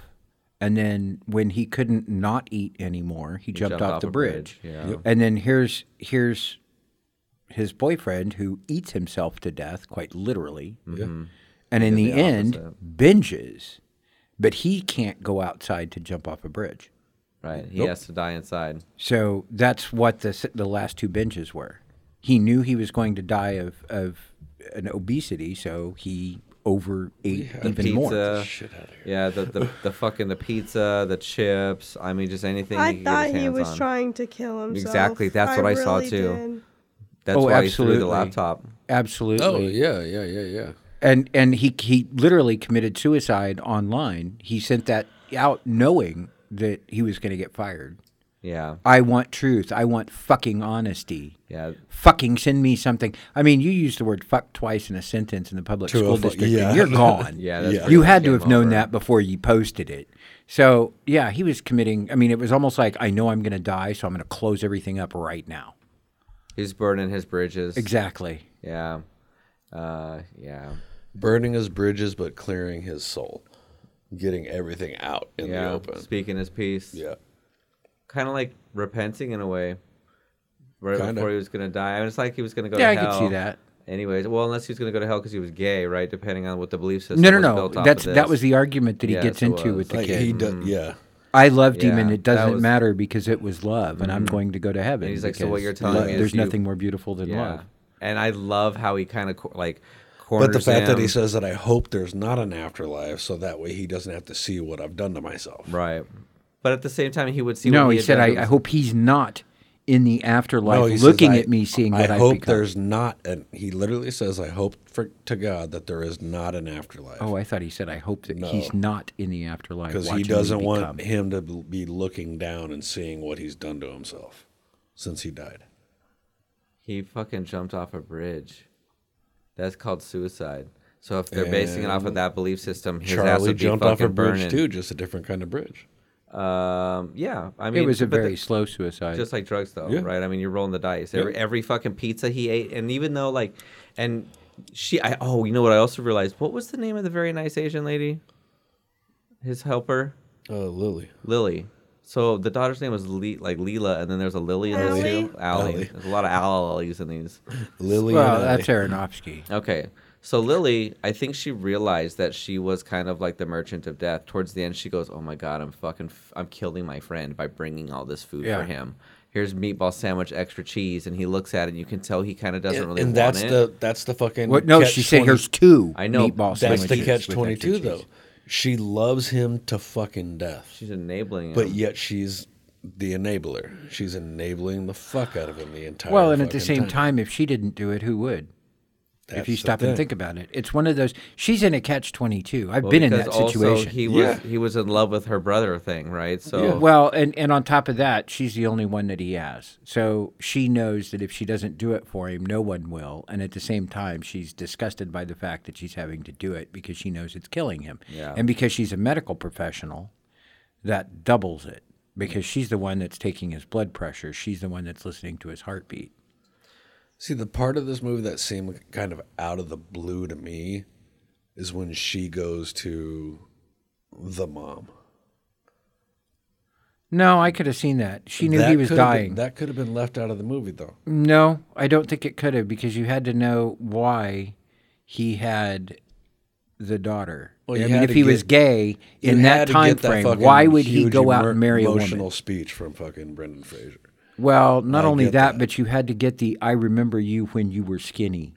Speaker 6: and then when he couldn't not eat anymore, he, jumped,
Speaker 4: jumped
Speaker 6: off,
Speaker 4: off
Speaker 6: the
Speaker 4: a
Speaker 6: bridge.
Speaker 4: bridge, yeah. Yep.
Speaker 6: And then here's here's his boyfriend who eats himself to death, quite literally. And in the,
Speaker 4: the
Speaker 6: end,
Speaker 4: opposite.
Speaker 6: binges, but he can't go outside to jump off a bridge.
Speaker 4: right. He has to die inside.
Speaker 6: So that's what the s- the last two binges were. He knew he was going to die of of an obesity, so he overate even more.
Speaker 4: Pizza. Yeah, the, the
Speaker 3: <laughs>
Speaker 4: the fucking the pizza, the chips. I mean, just anything. he
Speaker 5: I
Speaker 4: could get
Speaker 5: thought
Speaker 4: his
Speaker 5: he
Speaker 4: hands
Speaker 5: was
Speaker 4: on.
Speaker 5: trying to kill himself.
Speaker 4: Exactly, that's what I saw,
Speaker 5: really
Speaker 4: too.
Speaker 5: did.
Speaker 4: That's
Speaker 6: Oh,
Speaker 4: why he threw
Speaker 6: absolutely.
Speaker 4: the laptop.
Speaker 6: Absolutely.
Speaker 3: Oh yeah, yeah, yeah, yeah.
Speaker 6: and and he he literally committed suicide online. He sent that out knowing that he was going to get fired.
Speaker 4: Yeah,
Speaker 6: I want truth. I want fucking honesty.
Speaker 4: yeah.
Speaker 6: Fucking send me something. I I mean, you used the word fuck twice in a sentence in the public
Speaker 3: To a
Speaker 6: school
Speaker 3: fu-
Speaker 6: district,
Speaker 3: yeah. <laughs>
Speaker 6: and you're gone.
Speaker 4: Yeah, that's pretty
Speaker 6: you
Speaker 4: much
Speaker 6: had to
Speaker 4: game
Speaker 6: have known
Speaker 4: over.
Speaker 6: that before you posted it. So yeah, he was committing. I mean, it was almost like I know I'm going to die, so I'm going to close everything up right now.
Speaker 4: He's burning his bridges.
Speaker 6: Exactly.
Speaker 4: Yeah. Uh, yeah.
Speaker 3: Burning his bridges, but clearing his soul, getting everything out in the
Speaker 4: Yeah.
Speaker 3: open.
Speaker 4: Speaking his piece.
Speaker 3: Yeah.
Speaker 4: Kind of like repenting in a way. Right
Speaker 3: Kinda.
Speaker 4: before he was gonna die, I mean, it's like he was gonna go.
Speaker 6: yeah, I
Speaker 4: to
Speaker 6: could see
Speaker 4: hell.
Speaker 6: that.
Speaker 4: Anyways, well, unless he was gonna go to hell because he was gay, right? Depending on what the belief system.
Speaker 6: No, no,
Speaker 4: was
Speaker 6: no.
Speaker 4: built off
Speaker 6: That's
Speaker 4: of
Speaker 6: that
Speaker 4: this.
Speaker 6: was the argument that he
Speaker 4: Yes,
Speaker 6: gets
Speaker 4: it
Speaker 6: into
Speaker 4: was.
Speaker 6: with the
Speaker 3: Like
Speaker 6: kid.
Speaker 3: he does,
Speaker 4: Mm.
Speaker 3: yeah.
Speaker 6: I loved him,
Speaker 4: Yeah,
Speaker 6: and it
Speaker 4: that
Speaker 6: doesn't
Speaker 4: was- Mm-hmm.
Speaker 6: matter because it was love, and I'm going to go to heaven.
Speaker 4: And he's like, "So what
Speaker 6: because
Speaker 4: you're telling
Speaker 6: love-
Speaker 4: me is
Speaker 6: there's
Speaker 4: you-
Speaker 6: nothing more beautiful than
Speaker 4: Yeah.
Speaker 6: love."
Speaker 4: And I love how he kind of co- like corners
Speaker 3: But the fact that
Speaker 4: him.
Speaker 3: he says that I hope there's not an afterlife, so that way he doesn't have to see what I've done to myself.
Speaker 4: right. But at the same time, he would see.
Speaker 6: no,
Speaker 4: what he,
Speaker 6: he
Speaker 4: had
Speaker 6: said,
Speaker 4: done to
Speaker 6: I, "I
Speaker 4: his-
Speaker 6: hope he's not in the
Speaker 3: No,
Speaker 6: afterlife,
Speaker 3: he says,
Speaker 6: looking
Speaker 3: I-
Speaker 6: at me, seeing what
Speaker 3: I
Speaker 6: I've
Speaker 3: hope
Speaker 6: become."
Speaker 3: there's not, and he literally says, "I hope for, to God that there is not an afterlife."
Speaker 6: Oh, I thought he said, "I hope that he's not in the afterlife."
Speaker 3: because he
Speaker 6: watching me
Speaker 3: doesn't
Speaker 6: become."
Speaker 3: want him to be looking down and seeing what he's done to himself since he died.
Speaker 4: He fucking jumped off a bridge. That's called suicide. So if they're basing it off of that belief system, his ass
Speaker 3: Charlie
Speaker 4: would be
Speaker 3: jumped off a
Speaker 4: fucking
Speaker 3: bridge
Speaker 4: burning.
Speaker 3: too, just a different kind of bridge.
Speaker 4: Um, yeah, I mean,
Speaker 6: It was a
Speaker 4: but the-
Speaker 6: very slow suicide.
Speaker 4: just like drugs though,
Speaker 3: Yeah.
Speaker 4: right? I mean, you're rolling the dice. Every, every fucking pizza he ate, and even though like, and she, I oh, you know what? I also realized what was the name of the very nice Asian lady, his helper,
Speaker 3: Oh, Lily.
Speaker 4: Lily. So the daughter's name was Le- like Leela, and then there's a Lily in this
Speaker 5: Allie?
Speaker 4: too. Allie.
Speaker 3: Allie.
Speaker 4: There's a lot of Allies in these.
Speaker 3: Lily.
Speaker 6: well,
Speaker 3: and
Speaker 6: that's
Speaker 3: Ellie.
Speaker 6: Aronofsky.
Speaker 4: Okay. So Lily, I think she realized that she was kind of like the merchant of death. Towards the end, she goes, "Oh my god, I'm fucking, f- I'm killing my friend by bringing all this food
Speaker 6: Yeah.
Speaker 4: for him. Here's meatball sandwich, extra cheese." And he looks at it, and you can tell he kind of doesn't
Speaker 3: and,
Speaker 4: really
Speaker 3: and
Speaker 4: want
Speaker 3: that's
Speaker 4: it.
Speaker 3: the that's the fucking.
Speaker 6: What? No,
Speaker 3: catch
Speaker 6: she said,
Speaker 3: 20
Speaker 6: "Here's two
Speaker 4: I know,
Speaker 6: meatball
Speaker 3: That's the
Speaker 6: sandwiches
Speaker 3: catch
Speaker 6: with
Speaker 3: twenty two
Speaker 6: extra
Speaker 3: though.
Speaker 6: cheese.
Speaker 3: She loves him to fucking death,
Speaker 4: She's enabling him.
Speaker 3: but yet she's the enabler. She's enabling the fuck out of him the entire.
Speaker 6: Well, and at the
Speaker 3: fucking
Speaker 6: same time, if she didn't do it, who would? if you
Speaker 3: That's the
Speaker 6: stop and
Speaker 3: thing.
Speaker 6: think about it, it's one of those. She's in a catch twenty two. I've
Speaker 4: Well,
Speaker 6: been in
Speaker 4: because
Speaker 6: that
Speaker 4: Also,
Speaker 6: situation.
Speaker 4: he was
Speaker 3: Yeah.
Speaker 4: he was in love with her brother thing, right? So
Speaker 6: well, and and on top of that, she's the only one that he has. So she knows that if she doesn't do it for him, no one will. And at the same time, she's disgusted by the fact that she's having to do it because she knows it's killing him.
Speaker 4: Yeah.
Speaker 6: And because she's a medical professional, that doubles it because she's the one that's taking his blood pressure. She's the one that's listening to his heartbeat.
Speaker 3: See, the part of this movie that seemed kind of out of the blue to me is when she goes to the mom.
Speaker 6: No, I could have seen that. She knew he was
Speaker 3: could have been-
Speaker 6: dying.
Speaker 3: that could have been left out of the movie, though.
Speaker 6: No, I don't think it could have because you had to know why he had the daughter.
Speaker 3: Well, you
Speaker 6: I mean,
Speaker 3: had
Speaker 6: if
Speaker 3: to
Speaker 6: he was
Speaker 3: get-
Speaker 6: gay
Speaker 3: You
Speaker 6: in
Speaker 3: had
Speaker 6: that
Speaker 3: to get
Speaker 6: time frame,
Speaker 3: fucking
Speaker 6: why would he
Speaker 3: huge
Speaker 6: go out
Speaker 3: emo-
Speaker 6: and marry a
Speaker 3: emotional
Speaker 6: woman?
Speaker 3: speech from fucking Brendan Fraser?
Speaker 6: Well, not
Speaker 3: I
Speaker 6: only
Speaker 3: get
Speaker 6: that,
Speaker 3: that.
Speaker 6: but you had to get the "I remember you when you were skinny."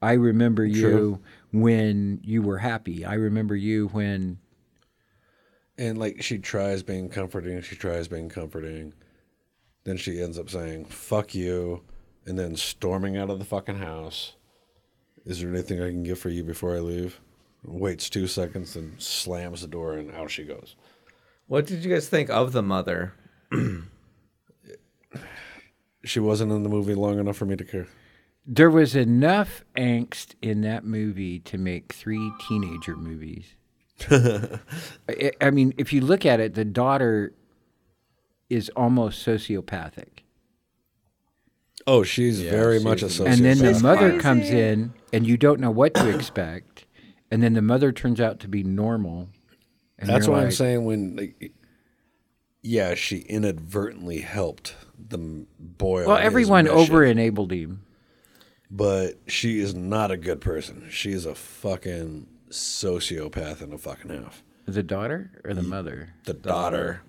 Speaker 6: I remember you
Speaker 3: True.
Speaker 6: when you were happy. I remember you when
Speaker 3: And like she tries being comforting, she tries being comforting. Then she ends up saying "fuck you," and then storming out of the fucking house. Is there anything I can get for you before I leave? Waits two seconds and slams the door, and out she goes.
Speaker 4: what did you guys think of the mother?
Speaker 3: She wasn't in the movie long enough for me to care. <laughs>
Speaker 6: there was enough angst in that movie to make three teenager movies. I, I mean, if you look at it, the daughter is almost sociopathic.
Speaker 3: Oh, she's very much a sociopath.
Speaker 6: and then the
Speaker 5: She's
Speaker 6: mother
Speaker 5: crazy.
Speaker 6: comes in and you don't know
Speaker 3: <coughs>
Speaker 6: what to expect and then the mother turns out to be normal and
Speaker 3: That's
Speaker 6: you're
Speaker 3: what I'm
Speaker 6: like,
Speaker 3: saying. When, like, yeah, she inadvertently helped the m- boy.
Speaker 6: well
Speaker 3: on his
Speaker 6: everyone
Speaker 3: mission,
Speaker 6: over enabled him
Speaker 3: but she is not a good person. She is a fucking sociopath and a fucking half.
Speaker 6: the daughter or the mother
Speaker 3: The daughter.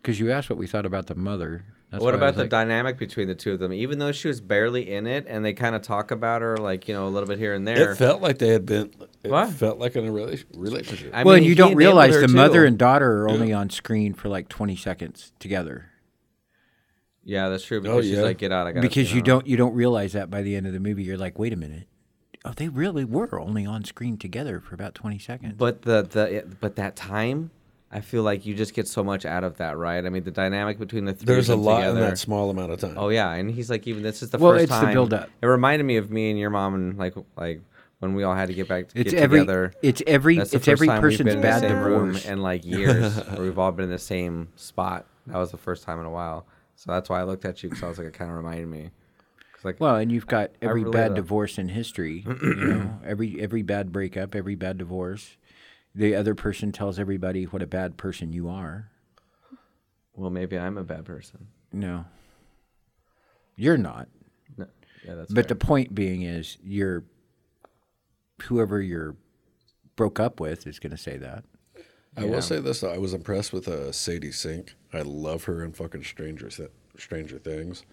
Speaker 6: because you asked what we thought about the mother That's
Speaker 4: what
Speaker 6: why I
Speaker 4: about
Speaker 6: was
Speaker 4: the
Speaker 6: like,
Speaker 4: dynamic between the two of them? Even though she was barely in it, and they kind of talk about her like you know a little bit here and there.
Speaker 3: It felt like they had been. It
Speaker 4: What?
Speaker 3: felt like in a rela- relationship.
Speaker 4: I
Speaker 6: well
Speaker 4: mean,
Speaker 6: and you
Speaker 4: he
Speaker 6: don't
Speaker 4: enabled
Speaker 6: realize
Speaker 4: her,
Speaker 6: the
Speaker 4: too.
Speaker 6: mother and daughter are only on screen for like 20 seconds together
Speaker 4: yeah, that's true. Because she's
Speaker 3: yeah.
Speaker 4: like, get out, I got
Speaker 6: Oh, because you don't you don't realize that by the end of the movie you're like wait a minute oh they really were only on screen together for about 20 seconds
Speaker 4: But the the it- but that time, I feel like you just get so much out of that, right? I mean, the dynamic between the three.
Speaker 3: There's a
Speaker 4: of them
Speaker 3: lot
Speaker 4: together.
Speaker 3: in that small amount of time.
Speaker 4: Oh yeah, and he's like, even this is the
Speaker 6: Well,
Speaker 4: first
Speaker 6: it's the
Speaker 4: time.
Speaker 6: build-up.
Speaker 4: It reminded me of me and your mom, and like like when we all had to get back
Speaker 6: it's
Speaker 4: get
Speaker 6: every
Speaker 4: together.
Speaker 6: it's every
Speaker 4: That's the
Speaker 6: it's
Speaker 4: first
Speaker 6: every
Speaker 4: time we've
Speaker 6: person's
Speaker 4: been in the
Speaker 6: bad
Speaker 4: same room
Speaker 6: divorce.
Speaker 4: in like
Speaker 6: <laughs>
Speaker 4: years. where we've all been in the same spot. That was the first time in a while. So that's why I looked at you because I was like, it kind of reminded me. 'Cause, like,
Speaker 6: Well, and you've got every
Speaker 4: relate
Speaker 6: bad
Speaker 4: to that.
Speaker 6: divorce in history.
Speaker 4: <clears throat>
Speaker 6: You know, every every bad breakup, every bad divorce. The other person tells everybody what a bad person you are.
Speaker 4: well, maybe I'm a bad person.
Speaker 6: No, you're not.
Speaker 4: No. Yeah, that's.
Speaker 6: But
Speaker 4: But
Speaker 6: the point being is, you're whoever you're broke up with is going to say that.
Speaker 3: I will say this though, I was impressed with uh, Sadie Sink. I love her in fucking Stranger Thi- Stranger Things.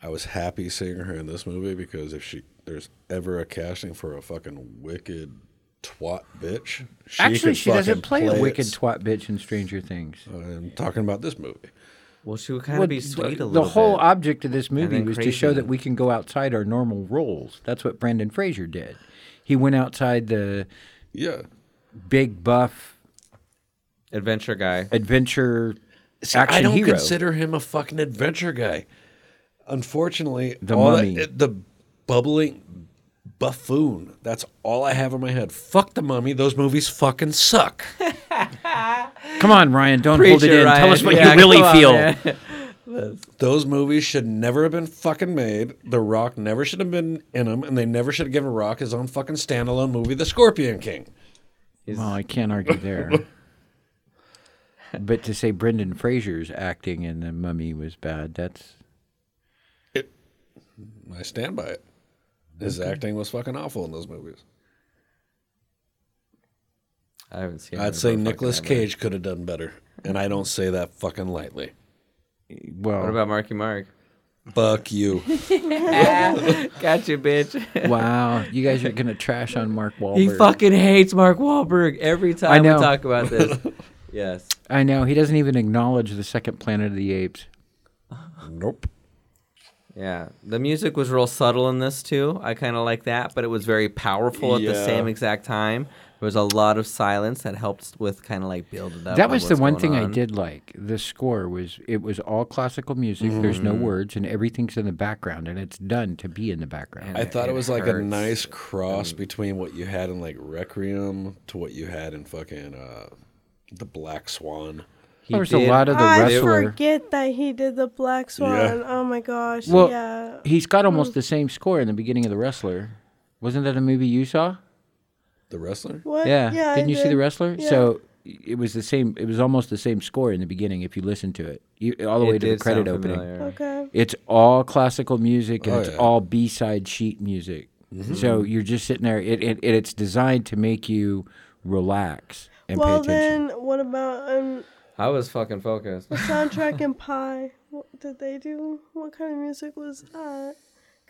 Speaker 3: I was happy seeing her in this movie because if she there's ever a casting for a fucking wicked twat bitch, she
Speaker 6: Actually,
Speaker 3: could
Speaker 6: she doesn't
Speaker 3: fucking
Speaker 6: play, a
Speaker 3: it.
Speaker 6: wicked twat bitch in Stranger Things.
Speaker 3: I'm talking about this movie.
Speaker 4: well, she would kind
Speaker 6: Well,
Speaker 4: of be
Speaker 6: the-
Speaker 4: sweet a
Speaker 6: the
Speaker 4: little
Speaker 6: whole
Speaker 4: bit.
Speaker 6: object of this movie
Speaker 4: then
Speaker 6: was to show
Speaker 4: crazy.
Speaker 6: that we can go outside our normal roles. That's what Brandon Fraser did. He went outside the
Speaker 3: Yeah,
Speaker 6: big buff
Speaker 4: adventure guy.
Speaker 6: adventure action
Speaker 3: I don't
Speaker 6: hero.
Speaker 3: consider him a fucking adventure guy. Unfortunately,
Speaker 6: The
Speaker 3: all that-
Speaker 6: Mummy.
Speaker 3: it- the bubbling buffoon. That's all I have in my head. Fuck the mummy. Those movies fucking
Speaker 6: <laughs>
Speaker 3: suck.
Speaker 6: Come on, Ryan, don't hold it
Speaker 4: Preacher,
Speaker 6: in. Tell
Speaker 4: Ryan.
Speaker 6: us what
Speaker 4: Yeah,
Speaker 6: you really
Speaker 4: come on,
Speaker 6: feel.
Speaker 4: man.
Speaker 3: Those movies should never have been fucking made. The Rock never should have been in them, and they never should have given Rock his own fucking standalone movie, The Scorpion King.
Speaker 6: Well, I can't
Speaker 4: <laughs>
Speaker 6: argue there. but to say Brendan Fraser's acting in The Mummy was bad, that's
Speaker 3: I stand by it. His acting was fucking awful in those movies.
Speaker 4: I haven't seen.
Speaker 3: I'd say Nicolas Cage could have done better, and I don't say that fucking lightly.
Speaker 6: well.
Speaker 4: What about Marky Mark?
Speaker 3: Fuck
Speaker 6: <laughs>
Speaker 3: you.
Speaker 4: Got you, bitch. <laughs>
Speaker 6: wow, you guys are gonna trash on Mark Wahlberg.
Speaker 4: He fucking hates Mark Wahlberg every time
Speaker 6: I know.
Speaker 4: we talk about
Speaker 3: <laughs>
Speaker 4: this. yes.
Speaker 6: I know he doesn't even acknowledge the second Planet of the Apes.
Speaker 3: nope.
Speaker 4: Yeah. The music was real subtle in this too. I kind of like that, but it was very powerful at the
Speaker 3: Yeah.
Speaker 4: same exact time. There was a lot of silence that helped with kind of like build it up.
Speaker 6: That
Speaker 4: on
Speaker 6: was the
Speaker 4: what's
Speaker 6: one
Speaker 4: going
Speaker 6: thing I
Speaker 4: on.
Speaker 6: did like. The score was it was all classical music. There's
Speaker 4: Mm.
Speaker 6: no words, and everything's in the background, and it's done to be in the background.
Speaker 4: And
Speaker 3: I thought it, was like a
Speaker 4: hurts.
Speaker 3: nice cross between what you had in like Requiem to what you had in fucking uh, The Black Swan.
Speaker 4: He
Speaker 6: There was a
Speaker 4: did-
Speaker 6: lot of the
Speaker 5: I
Speaker 6: wrestler.
Speaker 5: forget that he did the Black Swan. Oh my gosh.
Speaker 6: Well,
Speaker 5: yeah.
Speaker 6: He's got almost the same score in the beginning of the wrestler. Wasn't that a movie you saw?
Speaker 3: The wrestler?
Speaker 5: What?
Speaker 6: Yeah.
Speaker 5: I
Speaker 6: Didn't you see the
Speaker 5: did.
Speaker 6: wrestler?
Speaker 5: Yeah.
Speaker 6: So it was the same. It was almost the same score in the beginning. If you listen to it, you, all the way
Speaker 4: It
Speaker 6: to the
Speaker 4: did sound
Speaker 6: credit opening.
Speaker 4: familiar.
Speaker 5: Okay.
Speaker 6: It's all classical music and
Speaker 3: Oh,
Speaker 6: it's
Speaker 3: yeah.
Speaker 6: all B side sheet music.
Speaker 4: Mm-hmm.
Speaker 6: So you're just sitting there. It, it, it it's designed to make you relax and
Speaker 5: Well
Speaker 6: pay attention.
Speaker 5: then, what about um,
Speaker 4: I was fucking <laughs> focused.
Speaker 5: soundtrack and pie? What did they do? What kind of music was that?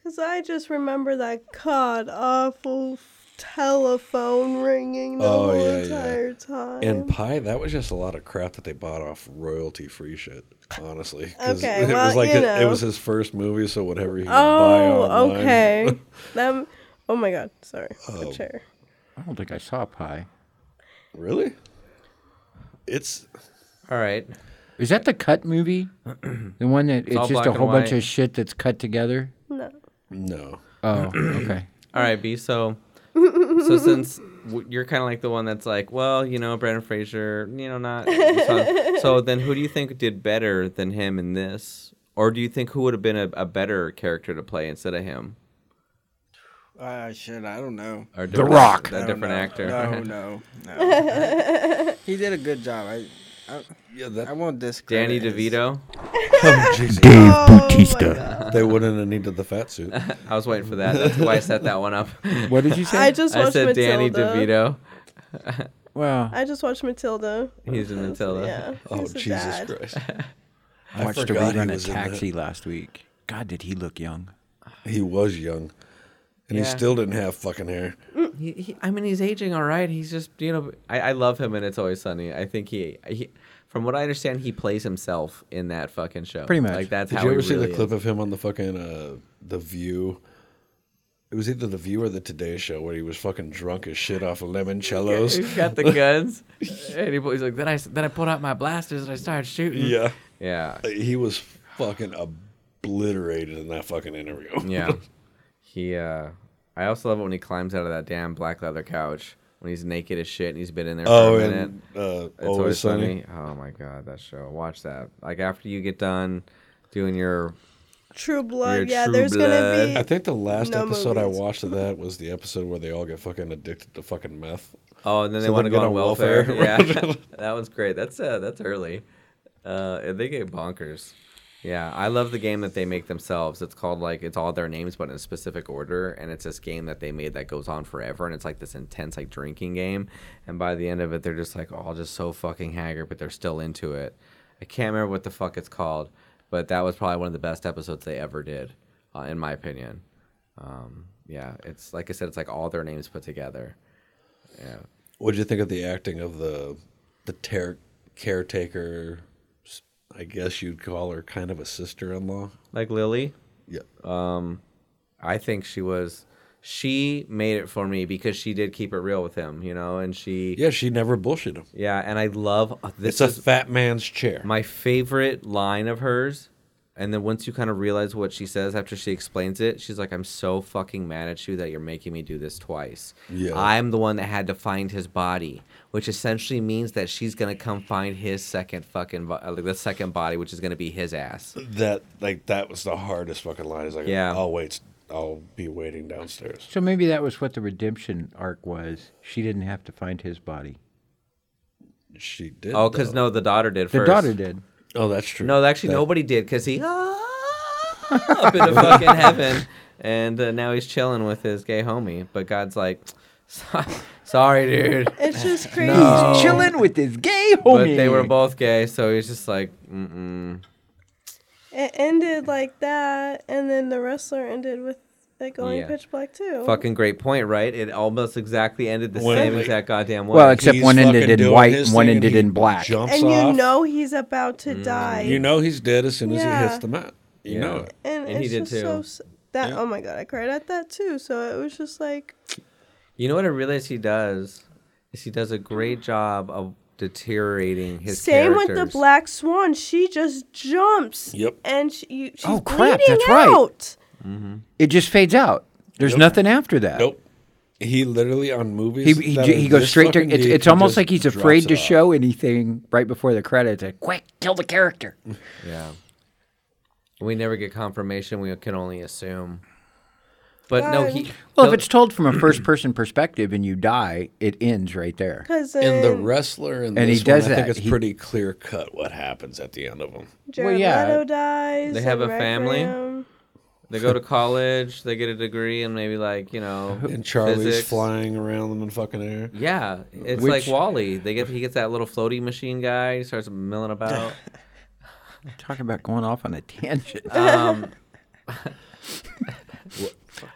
Speaker 5: Cause I just remember that god awful f- telephone ringing the
Speaker 3: Oh,
Speaker 5: whole
Speaker 3: yeah, yeah.
Speaker 5: entire time.
Speaker 3: And Pie, that was just a lot of crap that they bought off royalty free shit, honestly. 'Cause
Speaker 5: Okay,
Speaker 3: it
Speaker 5: well,
Speaker 3: was like
Speaker 5: you
Speaker 3: it, it
Speaker 5: know.
Speaker 3: was his first movie, so whatever he could buy
Speaker 5: oh,
Speaker 3: online. <laughs> Oh.
Speaker 5: okay. Them. Oh my god. Sorry. The chair.
Speaker 6: I don't think I saw Pie.
Speaker 3: Really? It's
Speaker 4: All right.
Speaker 6: Is that the
Speaker 4: <clears throat>
Speaker 6: cut movie? the one that it's,
Speaker 4: all
Speaker 6: just
Speaker 4: black
Speaker 6: a
Speaker 4: and
Speaker 6: whole bunch
Speaker 4: white.
Speaker 6: of shit that's cut together?
Speaker 5: No.
Speaker 3: no.
Speaker 4: <clears throat>
Speaker 6: Oh, okay.
Speaker 5: <laughs>
Speaker 4: All right, B. So, so since w- you're kind of like the one that's like, well, you know, Brendan Fraser, you know,
Speaker 5: <laughs>
Speaker 4: not. So, so then, who do you think did better than him in this, or do you think who would have been a, a better character to play instead of him?
Speaker 7: Ah, shit, I don't know.
Speaker 4: Or
Speaker 8: The Rock.
Speaker 4: a
Speaker 7: I don't
Speaker 4: different
Speaker 7: know.
Speaker 4: actor. <laughs>
Speaker 7: No, no, no. he did a good job. I, I,
Speaker 3: Yeah,
Speaker 5: <laughs>
Speaker 7: I
Speaker 3: that
Speaker 7: won't discredit.
Speaker 4: Danny
Speaker 7: his-
Speaker 4: DeVito.
Speaker 6: Dave
Speaker 5: Oh my
Speaker 6: Bautista.
Speaker 5: God.
Speaker 3: they wouldn't have needed the fat
Speaker 5: <laughs>
Speaker 3: suit.
Speaker 4: I was waiting for that. That's why I set that one up.
Speaker 6: What did you say?
Speaker 5: I just watched
Speaker 4: <laughs> I said Danny
Speaker 5: Matilda.
Speaker 4: DeVito.
Speaker 6: well,
Speaker 5: I just watched Matilda.
Speaker 4: He's in Matilda.
Speaker 5: Yeah.
Speaker 3: Oh
Speaker 5: he's the
Speaker 3: Jesus
Speaker 5: dad.
Speaker 3: Christ!
Speaker 6: I watched a
Speaker 3: forgot he
Speaker 6: rerun of
Speaker 3: was in that.
Speaker 6: Taxi last week. God, did he look young?
Speaker 3: He was young, and he
Speaker 4: Yeah.
Speaker 3: still didn't have fucking hair.
Speaker 4: He, he, I mean, he's aging all right. He's just, you know, I, I love him, and it's always sunny. I think he, he, from what I understand, he plays himself in that fucking show.
Speaker 6: Pretty much.
Speaker 4: Like that's
Speaker 3: Did
Speaker 4: how.
Speaker 3: you ever
Speaker 4: he
Speaker 3: see
Speaker 4: really
Speaker 3: the clip of him on the fucking uh, the View? It was either the View or the Today Show where he was fucking drunk as shit off of
Speaker 4: Is.
Speaker 3: limoncellos.
Speaker 4: <laughs> He's got the guns, and he, he's like, then I, s- then I pulled out my blasters and I started
Speaker 3: <laughs>
Speaker 4: shooting.
Speaker 3: yeah,
Speaker 4: Yeah.
Speaker 3: he was fucking obliterated in that fucking interview.
Speaker 4: Yeah. he uh I also love it when he climbs out of that damn black leather couch when he's naked as shit and he's been in there
Speaker 3: <laughs>
Speaker 4: for
Speaker 3: Oh,
Speaker 4: a minute.
Speaker 3: and uh,
Speaker 4: It's
Speaker 3: always sunny.
Speaker 4: Oh my god, that show. Watch that. Like after you get done doing your
Speaker 5: True Blood.
Speaker 4: Weird
Speaker 5: yeah,
Speaker 4: True
Speaker 5: there's
Speaker 4: Blood.
Speaker 3: I
Speaker 5: gonna be.
Speaker 3: think the last
Speaker 5: No
Speaker 3: episode I
Speaker 5: movies.
Speaker 3: watched of that was the episode where they all get fucking addicted to fucking meth.
Speaker 4: Oh, and then they
Speaker 3: So
Speaker 4: want to
Speaker 3: then
Speaker 4: go
Speaker 3: get
Speaker 4: on
Speaker 3: on
Speaker 4: welfare.
Speaker 3: welfare.
Speaker 4: <laughs> yeah. that one's great. That's uh that's early. Uh and they get bonkers. Yeah, I love the game that they make themselves. It's called like it's all their names but in a specific order and it's this game that they made that goes on forever and it's like this intense like drinking game and by the end of it they're just like all just so fucking haggard but they're still into it. I can't remember what the fuck it's called, but that was probably one of the best episodes they ever did uh, in my opinion. Um, yeah, it's like I said it's like all their names put together. Yeah.
Speaker 3: What did you think of the acting of the the ter- caretaker? s- I guess you'd call her kind of a sister-in-law.
Speaker 4: like Lily. Um,
Speaker 3: Yeah.
Speaker 4: I think she was. She made it for me because she did keep it real with him, you know, and she.
Speaker 3: yeah, she never bullshit him.
Speaker 4: Yeah, and I love uh,
Speaker 3: It's
Speaker 4: this
Speaker 3: a
Speaker 4: is
Speaker 3: fat man's chair.
Speaker 4: my favorite line of hers. And then once you kind of realize what she says after she explains it, she's like, "I'm so fucking mad at you that you're making me do this twice.
Speaker 3: Yeah.
Speaker 4: I'm the one that had to find his body, which essentially means that she's gonna come find his second fucking bo- uh, like the second body, which is gonna be his ass.
Speaker 3: that like that was the hardest fucking line. Is like,
Speaker 4: Yeah.
Speaker 3: I'll wait. I'll be waiting downstairs.
Speaker 6: so maybe that was what the redemption arc was. She didn't have to find his body.
Speaker 3: She did.
Speaker 4: Oh, because
Speaker 3: though.
Speaker 4: no, the daughter did
Speaker 6: The
Speaker 4: first.
Speaker 6: daughter did.
Speaker 3: Oh, that's true.
Speaker 4: No, actually, nobody did because he "Ah, up into fucking heaven, and uh, now he's chilling with his gay homie. But God's like, "So- sorry, dude.
Speaker 5: It's just crazy.
Speaker 6: He's chilling with his gay homie.
Speaker 4: But they were both gay, so he's just like, mm-mm.
Speaker 5: It ended like that, and then the wrestler ended with it going
Speaker 4: Yeah.
Speaker 5: pitch black too.
Speaker 4: fucking great point, right? It almost exactly ended the
Speaker 3: Well,
Speaker 4: same
Speaker 3: like-
Speaker 4: exact goddamn way.
Speaker 6: Well, except
Speaker 3: He's
Speaker 6: one
Speaker 3: fucking
Speaker 6: ended in
Speaker 3: doing
Speaker 6: white,
Speaker 3: his
Speaker 6: and one
Speaker 3: thing
Speaker 6: ended
Speaker 3: he
Speaker 6: in black.
Speaker 3: Jumps
Speaker 5: and
Speaker 3: off.
Speaker 5: you know he's about
Speaker 4: Mm.
Speaker 5: to die.
Speaker 3: you know he's dead as soon as
Speaker 5: Yeah.
Speaker 3: he hits the mat. You
Speaker 4: Yeah.
Speaker 3: know it.
Speaker 5: and,
Speaker 4: And he
Speaker 5: it's
Speaker 4: did
Speaker 5: just
Speaker 4: too.
Speaker 5: so s- that.
Speaker 3: Yeah.
Speaker 5: Oh my god, I cried at that too. So it was just like
Speaker 4: you know what I realize he does is he does a great job of deteriorating his
Speaker 5: same with the
Speaker 4: characters.
Speaker 5: black swan. She just jumps.
Speaker 3: Yep.
Speaker 5: And she, you, she's
Speaker 6: Oh, crap,
Speaker 5: bleeding
Speaker 6: that's right.
Speaker 5: out.
Speaker 6: It just fades out. There's nothing after that.
Speaker 3: Nope. He literally on movies.
Speaker 6: He, he,
Speaker 3: that
Speaker 6: j-
Speaker 3: are
Speaker 6: he goes
Speaker 3: this
Speaker 6: straight to.
Speaker 3: fucking
Speaker 6: It's,
Speaker 3: deep,
Speaker 6: it's
Speaker 3: he
Speaker 6: almost
Speaker 3: just
Speaker 6: like he's
Speaker 3: drops
Speaker 6: afraid
Speaker 3: it
Speaker 6: to
Speaker 3: off.
Speaker 6: show anything right before the credits. Like, quick, kill the character.
Speaker 4: Yeah. We never get confirmation. We can only assume. But no,
Speaker 5: Darn.
Speaker 4: he.
Speaker 6: Well, if
Speaker 4: no-
Speaker 6: it's told from a first person perspective and you die, it ends right there.
Speaker 5: Because
Speaker 3: In the
Speaker 5: then
Speaker 3: wrestler, and,
Speaker 6: And he
Speaker 3: this one,
Speaker 6: does
Speaker 3: I think
Speaker 6: that.
Speaker 3: it's
Speaker 6: He-
Speaker 3: pretty clear cut what happens at the end of them.
Speaker 5: Jared
Speaker 6: Well, yeah.
Speaker 5: Leto dies.
Speaker 4: They have
Speaker 5: and
Speaker 4: a family?
Speaker 5: Requiem.
Speaker 4: They go to college, they get a degree, and maybe like you know.
Speaker 3: And Charlie's
Speaker 4: physics.
Speaker 3: flying around them in fucking air.
Speaker 4: Yeah, it's like
Speaker 6: Which-
Speaker 4: Wally. They get he gets that little floaty machine guy. He starts milling about.
Speaker 6: Talk about going off on a tangent. <laughs>
Speaker 4: Um,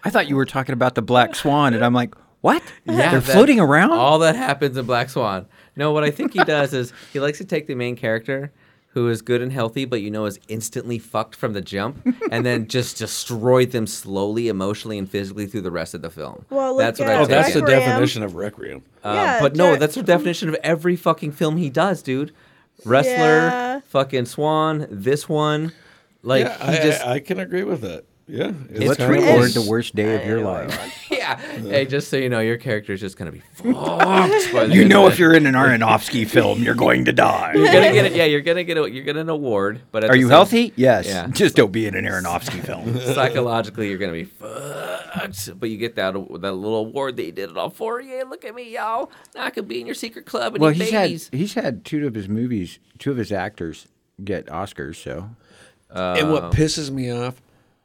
Speaker 6: I thought you were talking about the black swan, and I'm like, what?
Speaker 4: yeah,
Speaker 6: they're
Speaker 4: that-
Speaker 6: floating around.
Speaker 4: All that happens in Black Swan. No, what I think he does is he likes to take the main character. Who is good and healthy, but you know is instantly fucked from the jump, and then just destroy them slowly, emotionally, and physically through the rest of the film.
Speaker 5: Well, look
Speaker 4: that's what
Speaker 5: at
Speaker 4: I
Speaker 3: Oh, that's
Speaker 4: take
Speaker 3: the
Speaker 4: it.
Speaker 5: Requiem.
Speaker 3: definition of Requiem.
Speaker 4: Um,
Speaker 5: Yeah,
Speaker 4: but no,
Speaker 5: Jared-
Speaker 4: that's the definition of every fucking film he does, dude. Wrestler,
Speaker 5: Yeah.
Speaker 4: fucking Swan, this one. Like
Speaker 3: yeah,
Speaker 4: he
Speaker 3: I,
Speaker 4: just
Speaker 3: I, I can agree with that. Yeah, it's
Speaker 6: Let's
Speaker 3: kind of
Speaker 6: record
Speaker 3: like-
Speaker 6: the worst day of your life.
Speaker 4: yeah, hey, just so you know, your character is just gonna be
Speaker 3: <laughs>
Speaker 4: fucked. by the
Speaker 8: You
Speaker 4: end
Speaker 8: know,
Speaker 4: of
Speaker 8: if you're in an Aronofsky film, you're going to
Speaker 4: it.
Speaker 8: die.
Speaker 4: you're gonna get it. Yeah, you're gonna get a, you're gonna get an award. But at
Speaker 8: Are
Speaker 4: the
Speaker 8: you
Speaker 4: same-
Speaker 8: healthy? Yes.
Speaker 4: Yeah.
Speaker 8: Just don't be in an
Speaker 6: <laughs>
Speaker 8: Aronofsky film.
Speaker 4: Psychologically, you're gonna be fucked. But you get that that little award that you did it all for. Yeah, look at me, y'all. Now I could be in your secret club and
Speaker 6: Well,
Speaker 4: eat
Speaker 6: he's had
Speaker 4: babies.
Speaker 6: he's had two of his movies, two of his actors get Oscars. So
Speaker 3: and
Speaker 4: um,
Speaker 3: what pisses me off,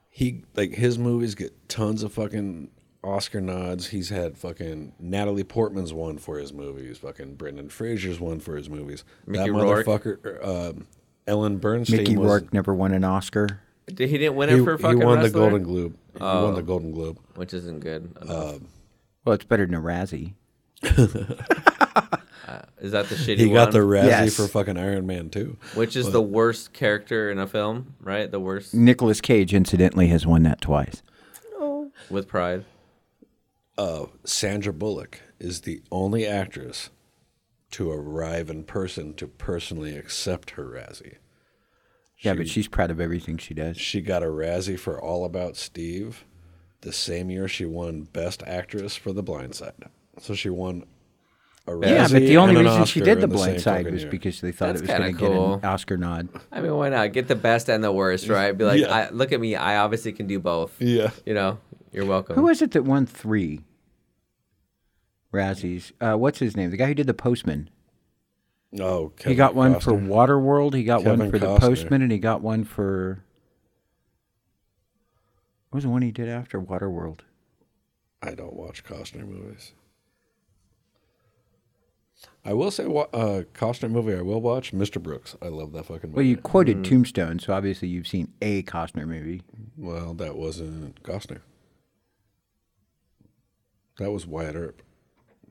Speaker 3: he like his movies get tons of fucking Oscar nods. He's had fucking Natalie Portman's one for his movies, fucking Brendan Fraser's one for his movies.
Speaker 4: Mickey
Speaker 3: that
Speaker 4: Rourke.
Speaker 3: motherfucker, um, Ellen Bernstein.
Speaker 6: Mickey
Speaker 3: was,
Speaker 6: Rourke never won an Oscar.
Speaker 4: Did- He didn't win
Speaker 3: He,
Speaker 4: it
Speaker 3: he
Speaker 4: for fucking
Speaker 3: won the
Speaker 4: wrestler? Oh.
Speaker 3: Golden Uh, Globe. He won the Golden Globe.
Speaker 4: which isn't good. enough.
Speaker 6: Well, it's better than a Razzie.
Speaker 4: is that the shitty
Speaker 3: He got the
Speaker 4: one?
Speaker 3: Razzie
Speaker 6: Yes.
Speaker 3: for fucking Iron Man too.
Speaker 4: which is the worst character in a film, right? The worst
Speaker 6: Nicolas Cage, incidentally, has won that twice.
Speaker 5: Oh,
Speaker 4: with pride.
Speaker 3: Sandra Bullock is the only actress to arrive in person to personally accept her Razzie.
Speaker 6: Yeah, but she's proud of everything she does.
Speaker 3: She got a Razzie for All About Steve the same year she won Best Actress for The Blind Side. So she won a Razzie.
Speaker 6: Yeah, but the only
Speaker 3: and an
Speaker 6: reason she
Speaker 3: Oscar
Speaker 6: did The
Speaker 3: in same
Speaker 6: Blind Side
Speaker 3: fucking
Speaker 6: was
Speaker 3: year.
Speaker 6: because they thought
Speaker 4: That's
Speaker 6: it was
Speaker 4: kinda
Speaker 6: going to
Speaker 4: cool.
Speaker 6: get an Oscar nod.
Speaker 4: I mean, why not get the best and the worst, right? Be like,
Speaker 3: Yeah.
Speaker 4: I, look at me, I obviously can do both.
Speaker 3: Yeah.
Speaker 4: You know, you're welcome.
Speaker 6: Who was it that won three Razzies? Uh, what's his name? The guy who did The Postman.
Speaker 3: Oh,
Speaker 6: he
Speaker 3: Kevin
Speaker 6: got one for
Speaker 3: Costner.
Speaker 6: Waterworld. He got one
Speaker 3: Kevin
Speaker 6: for
Speaker 3: Costner.
Speaker 6: The Postman, and he got one for. What was the one he did after Waterworld?
Speaker 3: I don't watch Costner movies. I will say wa- uh, Costner movie I will watch Mr. Brooks. I love that fucking movie.
Speaker 6: Well, you
Speaker 3: Mm.
Speaker 6: quoted Tombstone, so obviously you've seen a Costner movie.
Speaker 3: Well, that wasn't Costner. That was Wyatt Earp.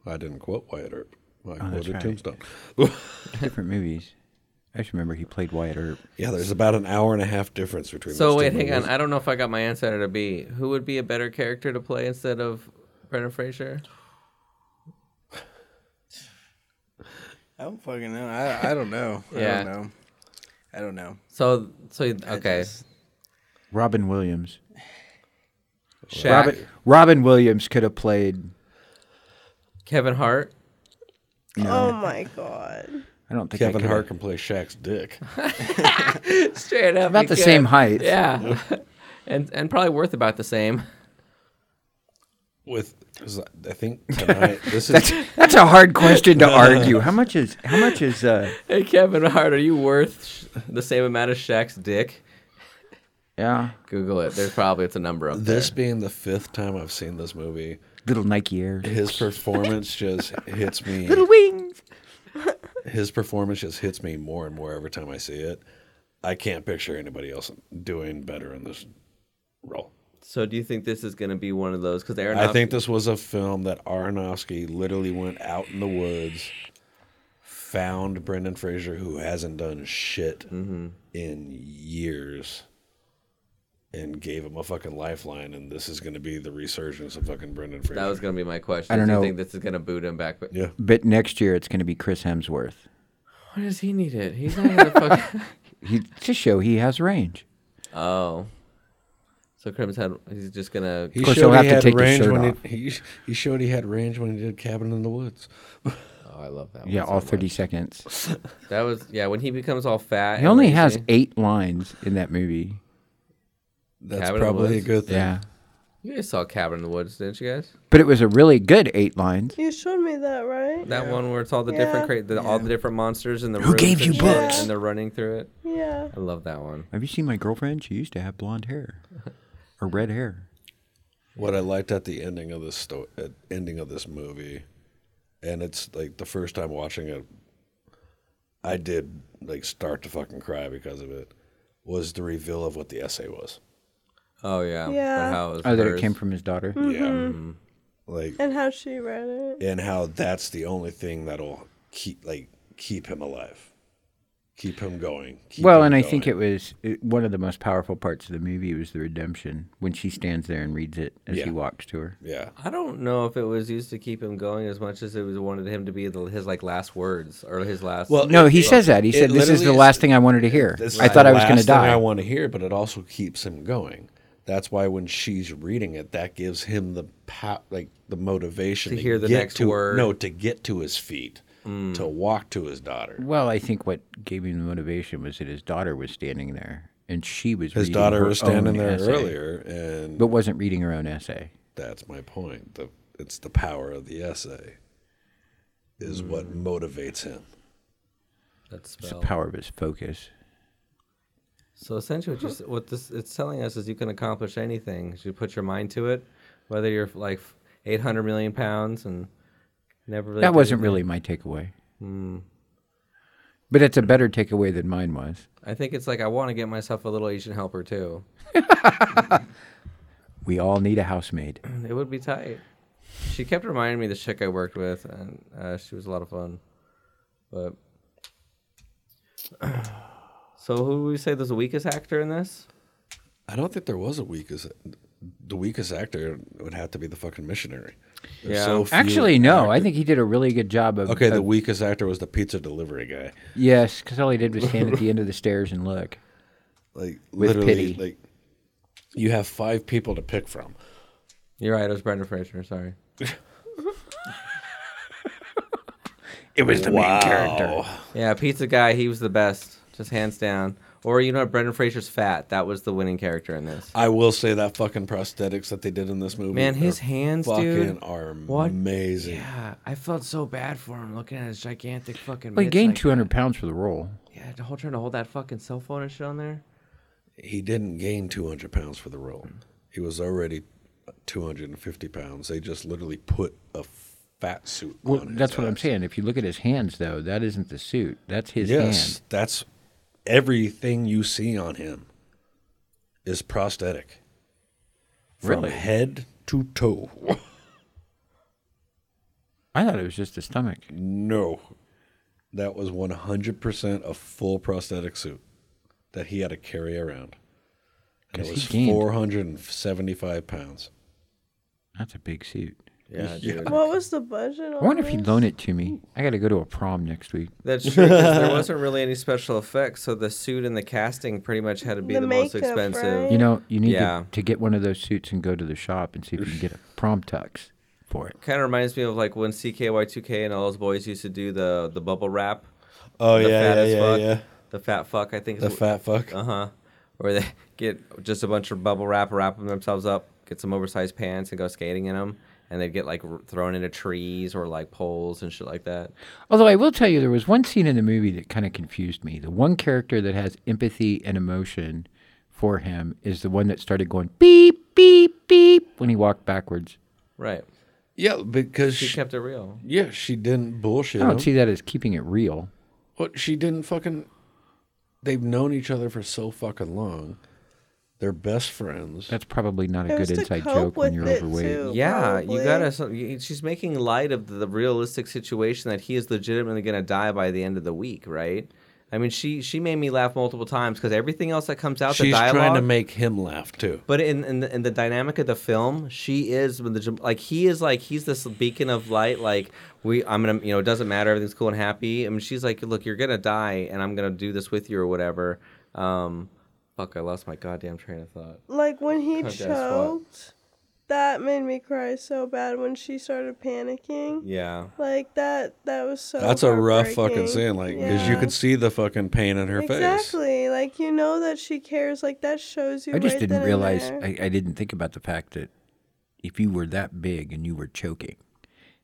Speaker 3: I didn't quote Wyatt Earp. I
Speaker 6: Oh, that's
Speaker 3: quoted
Speaker 6: right.
Speaker 3: Tombstone. <laughs>
Speaker 6: Different movies. I just remember he played Wyatt Earp.
Speaker 3: yeah, there's about an hour and a half difference between.
Speaker 4: so
Speaker 3: those
Speaker 4: wait,
Speaker 3: two
Speaker 4: hang on.
Speaker 3: movies.
Speaker 4: I don't know if I got my answer to be who would be a better character to play instead of Brendan Fraser.
Speaker 7: I don't fucking know. I, I don't know.
Speaker 4: Yeah.
Speaker 7: I don't know. I don't know.
Speaker 4: So so okay,
Speaker 6: Robin Williams.
Speaker 4: Shaq,
Speaker 6: Robin, Robin Williams could have played.
Speaker 4: Kevin Hart.
Speaker 5: oh my god.
Speaker 6: I don't think I
Speaker 3: Kevin
Speaker 6: could've-
Speaker 3: Hart can play Shaq's
Speaker 4: <laughs>
Speaker 3: dick.
Speaker 4: Straight up,
Speaker 6: About
Speaker 4: you
Speaker 6: the
Speaker 4: could.
Speaker 6: same height.
Speaker 4: Yeah, <laughs> and and probably worth about the same. <laughs>
Speaker 3: With is that- I
Speaker 4: <laughs>
Speaker 3: think tonight this is
Speaker 6: That's that's a hard question to argue. How much is how much is uh
Speaker 4: Hey Kevin Hart, are you worth sh- the same amount of Shaq's dick?
Speaker 6: yeah
Speaker 4: Google it. There's probably it's a number up
Speaker 3: this being the fifth time I've seen this movie.
Speaker 6: little Nike
Speaker 4: <laughs>
Speaker 6: Air
Speaker 3: His performance just hits me.
Speaker 6: wings?
Speaker 3: His performance just hits me more and more every time I see it. I can't picture anybody else doing better in this role.
Speaker 4: So do you think this is going to be one of those? Because Aronofsky,
Speaker 3: I think this was a film that Aronofsky literally went out in the woods, found Brendan Fraser, who hasn't done shit
Speaker 4: Mm-hmm.
Speaker 3: in years, and gave him a fucking lifeline. And this is going to be the resurgence of fucking Brendan Fraser.
Speaker 4: that was going to be my question.
Speaker 6: I don't
Speaker 4: do you
Speaker 6: know.
Speaker 4: think this is going to boot him back?
Speaker 3: yeah.
Speaker 6: But next year it's going to be Chris Hemsworth.
Speaker 4: Why does he need it? He's not in the
Speaker 6: <laughs>
Speaker 4: fucking.
Speaker 6: He to show he has range.
Speaker 4: oh. So Crim's had. He's just gonna.
Speaker 3: He
Speaker 6: course,
Speaker 3: showed
Speaker 6: he'll have
Speaker 3: he
Speaker 6: to
Speaker 3: had
Speaker 6: take his
Speaker 3: range
Speaker 6: shirt
Speaker 3: when
Speaker 6: off.
Speaker 3: He, he he showed he had range when he did Cabin in the Woods.
Speaker 4: oh, I love that. One
Speaker 6: Yeah,
Speaker 4: so
Speaker 6: all
Speaker 4: much.
Speaker 6: thirty seconds.
Speaker 4: That was yeah. When he becomes all fat.
Speaker 6: He
Speaker 4: and
Speaker 6: only
Speaker 4: lazy.
Speaker 6: has eight lines in that movie.
Speaker 3: That's
Speaker 4: Cabin in the
Speaker 3: probably a
Speaker 4: Woods?
Speaker 3: good thing.
Speaker 6: Yeah,
Speaker 4: You guys saw Cabin in the Woods, didn't you guys?
Speaker 6: but it was a really good eight lines.
Speaker 5: You showed me that, right?
Speaker 4: That one where it's all the
Speaker 5: Yeah.
Speaker 4: different cra- the, all the different monsters in the Who
Speaker 8: gave you books?
Speaker 4: and they're running through it.
Speaker 5: Yeah.
Speaker 4: I love that one.
Speaker 6: Have you seen my girlfriend? She used to have blonde hair or red hair.
Speaker 3: What I liked at the ending of this sto- at ending of this movie, and it's like the first time watching it, I did like start to fucking cry because of it. Was the reveal of what the essay was?
Speaker 4: Oh yeah.
Speaker 5: Yeah.
Speaker 4: But how it was
Speaker 6: Oh, that it
Speaker 4: hers.
Speaker 6: came from his daughter.
Speaker 3: Mm-hmm.
Speaker 6: Mm-hmm.
Speaker 3: Yeah, like
Speaker 5: And how she read it.
Speaker 3: and how that's the only thing that'll keep like keep him alive, keep him going. keep
Speaker 6: Well,
Speaker 3: him
Speaker 6: and I
Speaker 3: going.
Speaker 6: think it was it, one of the most powerful parts of the movie was the redemption when she stands there and reads it as he
Speaker 3: Yeah.
Speaker 6: walks to her.
Speaker 3: yeah,
Speaker 4: I don't know if it was used to keep him going as much as it was wanted him to be the, his like last words or his last.
Speaker 3: Well,
Speaker 6: No,
Speaker 3: it-
Speaker 6: he
Speaker 3: it-
Speaker 6: says that. He
Speaker 3: it
Speaker 6: said, "This is
Speaker 3: literally
Speaker 6: the last thing I wanted to hear.
Speaker 3: This
Speaker 6: I
Speaker 3: is
Speaker 6: thought
Speaker 3: the
Speaker 6: I was going to
Speaker 3: last thing
Speaker 6: die."
Speaker 3: I want to hear, but it also keeps him going. That's why when she's reading it, that gives him the pa- like the motivation
Speaker 4: To hear the
Speaker 3: get
Speaker 4: next
Speaker 3: to-
Speaker 4: word. Mm.
Speaker 3: No, to get to his feet, to walk to his daughter.
Speaker 6: Well, I think what gave him the motivation was that his daughter was standing there, and she was
Speaker 3: His
Speaker 6: reading
Speaker 3: daughter
Speaker 6: her
Speaker 3: was standing
Speaker 6: own
Speaker 3: there
Speaker 6: essay,
Speaker 3: earlier, and
Speaker 6: but wasn't reading her own essay.
Speaker 3: that's my point. The, it's the power of the essay is what
Speaker 4: Mm.
Speaker 3: motivates him.
Speaker 4: That
Speaker 6: It's
Speaker 4: spell.
Speaker 6: the power of his focus.
Speaker 4: So essentially, what, you're, what this it's telling us is you can accomplish anything if you put your mind to it, whether you're like 800 million pounds and never really.
Speaker 6: That
Speaker 4: did
Speaker 6: wasn't
Speaker 4: anything.
Speaker 6: really my takeaway.
Speaker 3: Hmm.
Speaker 6: But it's a better takeaway than mine was.
Speaker 4: I think it's like I want to get myself a little Asian helper too.
Speaker 6: We all need a housemaid.
Speaker 4: It would be tight. She kept reminding me of the chick I worked with, and uh, she was a lot of fun. But <clears throat> so, who would we say was the weakest actor in this?
Speaker 3: I don't think there was a weakest. The weakest actor would have to be the fucking missionary. There's
Speaker 4: Yeah.
Speaker 3: few
Speaker 6: Actually, no. I
Speaker 3: actors.
Speaker 6: think he did a really good job of.
Speaker 3: Okay, the
Speaker 6: of-
Speaker 3: weakest actor was the pizza delivery guy.
Speaker 6: yes, because all he did was stand at the end of the stairs and look.
Speaker 3: Like
Speaker 6: With
Speaker 3: literally,
Speaker 6: pity.
Speaker 3: like you have five people to pick from.
Speaker 4: You're right. It was Brendan Fraser. Sorry.
Speaker 6: <laughs> It was the main character.
Speaker 4: Yeah, pizza guy. He was the best, just hands down. Or you know, what, Brendan Fraser's fat. That was the winning character in this.
Speaker 3: I will say that fucking prosthetics that they did in this movie,
Speaker 4: Man, his
Speaker 3: are
Speaker 4: hands,
Speaker 3: fucking
Speaker 4: dude.
Speaker 3: are
Speaker 4: What?
Speaker 3: amazing.
Speaker 4: Yeah, I felt so bad for him looking at his gigantic fucking.
Speaker 6: Well, he
Speaker 4: mitts
Speaker 6: gained
Speaker 4: like
Speaker 6: 200 pounds for the role.
Speaker 4: that. Yeah, the whole trying to hold that fucking cell phone and shit on there.
Speaker 3: He didn't gain 200 pounds for the role. He was already 250 pounds. They just literally put a fat suit
Speaker 6: Well,
Speaker 3: on. his
Speaker 6: that's what I'm
Speaker 3: ass.
Speaker 6: saying. If you look at his hands, though, that isn't the suit. That's his
Speaker 3: Yes,
Speaker 6: hand.
Speaker 3: that's everything you see on him is prosthetic. From
Speaker 6: Really?
Speaker 3: head to toe. <laughs>
Speaker 6: I thought it was just the stomach.
Speaker 3: No. That was 100% a full prosthetic suit that he had to carry around. And
Speaker 6: 'Cause
Speaker 3: it
Speaker 6: he
Speaker 3: was
Speaker 6: gained.
Speaker 3: 475 pounds.
Speaker 6: That's a big suit.
Speaker 4: Yeah,
Speaker 3: <laughs>
Speaker 4: dude.
Speaker 5: What was the budget?
Speaker 6: I
Speaker 5: On
Speaker 6: wonder if he'd
Speaker 5: this?
Speaker 6: loan it to me. I got to go to a prom next week.
Speaker 4: That's true. 'cause there wasn't really any special effects, so the suit and the casting pretty much had to be the,
Speaker 5: The
Speaker 4: most
Speaker 5: makeup,
Speaker 4: expensive.
Speaker 5: right?
Speaker 6: You know, you need
Speaker 4: Yeah.
Speaker 6: to, to get one of those suits and go to the shop and see if you can get a prom tux for it.
Speaker 4: Kind of reminds me of like when CKY2K and all those boys used to do the the bubble wrap.
Speaker 3: Oh,
Speaker 4: the
Speaker 3: yeah,
Speaker 4: fat
Speaker 3: yeah,
Speaker 4: as
Speaker 3: yeah,
Speaker 4: fuck.
Speaker 3: yeah.
Speaker 4: The fat fuck, I think. is
Speaker 3: The
Speaker 4: what-
Speaker 3: fat fuck.
Speaker 4: Uh huh. Or they <laughs> get just a bunch of bubble wrap, wrap them themselves up, get some oversized pants, and go skating in them. And they'd get like r- thrown into trees or like poles and shit like that.
Speaker 6: Although I will tell you, there was one scene in the movie that kind of confused me. The one character that has empathy and emotion for him is the one that started going beep, beep, beep when he walked backwards.
Speaker 4: Right.
Speaker 3: Yeah, because
Speaker 4: She
Speaker 3: she,
Speaker 4: kept it real.
Speaker 3: yeah, she didn't bullshit.
Speaker 6: I
Speaker 3: him.
Speaker 6: don't see that as keeping it real.
Speaker 3: What she didn't fucking. They've known each other for so fucking long. They're best friends.
Speaker 6: That's probably not a
Speaker 5: It was
Speaker 6: good
Speaker 5: to
Speaker 6: inside
Speaker 5: cope
Speaker 6: joke when
Speaker 5: with
Speaker 6: you're
Speaker 5: it,
Speaker 6: overweight.
Speaker 5: too.
Speaker 4: Yeah, you
Speaker 5: Probably.
Speaker 4: gotta. So, you, she's making light of the realistic situation that he is legitimately gonna die by the end of the week, right? I mean, she she made me laugh multiple times because everything else that comes out, the
Speaker 3: She's
Speaker 4: dialogue.
Speaker 3: trying to make him laugh too.
Speaker 4: but in in the, in the dynamic of the film, she is with the like he is like he's this beacon of light. Like we, I'm gonna you know it doesn't matter. Everything's cool and happy. I mean, she's like, look, you're gonna die, and I'm gonna do this with you or whatever. Um, fuck, I lost my goddamn train of thought.
Speaker 5: Like when he
Speaker 4: Guess what?
Speaker 5: choked, that made me cry so bad when she started panicking.
Speaker 4: Yeah.
Speaker 5: Like that. That was so.
Speaker 3: That's a rough fucking
Speaker 5: Oh, heartbreaking.
Speaker 3: scene, like because you
Speaker 5: Yeah.
Speaker 3: could see the fucking pain in her face.
Speaker 5: Exactly. Like you know that she cares. Like that shows you.
Speaker 6: I just
Speaker 5: right then
Speaker 6: didn't
Speaker 5: and
Speaker 6: realize,
Speaker 5: there.
Speaker 6: I, I didn't think about the fact that if you were that big and you were choking,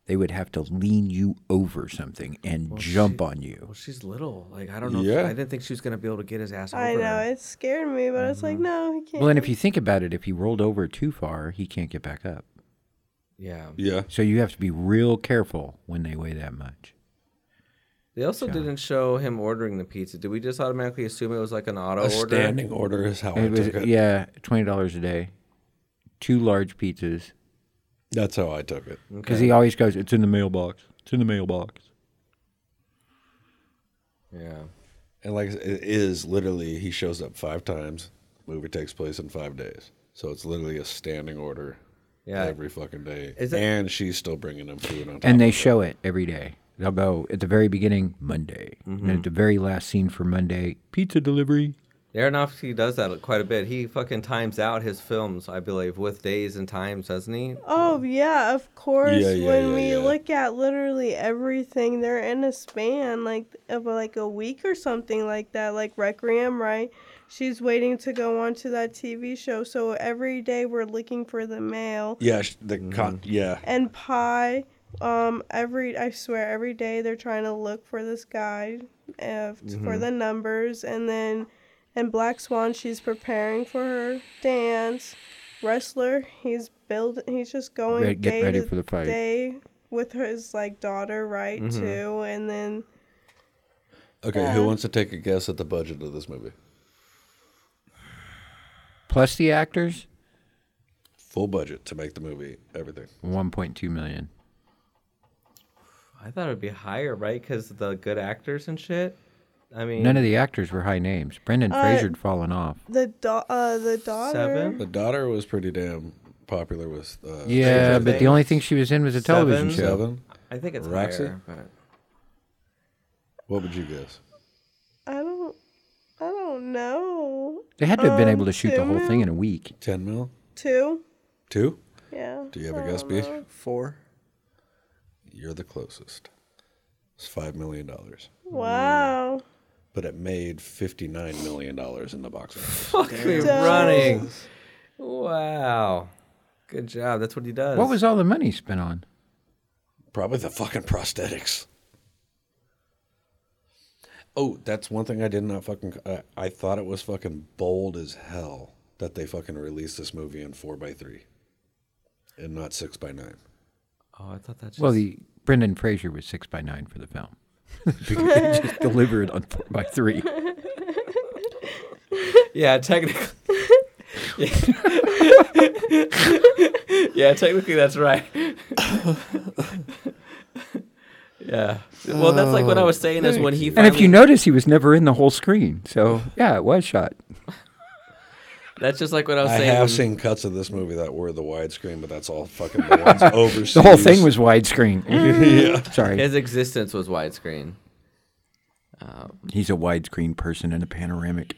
Speaker 6: they would have to lean you over something and jump on you.
Speaker 4: Well, she's little. Like I don't know. if-
Speaker 3: Yeah.
Speaker 4: I didn't think she was gonna be able to get his ass over.
Speaker 5: I know
Speaker 4: her.
Speaker 5: it scared me, but it's
Speaker 4: Mm-hmm.
Speaker 5: like no, he can't.
Speaker 6: Well, and if you think about it, if he rolled over too far, he can't get back up.
Speaker 4: Yeah.
Speaker 3: Yeah,
Speaker 6: So you have to be real careful when they weigh that much.
Speaker 4: They also didn't show him ordering the pizza. Did we just automatically assume it was like an auto
Speaker 3: a
Speaker 4: order?
Speaker 3: standing order is how I
Speaker 6: It was,
Speaker 3: took it.
Speaker 6: yeah, twenty dollars a day, two large pizzas,
Speaker 3: That's how I took it.
Speaker 6: because he always goes, "It's in the mailbox. It's in the mailbox."
Speaker 4: Yeah.
Speaker 3: And like it is literally, he shows up five times. Movie takes place in five days, so it's literally a standing order.
Speaker 4: Yeah.
Speaker 3: every fucking day.
Speaker 4: Is it-
Speaker 3: and she's still bringing him food on. Top
Speaker 6: And they
Speaker 3: of it.
Speaker 6: show it every day. They'll go at the very beginning Monday, and at the very last scene for Monday, pizza delivery.
Speaker 4: Aronofsky does that quite a bit. He fucking times out his films, I believe, with days and times, doesn't he?
Speaker 5: Oh yeah, of course.
Speaker 3: Yeah, yeah,
Speaker 5: when
Speaker 3: yeah,
Speaker 5: we
Speaker 3: yeah.
Speaker 5: look at literally everything, they're in a span like of like a week or something like that. Like Requiem, right? She's waiting to go on to that TV show, so every day we're looking for the mail
Speaker 3: Yeah, sh- the con-
Speaker 4: Mm-hmm.
Speaker 3: yeah.
Speaker 5: and pie. Um, every I swear every day they're trying to look for this guy uh,
Speaker 6: Mm-hmm.
Speaker 5: for the numbers, and then in Black Swan she's preparing for her dance. Wrestler, he's building. He's just going
Speaker 6: Re- get
Speaker 5: day
Speaker 6: ready
Speaker 5: to
Speaker 6: for the fight. Mm-hmm.
Speaker 5: day with his like daughter, right? Too, and then
Speaker 3: Okay, who wants to take a guess at the budget of this movie?
Speaker 6: Plus the actors,
Speaker 3: Full budget to make the movie, everything.
Speaker 6: 1.2 million.
Speaker 4: I thought it would be higher, right? Because the good actors and shit. I mean,
Speaker 6: None of the actors were high names. Brendan Fraser'd fallen off.
Speaker 5: the do- uh the daughter.
Speaker 4: seven.
Speaker 3: The daughter was pretty damn popular with uh,
Speaker 6: Yeah, but
Speaker 4: Things.
Speaker 6: the only thing she was in was a television
Speaker 4: Seven.
Speaker 6: show.
Speaker 3: Seven.
Speaker 4: I think it's
Speaker 3: Roxy?
Speaker 4: higher. But
Speaker 3: What would you guess?
Speaker 5: I don't. I don't know.
Speaker 6: They had to have been
Speaker 5: Um,
Speaker 6: able to shoot the
Speaker 5: two
Speaker 6: whole
Speaker 5: mil?
Speaker 6: thing in a week.
Speaker 3: Ten mil?
Speaker 5: Two.
Speaker 3: Two?
Speaker 5: Yeah.
Speaker 3: Do you have a
Speaker 5: I
Speaker 3: guess,
Speaker 5: don't
Speaker 3: B?
Speaker 5: know.
Speaker 7: Four.
Speaker 3: You're the closest. It's five million dollars,
Speaker 5: Wow.
Speaker 3: but it made fifty-nine million dollars in the box office.
Speaker 4: fuck me running. Wow. Good job. That's what he does.
Speaker 6: What was all the money spent on?
Speaker 3: Probably the fucking prosthetics. Oh, that's one thing I did not fucking. I, I thought it was fucking bold as hell that they fucking released this movie in four by three, and not six by nine.
Speaker 4: Oh, I thought that's just.
Speaker 6: Well, the Brendan Fraser was six by nine for the film. <laughs> Because they
Speaker 3: <laughs>
Speaker 6: just deliver it on four by three.
Speaker 4: yeah, technically. <laughs> yeah, technically that's right. <laughs> yeah. Well, that's like what I was saying is when he.
Speaker 6: And if
Speaker 4: finally-
Speaker 6: you notice, he was never in the whole screen. So yeah, it was shot.
Speaker 4: that's just like what I was
Speaker 3: I
Speaker 4: saying.
Speaker 3: have
Speaker 4: when-
Speaker 3: seen cuts of this movie that were the widescreen, but that's all fucking the <laughs> ones overseas.
Speaker 6: The whole thing
Speaker 3: <laughs>
Speaker 6: was widescreen. Sorry.
Speaker 4: His existence was widescreen.
Speaker 6: He's a widescreen person and a panoramic.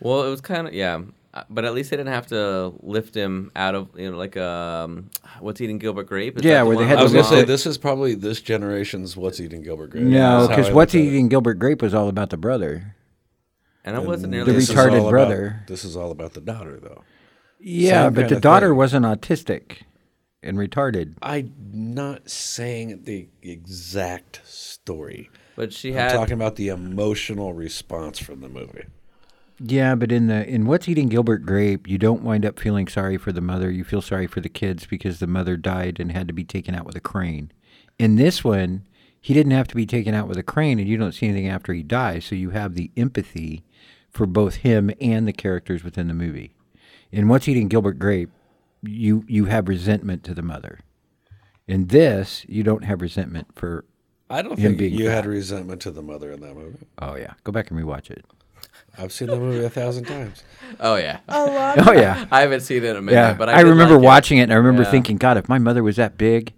Speaker 4: Well, it was kind of yeah, uh, but at least they didn't have to lift him out of you know like um what's eating Gilbert Grape. Is
Speaker 6: Yeah,
Speaker 4: that the
Speaker 6: where they
Speaker 4: one
Speaker 6: had
Speaker 3: I was
Speaker 4: with
Speaker 6: the
Speaker 4: the
Speaker 3: gonna say
Speaker 4: mom?
Speaker 3: this is probably this generation's "What's Eating Gilbert Grape."
Speaker 6: No,
Speaker 3: That's how
Speaker 6: because
Speaker 3: I
Speaker 6: what's
Speaker 3: look at it.
Speaker 6: eating Gilbert Grape was all about the brother.
Speaker 4: and I wasn't
Speaker 3: And
Speaker 4: nearly
Speaker 6: the
Speaker 4: as
Speaker 3: this is
Speaker 6: retarded
Speaker 3: all about-
Speaker 6: brother.
Speaker 3: this is all about the daughter, though.
Speaker 6: Yeah,
Speaker 3: Same
Speaker 6: but
Speaker 3: kinda
Speaker 6: the daughter
Speaker 3: thing.
Speaker 6: wasn't autistic and retarded.
Speaker 3: I'm not saying the exact story.
Speaker 4: But she
Speaker 3: I'm
Speaker 4: had
Speaker 3: talking about the emotional response from the movie.
Speaker 6: Yeah, but in the in what's eating Gilbert Grape, you don't wind up feeling sorry for the mother. You feel sorry for the kids because the mother died and had to be taken out with a crane. In this one, he didn't have to be taken out with a crane, and you don't see anything after he dies. So you have the empathy for both him and the characters within the movie. In what's eating Gilbert Grape, you you have resentment to the mother. In this, you don't have resentment for.
Speaker 3: I don't
Speaker 6: Him
Speaker 3: think
Speaker 6: being
Speaker 3: you
Speaker 6: fat.
Speaker 3: had resentment to the mother in that movie.
Speaker 6: Oh yeah, go back and rewatch it.
Speaker 3: I've seen that movie a thousand times. <laughs>
Speaker 4: oh yeah,
Speaker 5: A lot.
Speaker 6: Oh yeah.
Speaker 4: I haven't seen it in a minute.
Speaker 6: Yeah,
Speaker 4: but I,
Speaker 6: I,
Speaker 4: did
Speaker 6: remember
Speaker 4: like
Speaker 6: watching it. and I remember
Speaker 4: Yeah.
Speaker 6: thinking, God, if my mother was that big,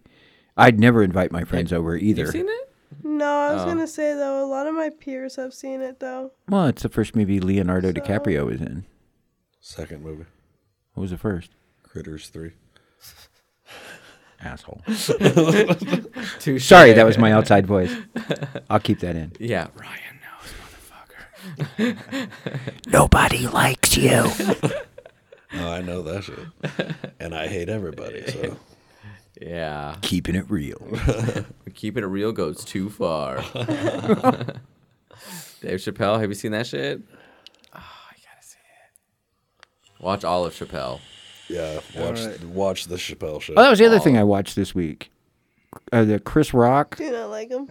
Speaker 6: I'd never invite my friends over
Speaker 4: It.
Speaker 6: either.
Speaker 4: You've seen it?
Speaker 5: No, I
Speaker 6: Oh.
Speaker 5: was gonna say though, a lot of my peers have seen it though.
Speaker 6: Well, it's the first movie Leonardo DiCaprio was in.
Speaker 3: Second movie,
Speaker 6: What was the first?
Speaker 3: Critters Three.
Speaker 6: Asshole.
Speaker 4: <laughs> Too
Speaker 6: Sorry, that was my outside voice. I'll keep that in.
Speaker 4: yeah. Ryan knows.
Speaker 6: Nobody
Speaker 4: <laughs>
Speaker 6: likes you.
Speaker 3: Oh, I know that shit, <laughs> and I hate everybody. So
Speaker 4: Yeah,
Speaker 6: Keeping
Speaker 4: <laughs>
Speaker 6: it real.
Speaker 4: keeping it real goes
Speaker 3: <laughs>
Speaker 4: too far. Dave Chappelle, have you seen that shit? Oh, I gotta
Speaker 3: Ah,
Speaker 4: see it. Watch all of Chappelle.
Speaker 3: yeah, watch watch the Chappelle show.
Speaker 6: Well, Oh, that was the other thing I watched this week. Uh, the Chris Rock.
Speaker 5: Do you not like him?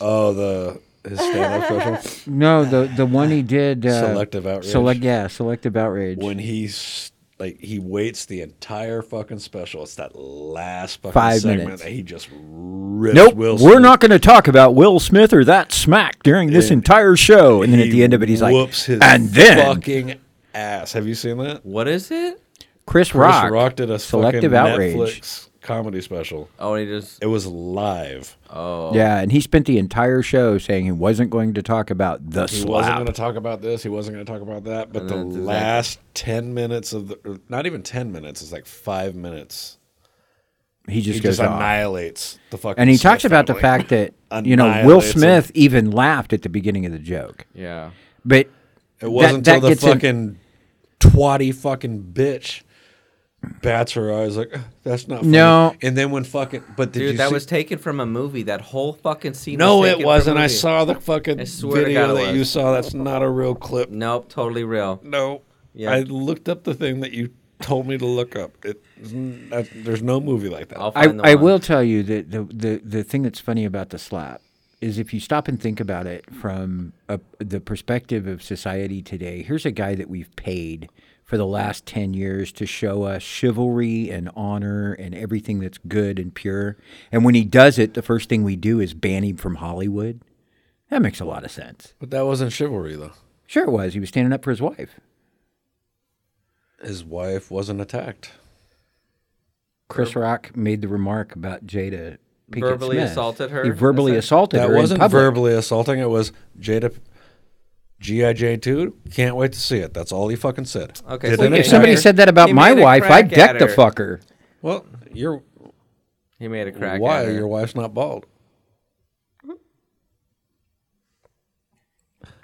Speaker 3: Oh, the his stand-up special
Speaker 6: No, the the one he did. Uh,
Speaker 3: Selective outrage.
Speaker 6: Select, yeah, selective outrage.
Speaker 3: when he's like he waits the entire fucking special. It's that last fucking
Speaker 6: Five
Speaker 3: segment
Speaker 6: minutes.
Speaker 3: that he just rips.
Speaker 6: Nope,
Speaker 3: Will
Speaker 6: we're
Speaker 3: Smith.
Speaker 6: not going to talk about Will Smith or that smack during this
Speaker 3: And
Speaker 6: entire show. And then at
Speaker 3: He
Speaker 6: the end of it, he's like,
Speaker 3: whoops his
Speaker 6: and then
Speaker 3: fucking ass. Have you seen that?
Speaker 4: What is it?
Speaker 6: Chris
Speaker 3: Chris
Speaker 6: Rock,
Speaker 3: Rock did a
Speaker 6: selective
Speaker 3: fucking
Speaker 6: outrage.
Speaker 3: Netflix comedy special.
Speaker 4: Oh, and he just
Speaker 3: It was live.
Speaker 6: Yeah, and he spent the entire show saying he wasn't going to talk about the
Speaker 3: He wasn't
Speaker 6: slap.
Speaker 3: going to talk about this. He wasn't going to talk about that. But the
Speaker 4: then it's exactly-
Speaker 3: last ten minutes of the, or not even ten minutes. It's like five minutes.
Speaker 6: he just
Speaker 3: He
Speaker 6: goes
Speaker 3: just
Speaker 6: off.
Speaker 3: annihilates the fucking.
Speaker 6: and he
Speaker 3: Smith
Speaker 6: talks about the
Speaker 3: family.
Speaker 6: fact
Speaker 3: <laughs>
Speaker 6: that you know Will
Speaker 3: Annihilates him.
Speaker 6: Smith even laughed at the beginning of the joke,
Speaker 4: yeah.
Speaker 6: but
Speaker 3: It wasn't
Speaker 6: that
Speaker 3: until the
Speaker 6: gets him-
Speaker 3: fucking twatty fucking bitch bats her eyes like that's not funny.
Speaker 6: No.
Speaker 3: And then when fucking but did you
Speaker 4: Dude, that
Speaker 3: see-
Speaker 4: was taken from a movie. That whole fucking scene.
Speaker 3: no,
Speaker 4: was
Speaker 3: it
Speaker 4: taken from a
Speaker 3: wasn't. I
Speaker 4: movie.
Speaker 3: saw the fucking
Speaker 4: I swear to
Speaker 3: video
Speaker 4: God it
Speaker 3: that you
Speaker 4: was.
Speaker 3: saw. That's not a real clip.
Speaker 4: Nope, totally real.
Speaker 3: No,
Speaker 4: Yeah.
Speaker 3: I looked up the thing that you told me to look up. It, that, there's no movie like that.
Speaker 4: I'll
Speaker 6: I,
Speaker 4: find the
Speaker 6: I
Speaker 4: one.
Speaker 6: will tell you that the, the the thing that's funny about the slap is if you stop and think about it from a, the perspective of society today. Here's a guy that we've paid for the last ten years to show us chivalry and honor and everything that's good and pure. And when he does it, the first thing we do is ban him from Hollywood. That makes a lot of sense.
Speaker 3: But that wasn't chivalry though.
Speaker 6: Sure, it was. He was standing up for his wife.
Speaker 3: His wife wasn't attacked.
Speaker 6: Chris Rock made the remark about Jada. Pinkett
Speaker 4: Verbally
Speaker 6: Smith.
Speaker 4: assaulted her?
Speaker 6: He verbally
Speaker 4: That's
Speaker 6: assaulted
Speaker 3: That
Speaker 6: her. in
Speaker 3: wasn't
Speaker 6: public.
Speaker 3: verbally assaulting. It was Jada. G.I. Jane 2, can't wait to see it. That's all he fucking said.
Speaker 4: Okay,
Speaker 3: Didn't
Speaker 4: so
Speaker 3: attack
Speaker 6: If somebody
Speaker 3: her.
Speaker 6: said that about
Speaker 4: He
Speaker 6: my
Speaker 4: made a
Speaker 6: wife,
Speaker 4: crack
Speaker 6: I'd deck
Speaker 4: at
Speaker 6: the
Speaker 4: her.
Speaker 6: fucker.
Speaker 3: Well, you're
Speaker 4: He made a crack.
Speaker 3: why
Speaker 4: At her.
Speaker 3: your wife's not <laughs> bald.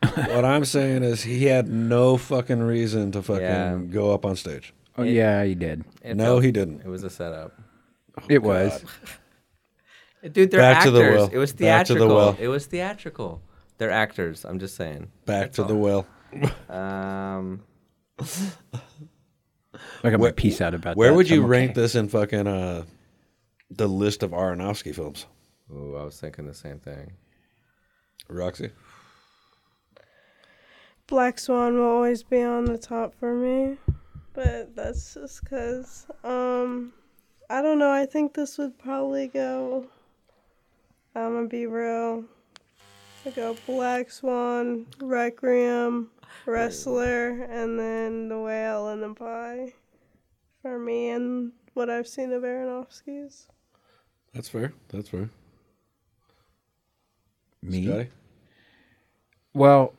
Speaker 3: what I'm saying is he had no fucking reason to fucking
Speaker 4: Yeah.
Speaker 3: go up on stage.
Speaker 6: Oh, yeah, he did.
Speaker 4: It
Speaker 3: no,
Speaker 4: felt-
Speaker 3: he didn't.
Speaker 4: It was a setup.
Speaker 6: it was.
Speaker 4: Dude, they're
Speaker 3: Back to
Speaker 4: actors.
Speaker 3: the well.
Speaker 4: It was
Speaker 3: Back to the
Speaker 4: theatrical.
Speaker 3: well.
Speaker 4: It was theatrical. They're actors. I'm just saying.
Speaker 3: Back to the well.
Speaker 4: Um,
Speaker 6: I got my piece out about
Speaker 3: Where
Speaker 6: that,
Speaker 3: would
Speaker 6: so
Speaker 3: you
Speaker 6: I'm okay.
Speaker 3: rank this in fucking uh, the list of Aronofsky films?
Speaker 4: ooh, I was thinking the same thing.
Speaker 3: Roxy?
Speaker 5: Black Swan will always be on the top for me, but that's just because um, I don't know. I think this would probably go. I'm gonna be real. I go Black Swan, Requiem, Wrestler, and then The Whale and the Pie for me and what I've seen of Aronofsky's.
Speaker 3: That's fair. That's fair.
Speaker 6: Me?
Speaker 3: Scotty?
Speaker 6: Well,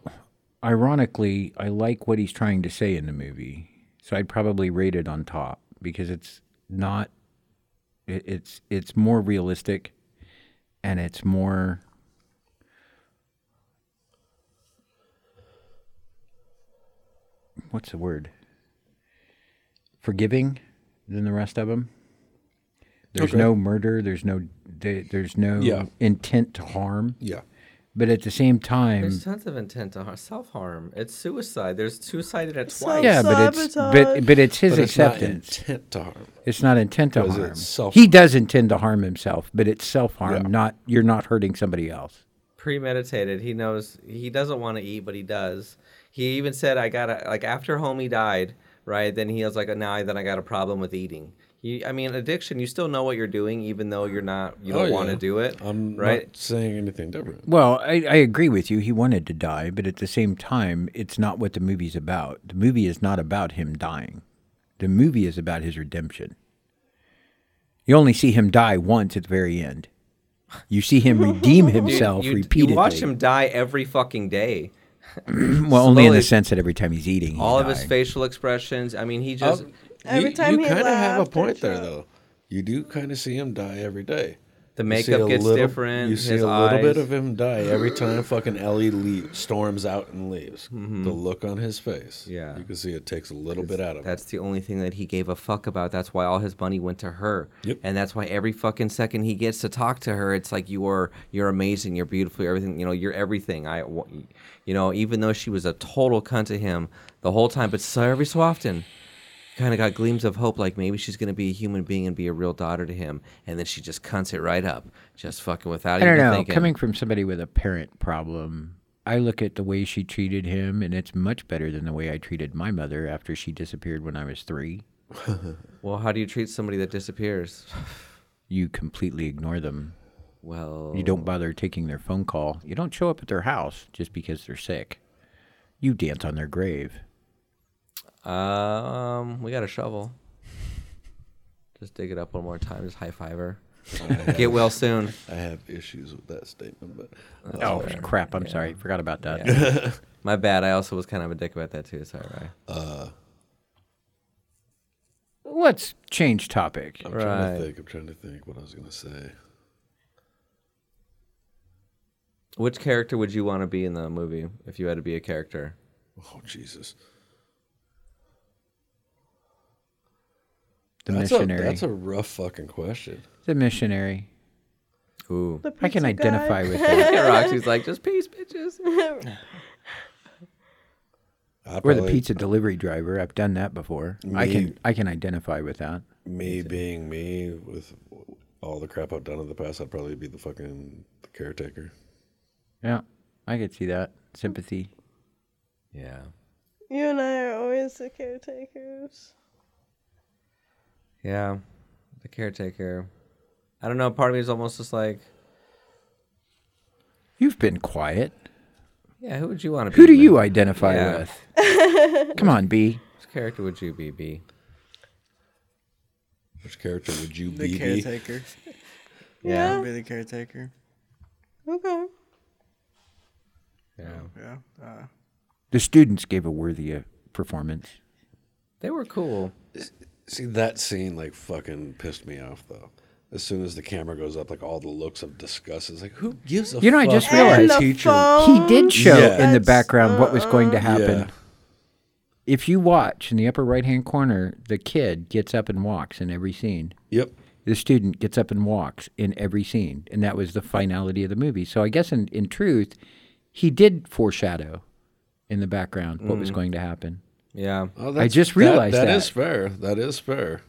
Speaker 6: ironically, I like what he's trying to say in the movie, so I'd probably rate it on top because it's not. It, it's it's more realistic, and it's more. What's the word? Forgiving than the rest of them. There's
Speaker 3: Okay.
Speaker 6: no murder. There's no. there- There's no
Speaker 3: Yeah.
Speaker 6: intent to harm.
Speaker 3: Yeah.
Speaker 6: But at the same time,
Speaker 3: Mm.
Speaker 4: There's tons of intent to har- self harm. It's suicide. There's suicide in it twice.
Speaker 5: Self-
Speaker 6: Yeah, but it's but
Speaker 5: Sabotage.
Speaker 6: but it's his
Speaker 3: But it's not
Speaker 6: acceptance.
Speaker 3: intent to harm.
Speaker 6: it's not intent to
Speaker 3: Because
Speaker 6: harm.
Speaker 3: it's self-
Speaker 6: He does intend to harm himself, but it's self harm.
Speaker 3: Yeah.
Speaker 6: Not you're not hurting somebody else.
Speaker 4: Premeditated. He knows he doesn't want to eat, but he does. He even said, "I gotta like after homie died, right? Then he was like, now I- then I got a problem with eating." You, I mean, addiction. You still know what you're doing, even though you're not. You
Speaker 3: Oh,
Speaker 4: don't want to
Speaker 3: yeah.
Speaker 4: do it,
Speaker 3: I'm
Speaker 4: right?
Speaker 3: not saying anything different.
Speaker 6: Well, I, I agree with you. He wanted to die, but at the same time, it's not what the movie's about. The movie is not about him dying. The movie is about his redemption. You only see him die once at the very end. You see <laughs> him redeem himself
Speaker 4: you,
Speaker 6: repeatedly.
Speaker 4: You watch him die every fucking day.
Speaker 6: well, only in
Speaker 4: slowly-
Speaker 6: the sense that every time he's eating, he's
Speaker 4: All of his
Speaker 6: dying.
Speaker 4: facial expressions. I mean, he just.
Speaker 3: Um,
Speaker 5: Every
Speaker 3: you,
Speaker 5: time
Speaker 3: you
Speaker 5: he
Speaker 3: kind of have a
Speaker 5: laughed,
Speaker 3: point
Speaker 5: it
Speaker 3: there,
Speaker 5: showed.
Speaker 3: though. You do kind of see him die every day.
Speaker 4: the
Speaker 3: You see a
Speaker 4: makeup gets
Speaker 3: little-
Speaker 4: different.
Speaker 3: You see
Speaker 4: his
Speaker 3: a
Speaker 4: eyes.
Speaker 3: little bit of him die every time fucking Ellie leaves, storms out and leaves. The look on his face.
Speaker 4: Mm-hmm. Yeah.
Speaker 3: You can see it takes a little bit out of him.
Speaker 4: That's the only thing that he gave a fuck about. That's why all his money went to her.
Speaker 3: Yep.
Speaker 4: And that's why every fucking second he gets to talk to her, it's like you are you're amazing, you're beautiful, you're everything, you know, you're everything. I wa- you know, even though she was a total cunt to him the whole time, but so every so often kind of got gleams of hope like maybe she's going to be a human being and be a real daughter to him and then she just cunts it right up just fucking without
Speaker 6: I
Speaker 4: even
Speaker 6: don't know.
Speaker 4: thinking
Speaker 6: Coming from somebody with a parent problem, I look at the way she treated him, and it's much better than the way I treated my mother after she disappeared when I was three.
Speaker 4: well how do you treat somebody that disappears <sighs>
Speaker 6: You completely ignore them.
Speaker 4: well
Speaker 6: You don't bother taking their phone call. You don't show up at their house just because they're sick. You dance on their grave.
Speaker 4: Um, we got a shovel. Just dig it up one more time. Just high five her. Get well soon.
Speaker 3: I have issues with that statement, but
Speaker 6: Oh crap! I'm sorry. Forgot about that.
Speaker 4: My bad. I also was kind of a dick about that too. Sorry, Ryan.
Speaker 6: Let's change topic.
Speaker 3: I'm trying
Speaker 4: Right.
Speaker 3: to think. I'm trying to think what I was gonna say.
Speaker 4: Which character would you want to be in the movie if you had to be a character?
Speaker 3: Oh Jesus!
Speaker 6: The
Speaker 3: that's
Speaker 6: missionary.
Speaker 3: A, that's a rough fucking question.
Speaker 6: The missionary.
Speaker 4: Ooh.
Speaker 5: The
Speaker 6: I can
Speaker 5: pizza
Speaker 6: identify
Speaker 5: guy.
Speaker 4: <laughs>
Speaker 6: with that.
Speaker 4: Roxy's like, just peace, bitches.
Speaker 6: <laughs>
Speaker 3: I'd
Speaker 6: Or the
Speaker 3: probably-
Speaker 6: pizza delivery driver. I've done that before. I
Speaker 3: Me-
Speaker 6: can I can identify with that.
Speaker 3: Me being me with all the crap I've done in the past, I'd probably be the fucking caretaker.
Speaker 6: Yeah, I could see that sympathy.
Speaker 4: Yeah.
Speaker 5: You and I are always the caretakers.
Speaker 4: Yeah. The caretaker. I don't know. Part of me is almost just like,
Speaker 6: You've been quiet.
Speaker 4: yeah, who would you want to be?
Speaker 6: Who do
Speaker 4: Lin?
Speaker 6: you identify
Speaker 4: Yeah.
Speaker 6: with? <laughs> Come on, B.
Speaker 4: Which character would you be, B?
Speaker 3: Which character would you
Speaker 7: The
Speaker 3: be? be?
Speaker 7: caretaker.
Speaker 4: Yeah.
Speaker 7: I'll be the caretaker.
Speaker 5: Okay.
Speaker 4: Yeah.
Speaker 7: Yeah. Uh,
Speaker 6: The students gave a worthy uh, performance.
Speaker 4: They were cool.
Speaker 3: See that scene like fucking pissed me off though. As soon as the camera goes up, like all the looks of disgust is like, who gives a
Speaker 6: You know, I
Speaker 3: fuck
Speaker 6: just
Speaker 3: what
Speaker 6: realized-
Speaker 3: the
Speaker 6: And
Speaker 3: teacher.
Speaker 6: He did show
Speaker 3: Yeah.
Speaker 6: in the
Speaker 5: That's-
Speaker 6: background what was going to happen.
Speaker 3: Yeah.
Speaker 6: If you watch in the upper right hand corner, the kid gets up and walks in every scene.
Speaker 3: Yep.
Speaker 6: the student gets up and walks in every scene and that was the finality of the movie so i guess in, in truth he did foreshadow in the background what
Speaker 3: Mm.
Speaker 6: was going to happen
Speaker 4: Yeah.
Speaker 3: Oh,
Speaker 6: just
Speaker 3: that-
Speaker 6: realized
Speaker 3: that
Speaker 6: that.
Speaker 3: is fair. That is fair.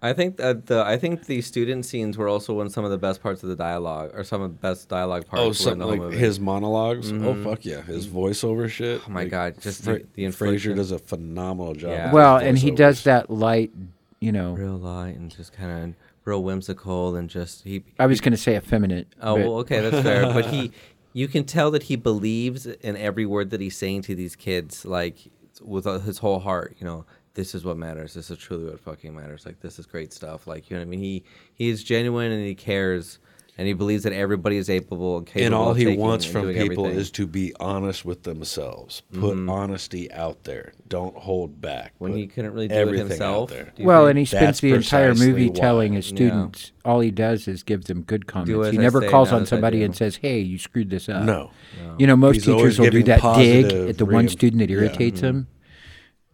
Speaker 4: I think that the I think the student scenes were also one some of the best parts of the dialogue, or some of the best dialogue parts.
Speaker 3: Oh,
Speaker 4: were in the
Speaker 3: something
Speaker 4: whole
Speaker 3: like
Speaker 4: movie.
Speaker 3: his monologues.
Speaker 6: Mm-hmm.
Speaker 3: Oh fuck yeah, his voiceover shit. Oh
Speaker 4: my God, just the- the
Speaker 3: Frazier
Speaker 4: inflection.
Speaker 3: does a phenomenal job.
Speaker 4: Yeah.
Speaker 3: with
Speaker 6: well
Speaker 3: his
Speaker 6: and he
Speaker 3: voiceovers.
Speaker 6: does that light you know
Speaker 4: real light and just kind of real whimsical and just he.
Speaker 6: i was going to say effeminate
Speaker 4: Oh,
Speaker 6: but-
Speaker 4: well, okay, that's fair. But
Speaker 3: <laughs>
Speaker 4: he, you can tell that he believes in every word that he's saying to these kids, like with uh, his whole heart. You know, this is what matters. This is truly what fucking matters. Like this is great stuff. Like you know what I mean. He he is genuine and he cares. And he believes that everybody is able and capable.
Speaker 3: And all
Speaker 4: of
Speaker 3: he
Speaker 4: taking
Speaker 3: wants
Speaker 4: and
Speaker 3: from
Speaker 4: doing
Speaker 3: people
Speaker 4: everything. Mm-hmm.
Speaker 3: is to be honest with themselves. Put honesty out there. Don't hold back.
Speaker 4: when
Speaker 3: Put
Speaker 4: he couldn't really do it
Speaker 3: everything out
Speaker 4: himself.
Speaker 3: there.
Speaker 4: do you
Speaker 6: well
Speaker 4: think?
Speaker 6: and he
Speaker 3: that's
Speaker 6: spends the entire
Speaker 3: precisely
Speaker 6: movie
Speaker 3: why?
Speaker 6: telling his
Speaker 4: Yeah.
Speaker 6: students all he does is give them good comments
Speaker 4: as
Speaker 6: he
Speaker 4: I
Speaker 6: never
Speaker 4: say,
Speaker 6: calls
Speaker 4: not
Speaker 6: on
Speaker 4: as I
Speaker 6: somebody
Speaker 4: do.
Speaker 6: and says hey you screwed this up
Speaker 3: No.
Speaker 6: You know, most
Speaker 3: He's always
Speaker 6: teachers will do
Speaker 3: giving
Speaker 6: that dig
Speaker 3: positive
Speaker 6: at the one
Speaker 3: reinf-
Speaker 6: student that
Speaker 3: yeah. mm-hmm.
Speaker 6: irritates them.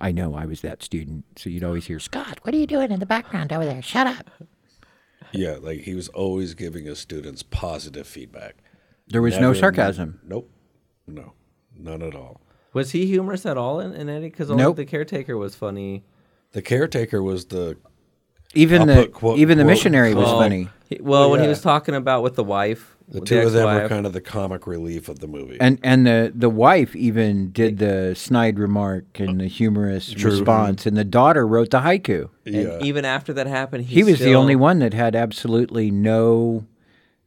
Speaker 6: I know I was that student, so you'd always hear Scott. What are you doing in the background over there? Shut up.
Speaker 3: Yeah, like he was always giving his students positive feedback.
Speaker 6: There was no
Speaker 3: Never-
Speaker 6: sarcasm.
Speaker 3: Nope. No. None at all.
Speaker 4: Was he humorous at all in, in any? Because only
Speaker 6: Nope.
Speaker 4: the caretaker was funny.
Speaker 3: The caretaker was the
Speaker 6: Even
Speaker 3: I'll
Speaker 6: the
Speaker 3: put quote-
Speaker 6: even the
Speaker 3: quote-
Speaker 6: missionary was
Speaker 4: Well,
Speaker 6: funny,
Speaker 4: he- well, when he
Speaker 3: Yeah.
Speaker 4: was talking about with the wife,
Speaker 3: the
Speaker 4: with
Speaker 3: two of them were
Speaker 4: ex-wife,
Speaker 3: kind of the comic relief of the movie.
Speaker 6: and and the the wife even did the snide remark and the humorous
Speaker 4: Mm-hmm.
Speaker 6: response, and the daughter wrote the haiku.
Speaker 3: yeah.
Speaker 4: And even after that happened, he,
Speaker 6: He was the
Speaker 4: still-
Speaker 6: only one that had absolutely no.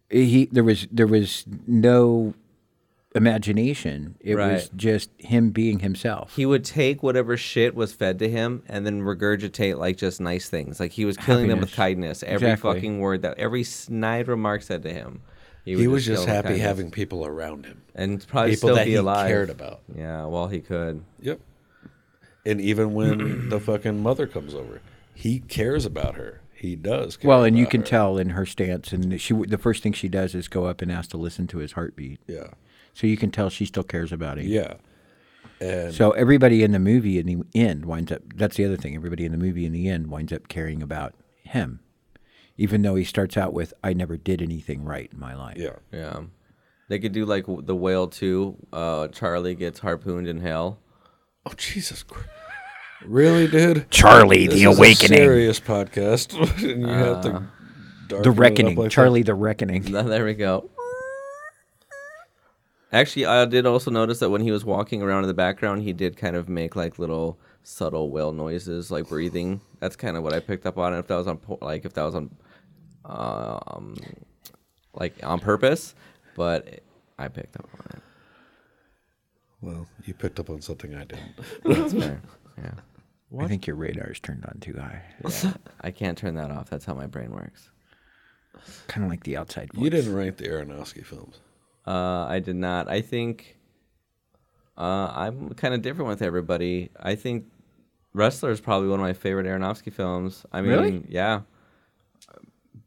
Speaker 6: He there was there was no imagination. It was
Speaker 4: Right.
Speaker 6: just him being himself.
Speaker 4: He would take whatever shit was fed to him and then regurgitate like just nice things. Like he was killing them with kindness. Every
Speaker 6: Exactly.
Speaker 4: fucking word that every snide remark said to him.
Speaker 3: he
Speaker 4: would
Speaker 3: was just
Speaker 4: kill with
Speaker 3: happy
Speaker 4: kindness.
Speaker 3: having people around him.
Speaker 4: and probably
Speaker 3: people
Speaker 4: still
Speaker 3: that
Speaker 4: be
Speaker 3: he
Speaker 4: alive.
Speaker 3: cared about.
Speaker 4: Yeah, well, he could.
Speaker 3: Yep. And even
Speaker 4: <clears throat>
Speaker 3: when the fucking mother comes over, he cares about her. He does. Care
Speaker 6: Well, and you
Speaker 3: about
Speaker 6: can
Speaker 3: her.
Speaker 6: tell in her stance, and she the first thing she does is go up and ask to listen to his heartbeat.
Speaker 3: Yeah.
Speaker 6: So you can tell she still cares about him.
Speaker 3: Yeah. And
Speaker 6: So everybody in the movie in the end winds up. That's the other thing. Everybody in the movie in the end winds up caring about him, even though he starts out with "I never did anything right in my life."
Speaker 3: yeah.
Speaker 4: Yeah, they could do like w- the whale too. Uh, Charlie gets harpooned in hell. <laughs>
Speaker 3: Oh Jesus Christ. <laughs> Really, dude?
Speaker 8: Charlie
Speaker 3: This
Speaker 8: the
Speaker 3: is a
Speaker 8: Awakening.
Speaker 3: serious podcast. <laughs> and you have to darken it
Speaker 6: Uh, The
Speaker 3: up
Speaker 6: Reckoning,
Speaker 3: like that.
Speaker 6: Charlie
Speaker 3: <laughs>
Speaker 6: the Reckoning.
Speaker 4: Now, there we go. Actually, I did also notice that when he was walking around in the background, he did kind of make like little subtle whale noises, like breathing. That's kind of what I picked up on. If that was on, po- like, if that was on, um, like on purpose, but it, I picked up on it.
Speaker 3: Well, you picked up on something I didn't.
Speaker 4: That's fair. Yeah.
Speaker 6: I think your radar is turned on too high.
Speaker 4: I can't turn that off. That's how my brain works.
Speaker 6: Kind of like the outside voice.
Speaker 3: You didn't rank the Aronofsky films.
Speaker 4: Uh, I did not. I think uh, I'm kind of different with everybody. I think Wrestler is probably one of my favorite Aronofsky films. I mean,
Speaker 6: Really?
Speaker 4: yeah.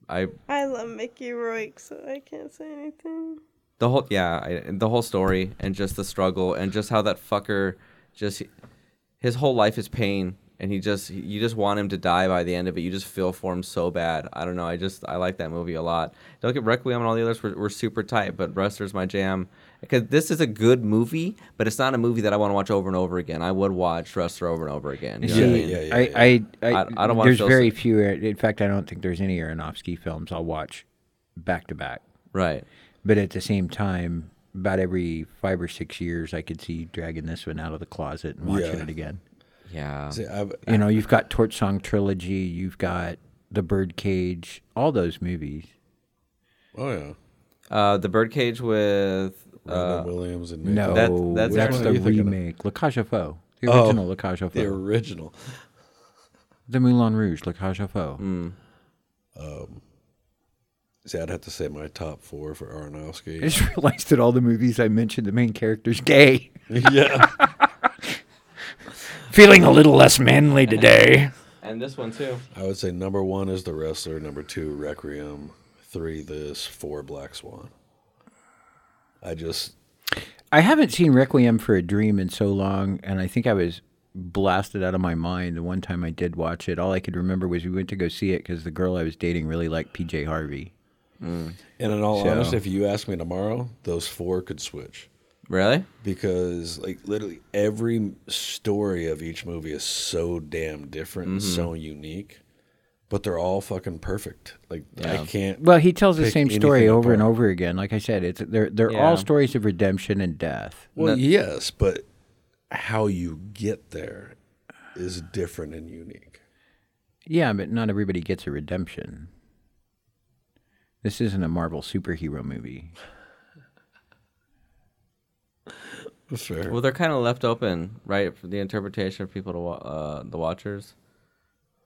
Speaker 4: I
Speaker 5: I love Mickey Rourke, so I can't say anything.
Speaker 4: the whole yeah, I, the whole story and just the struggle and just how that fucker just his whole life is pain and he just you just want him to die by the end of it. You just feel for him so bad. I don't know. I just I like that movie a lot. Don't get Requiem and all the others were, were super tight, but Wrestler's my jam because this is a good movie, but it's not a movie that I want to watch over and over again. I would watch Wrestler over and over again. You know
Speaker 6: See,
Speaker 4: what I
Speaker 3: Yeah,
Speaker 4: mean?
Speaker 3: yeah, yeah,
Speaker 6: I, I, I,
Speaker 4: I- I don't wanna
Speaker 6: There's
Speaker 4: feel
Speaker 6: very
Speaker 4: so-
Speaker 6: few. Ar- In fact, I don't think there's any Aronofsky films I'll watch back to back.
Speaker 4: Right.
Speaker 6: But at the same time, about every five or six years, I could see you dragging this one out of the closet and watching
Speaker 3: Yeah.
Speaker 6: it again.
Speaker 4: Yeah.
Speaker 3: See, I've,
Speaker 6: You know, you've got Torch Song Trilogy, you've got The Birdcage, all those movies.
Speaker 3: oh yeah,
Speaker 4: Uh, the Birdcage with
Speaker 3: Robin
Speaker 4: uh,
Speaker 3: Williams and
Speaker 6: No,
Speaker 3: Nathan-
Speaker 4: That's- that's
Speaker 6: that's
Speaker 4: actually-
Speaker 6: the
Speaker 3: What are you thinking of?
Speaker 6: remake. La Cage aux Folles, the
Speaker 3: Oh,
Speaker 6: original La Cage aux
Speaker 3: the
Speaker 6: Folles,
Speaker 3: original.
Speaker 6: the Moulin Rouge, La Cage aux Folles.
Speaker 3: Mm. See, I'd have to say my top four for Aronofsky.
Speaker 6: I
Speaker 3: <laughs>
Speaker 6: just <laughs> realized that all the movies I mentioned, the main character's gay.
Speaker 3: yeah,
Speaker 8: Feeling a little less manly today.
Speaker 4: and this one too.
Speaker 3: I would say number one is The Wrestler, number two Requiem, three this, four Black Swan. I just
Speaker 6: I haven't seen Requiem for a Dream in so long, and I think I was blasted out of my mind the one time I did watch it. All I could remember was we went to go see it because the girl I was dating really liked PJ Harvey.
Speaker 3: And in all
Speaker 6: So-
Speaker 3: honesty, if you ask me tomorrow, those four could switch
Speaker 4: Really?
Speaker 3: because like literally every story of each movie is so damn different and so unique, but they're all fucking perfect. Like I can't.
Speaker 6: Well, he tells the
Speaker 3: Pick
Speaker 6: same
Speaker 3: anything
Speaker 6: story over and
Speaker 3: apart.
Speaker 6: over again. Like I said, it's they're they're
Speaker 4: Yeah.
Speaker 6: all stories of redemption and death.
Speaker 3: Well, yes, but how you get there is different and unique.
Speaker 6: Yeah, but not everybody gets a redemption. This isn't a Marvel superhero movie.
Speaker 3: Fair.
Speaker 4: Well, they're kind of left open, right, for the interpretation of people to wa- uh, the Watchers.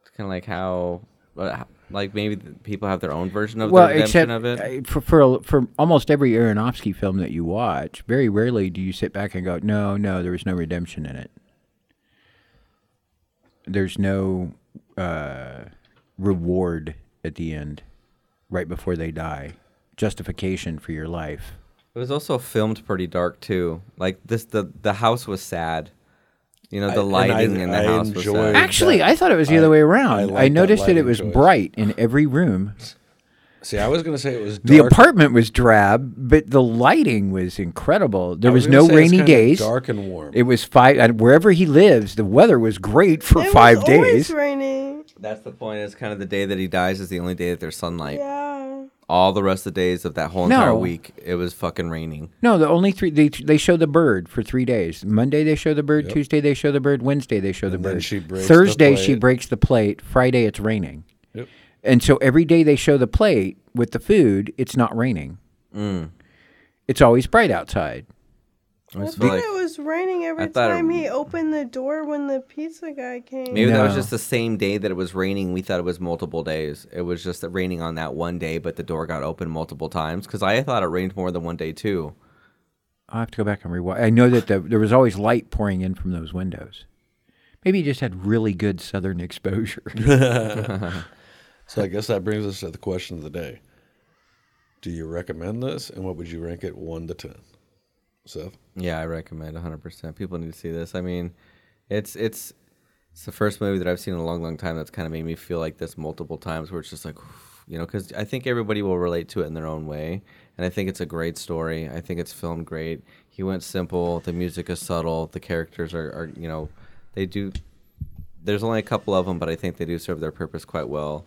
Speaker 4: It's kind of like how, uh, how- like maybe the people have their own version of
Speaker 6: well,
Speaker 4: the redemption of
Speaker 6: except
Speaker 4: it.
Speaker 6: uh, for for for almost every Aronofsky film that you watch, very rarely do you sit back and go, "No, no, there was no redemption in it." There's no uh, reward at the end, right before they die, justification for your life.
Speaker 4: it was also filmed pretty dark too. Like this, the the house was sad. You know, the
Speaker 3: and I-
Speaker 4: lighting in the
Speaker 3: I
Speaker 4: house was
Speaker 3: enjoyed-
Speaker 4: sad.
Speaker 6: Actually,
Speaker 3: that-
Speaker 6: I thought it was the
Speaker 3: I-
Speaker 6: other way
Speaker 3: I
Speaker 6: around.
Speaker 3: like
Speaker 6: I,
Speaker 3: that
Speaker 6: noticed that,
Speaker 3: lighting
Speaker 6: it was
Speaker 3: choice.
Speaker 6: bright in every
Speaker 3: <laughs>
Speaker 6: room.
Speaker 3: See, I was gonna say it was
Speaker 6: The
Speaker 3: dark.
Speaker 6: apartment was drab, but the lighting was incredible. There
Speaker 3: I
Speaker 6: was,
Speaker 3: gonna
Speaker 6: no
Speaker 3: say it's
Speaker 6: rainy
Speaker 3: kinda
Speaker 6: days.
Speaker 3: Dark and warm.
Speaker 6: It was five and wherever he lives. The weather was great for
Speaker 5: It was
Speaker 6: five
Speaker 5: always
Speaker 6: days.
Speaker 5: raining.
Speaker 4: That's the point. Is kind of the day that he dies is the only day that there's sunlight.
Speaker 5: Yeah.
Speaker 4: All the rest of the days of that whole entire
Speaker 6: No.
Speaker 4: week, it was fucking raining.
Speaker 6: No, the only three they they show the bird for three days. Monday they show the bird. Tuesday they show the bird. Wednesday they show the
Speaker 3: And then
Speaker 6: bird.
Speaker 3: she breaks the
Speaker 6: Thursday she
Speaker 3: plate.
Speaker 6: breaks the plate. Friday it's raining.
Speaker 3: Yep.
Speaker 6: And so every day they show the plate with the food. It's not raining. Mm. It's always bright outside.
Speaker 4: I
Speaker 5: I
Speaker 4: just feel
Speaker 5: thought
Speaker 4: like
Speaker 5: it was raining every
Speaker 4: I thought it-
Speaker 5: time he opened the door when the pizza guy came.
Speaker 4: Maybe that was
Speaker 6: No.
Speaker 4: just the same day that it was raining. We thought it was multiple days. It was just that raining on that one day, but the door got open multiple times because I thought it rained more than one day too.
Speaker 6: I will have to go back and rewatch. I know that the, there was always light pouring in from those windows. Maybe he just had really good southern <laughs> exposure. <laughs>
Speaker 3: So I guess that brings us to the question of the day. Do you recommend this, and what would you rank it one to ten? Seth,
Speaker 4: Yeah, I recommend 100%. People need to see this. I mean, it's it's it's the first movie that I've seen in a long, long time that's kind of made me feel like this multiple times, where it's just like, <sighs> you know, because I think everybody will relate to it in their own way, and I think it's a great story. I think it's filmed great. He went simple. The music is subtle. The characters are, are you know, they do. There's only a couple of them, but I think they do serve their purpose quite well.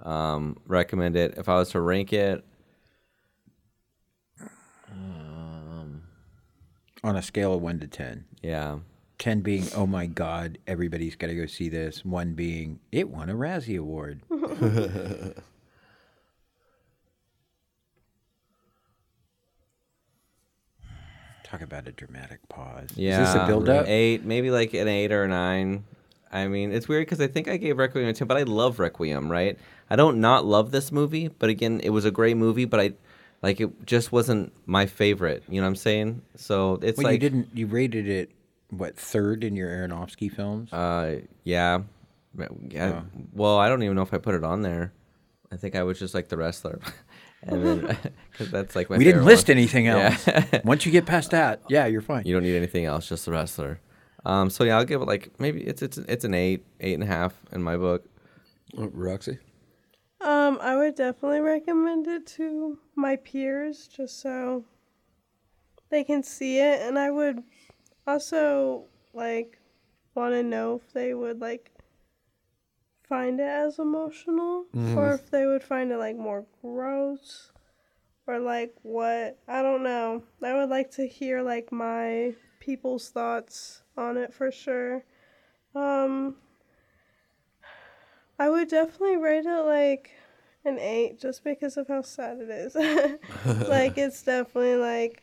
Speaker 4: Um, recommend it. If I was to rank it,
Speaker 6: on a scale of one to ten.
Speaker 4: yeah,
Speaker 6: 10 being, oh my God, everybody's got to go see this. One being, it won a Razzie Award. <laughs> Talk about a dramatic pause.
Speaker 4: Yeah.
Speaker 6: Is this a buildup?
Speaker 4: Eight, maybe like an eight or a nine. I mean, it's weird because I think I gave Requiem a 10, but I love Requiem, right? I don't not love this movie, but again, it was a great movie, but I like it just wasn't my favorite. You know what I'm saying? So it's
Speaker 6: Well,
Speaker 4: like
Speaker 6: you didn't. You rated it what third in your Aronofsky films?
Speaker 4: Uh, yeah. Yeah, yeah. Well, I don't even know if I put it on there. I think I was just like the wrestler, <laughs> and then <laughs> because that's like my
Speaker 8: We didn't
Speaker 4: favorite
Speaker 8: list
Speaker 4: one.
Speaker 8: anything
Speaker 4: Yeah.
Speaker 8: else.
Speaker 4: <laughs>
Speaker 8: Once you get past that, yeah, you're fine.
Speaker 4: You don't need anything else, just the wrestler. Um, so yeah, I'll give it like maybe it's it's it's an eight, eight and a half in my book.
Speaker 3: Oh, Roxy?
Speaker 5: Um, I would definitely recommend it to my peers just so they can see it and I would also like want to know if they would like find it as emotional or if they would find it like more gross or like what I don't know. I would like to hear like my people's thoughts on it for sure. Um I would definitely rate it like an eight just because of how sad it is. <laughs> like it's definitely like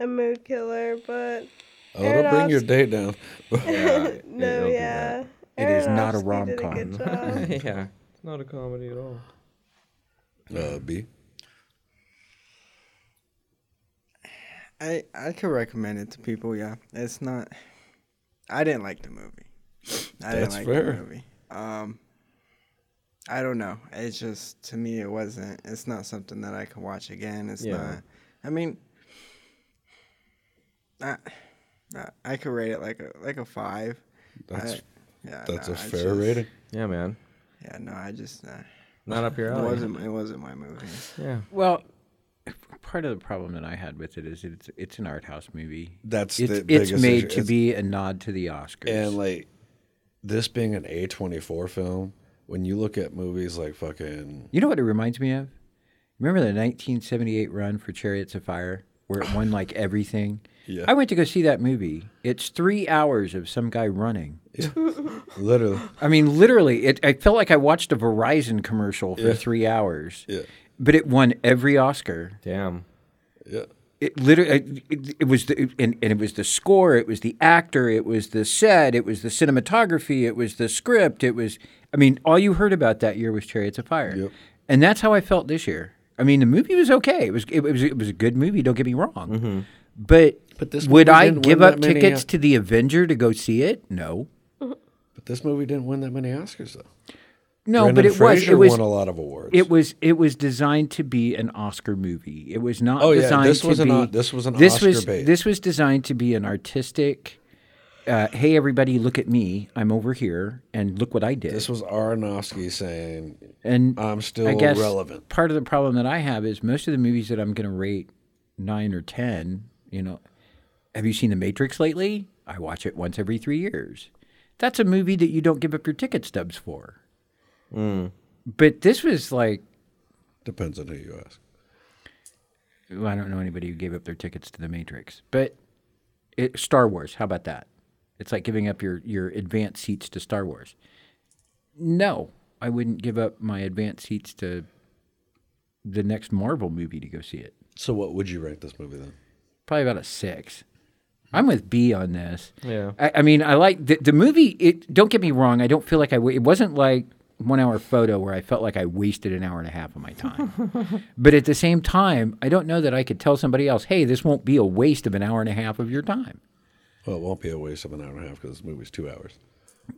Speaker 5: a mood killer, but
Speaker 3: Oh, it'll bring your
Speaker 5: Aronofsky-
Speaker 3: day down.
Speaker 5: <laughs> no,
Speaker 4: it'll do
Speaker 5: yeah.
Speaker 6: It is not a
Speaker 5: Aronofsky did
Speaker 4: <laughs>
Speaker 5: good job.
Speaker 4: yeah, it's not a comedy at all.
Speaker 3: Uh, B.
Speaker 7: I I could recommend it to people. Yeah, it's not. I didn't like the movie. I
Speaker 3: That's
Speaker 7: didn't like
Speaker 3: fair.
Speaker 7: the movie. Um, I don't know. It's just to me, it wasn't. It's not something that I can watch again. It's
Speaker 4: Yeah.
Speaker 7: not. I mean, I, I I could rate it like a like a five.
Speaker 3: That's
Speaker 7: I- yeah,
Speaker 3: that's
Speaker 7: no,
Speaker 3: a
Speaker 7: I
Speaker 3: fair
Speaker 7: just-
Speaker 3: rating.
Speaker 4: Yeah, man,
Speaker 7: Yeah, no, I just uh,
Speaker 4: not up your
Speaker 7: it
Speaker 4: alley.
Speaker 7: wasn't it wasn't my movie.
Speaker 4: Yeah,
Speaker 6: Well, part of the problem that I had with it is it's it's an art house movie.
Speaker 3: That's
Speaker 6: it's,
Speaker 3: the
Speaker 6: it's
Speaker 3: biggest
Speaker 6: made
Speaker 3: issue.
Speaker 6: to
Speaker 3: It's-
Speaker 6: be a nod to the Oscars.
Speaker 3: And like this being an A24 film, when you look at movies like fucking
Speaker 6: you know what it reminds me of? Remember the 1978 run for Chariots of Fire, where it won like everything.
Speaker 3: Yeah.
Speaker 6: I went to go see that movie. It's three hours of some guy running.
Speaker 3: literally
Speaker 6: I mean, literally, it. I felt like I watched a Verizon commercial for
Speaker 3: Yeah.
Speaker 6: three hours.
Speaker 3: <laughs> Yeah.
Speaker 6: But it won every Oscar.
Speaker 4: damn.
Speaker 3: yeah.
Speaker 6: It literally. It, it was the and, and it was the score. It was the actor. It was the set. It was the cinematography. It was the script. It was. I mean, all you heard about that year was *Chariots of Fire*.
Speaker 3: Yep.
Speaker 6: And that's how I felt this year. I mean, the movie was okay. It was. It, was. It was a good movie. Don't get me wrong.
Speaker 3: Mm-hmm.
Speaker 6: But.
Speaker 3: But this
Speaker 6: would
Speaker 3: movie
Speaker 6: I
Speaker 3: didn't
Speaker 6: give
Speaker 3: win
Speaker 6: up
Speaker 3: that many,
Speaker 6: tickets
Speaker 3: uh,
Speaker 6: to the Avenger to go see it? No.
Speaker 3: But this movie didn't win that many Oscars though.
Speaker 6: No,
Speaker 3: Brendan
Speaker 6: but it
Speaker 3: Fraser
Speaker 6: was. It
Speaker 3: won a
Speaker 6: was.
Speaker 3: lot of awards.
Speaker 6: It was it was designed to be an Oscar movie. It was not
Speaker 3: Oh, yeah,
Speaker 6: designed
Speaker 3: this
Speaker 6: to
Speaker 3: was an
Speaker 6: be
Speaker 3: o- this was an
Speaker 6: this was-
Speaker 3: Oscar bait.
Speaker 6: This was designed to be an artistic uh, hey everybody look at me. I'm over here and look what I did.
Speaker 3: this was Aronofsky saying
Speaker 6: and
Speaker 3: I'm still
Speaker 6: I guess
Speaker 3: relevant.
Speaker 6: part of the problem that I have is most of the movies that I'm going to rate 9 or 10, you know, have you seen The Matrix lately? I watch it once every 3 years. That's a movie that you don't give up your ticket stubs for.
Speaker 3: Hmm.
Speaker 6: But this was like
Speaker 3: Depends on who you ask.
Speaker 6: Well, I don't know anybody who gave up their tickets to the Matrix, but it, Star Wars. How about that? It's like giving up your your advanced seats to Star Wars. No, I wouldn't give up my advanced seats to the next Marvel movie to go see it.
Speaker 3: So what would you rank this movie then?
Speaker 6: Probably about a six. I'm with B on this.
Speaker 4: Yeah.
Speaker 6: I, I mean, I like the, the movie. It don't get me wrong. I don't feel like I. wa- It wasn't like one hour photo where I felt like I wasted an hour and a half of my time. but at the same time, I don't know that I could tell somebody else, "Hey, this won't be a waste of an hour and a half of your time."
Speaker 3: Well, it won't be a waste of an hour and a half because this movie's two hours.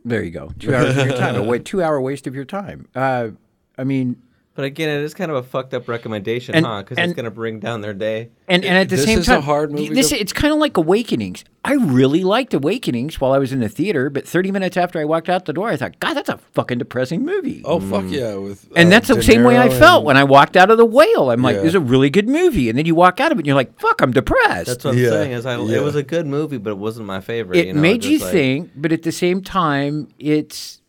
Speaker 6: There you go. Two hours of your time. A wait, two hour waste of your time. Uh, I mean,
Speaker 4: But again, it is kind of a fucked up recommendation,
Speaker 6: And-
Speaker 4: huh? Because
Speaker 6: and-
Speaker 4: it's gonna bring down their day.
Speaker 6: and and at the
Speaker 3: This
Speaker 6: same
Speaker 3: is a
Speaker 6: time,
Speaker 3: hard
Speaker 6: th-
Speaker 3: movie
Speaker 6: This
Speaker 3: to-
Speaker 6: it's kind of like Awakenings. I really liked Awakenings while I was in the theater, but 30 minutes after I walked out the door, I thought, "God, that's a fucking depressing movie."
Speaker 3: Oh uh, fuck yeah! With
Speaker 6: Mm. And that's the same way I felt when I walked out of the whale. I'm like,
Speaker 3: Yeah.
Speaker 6: this is a really good movie. And then you walk out of it and you're like, fuck, I'm depressed.
Speaker 4: That's what I'm
Speaker 3: Yeah,
Speaker 4: saying. Is I
Speaker 3: yeah.
Speaker 4: it was a good movie, but it wasn't my favorite.
Speaker 6: it
Speaker 4: you know,
Speaker 6: made you
Speaker 4: just like-
Speaker 6: think, but at the same time, it's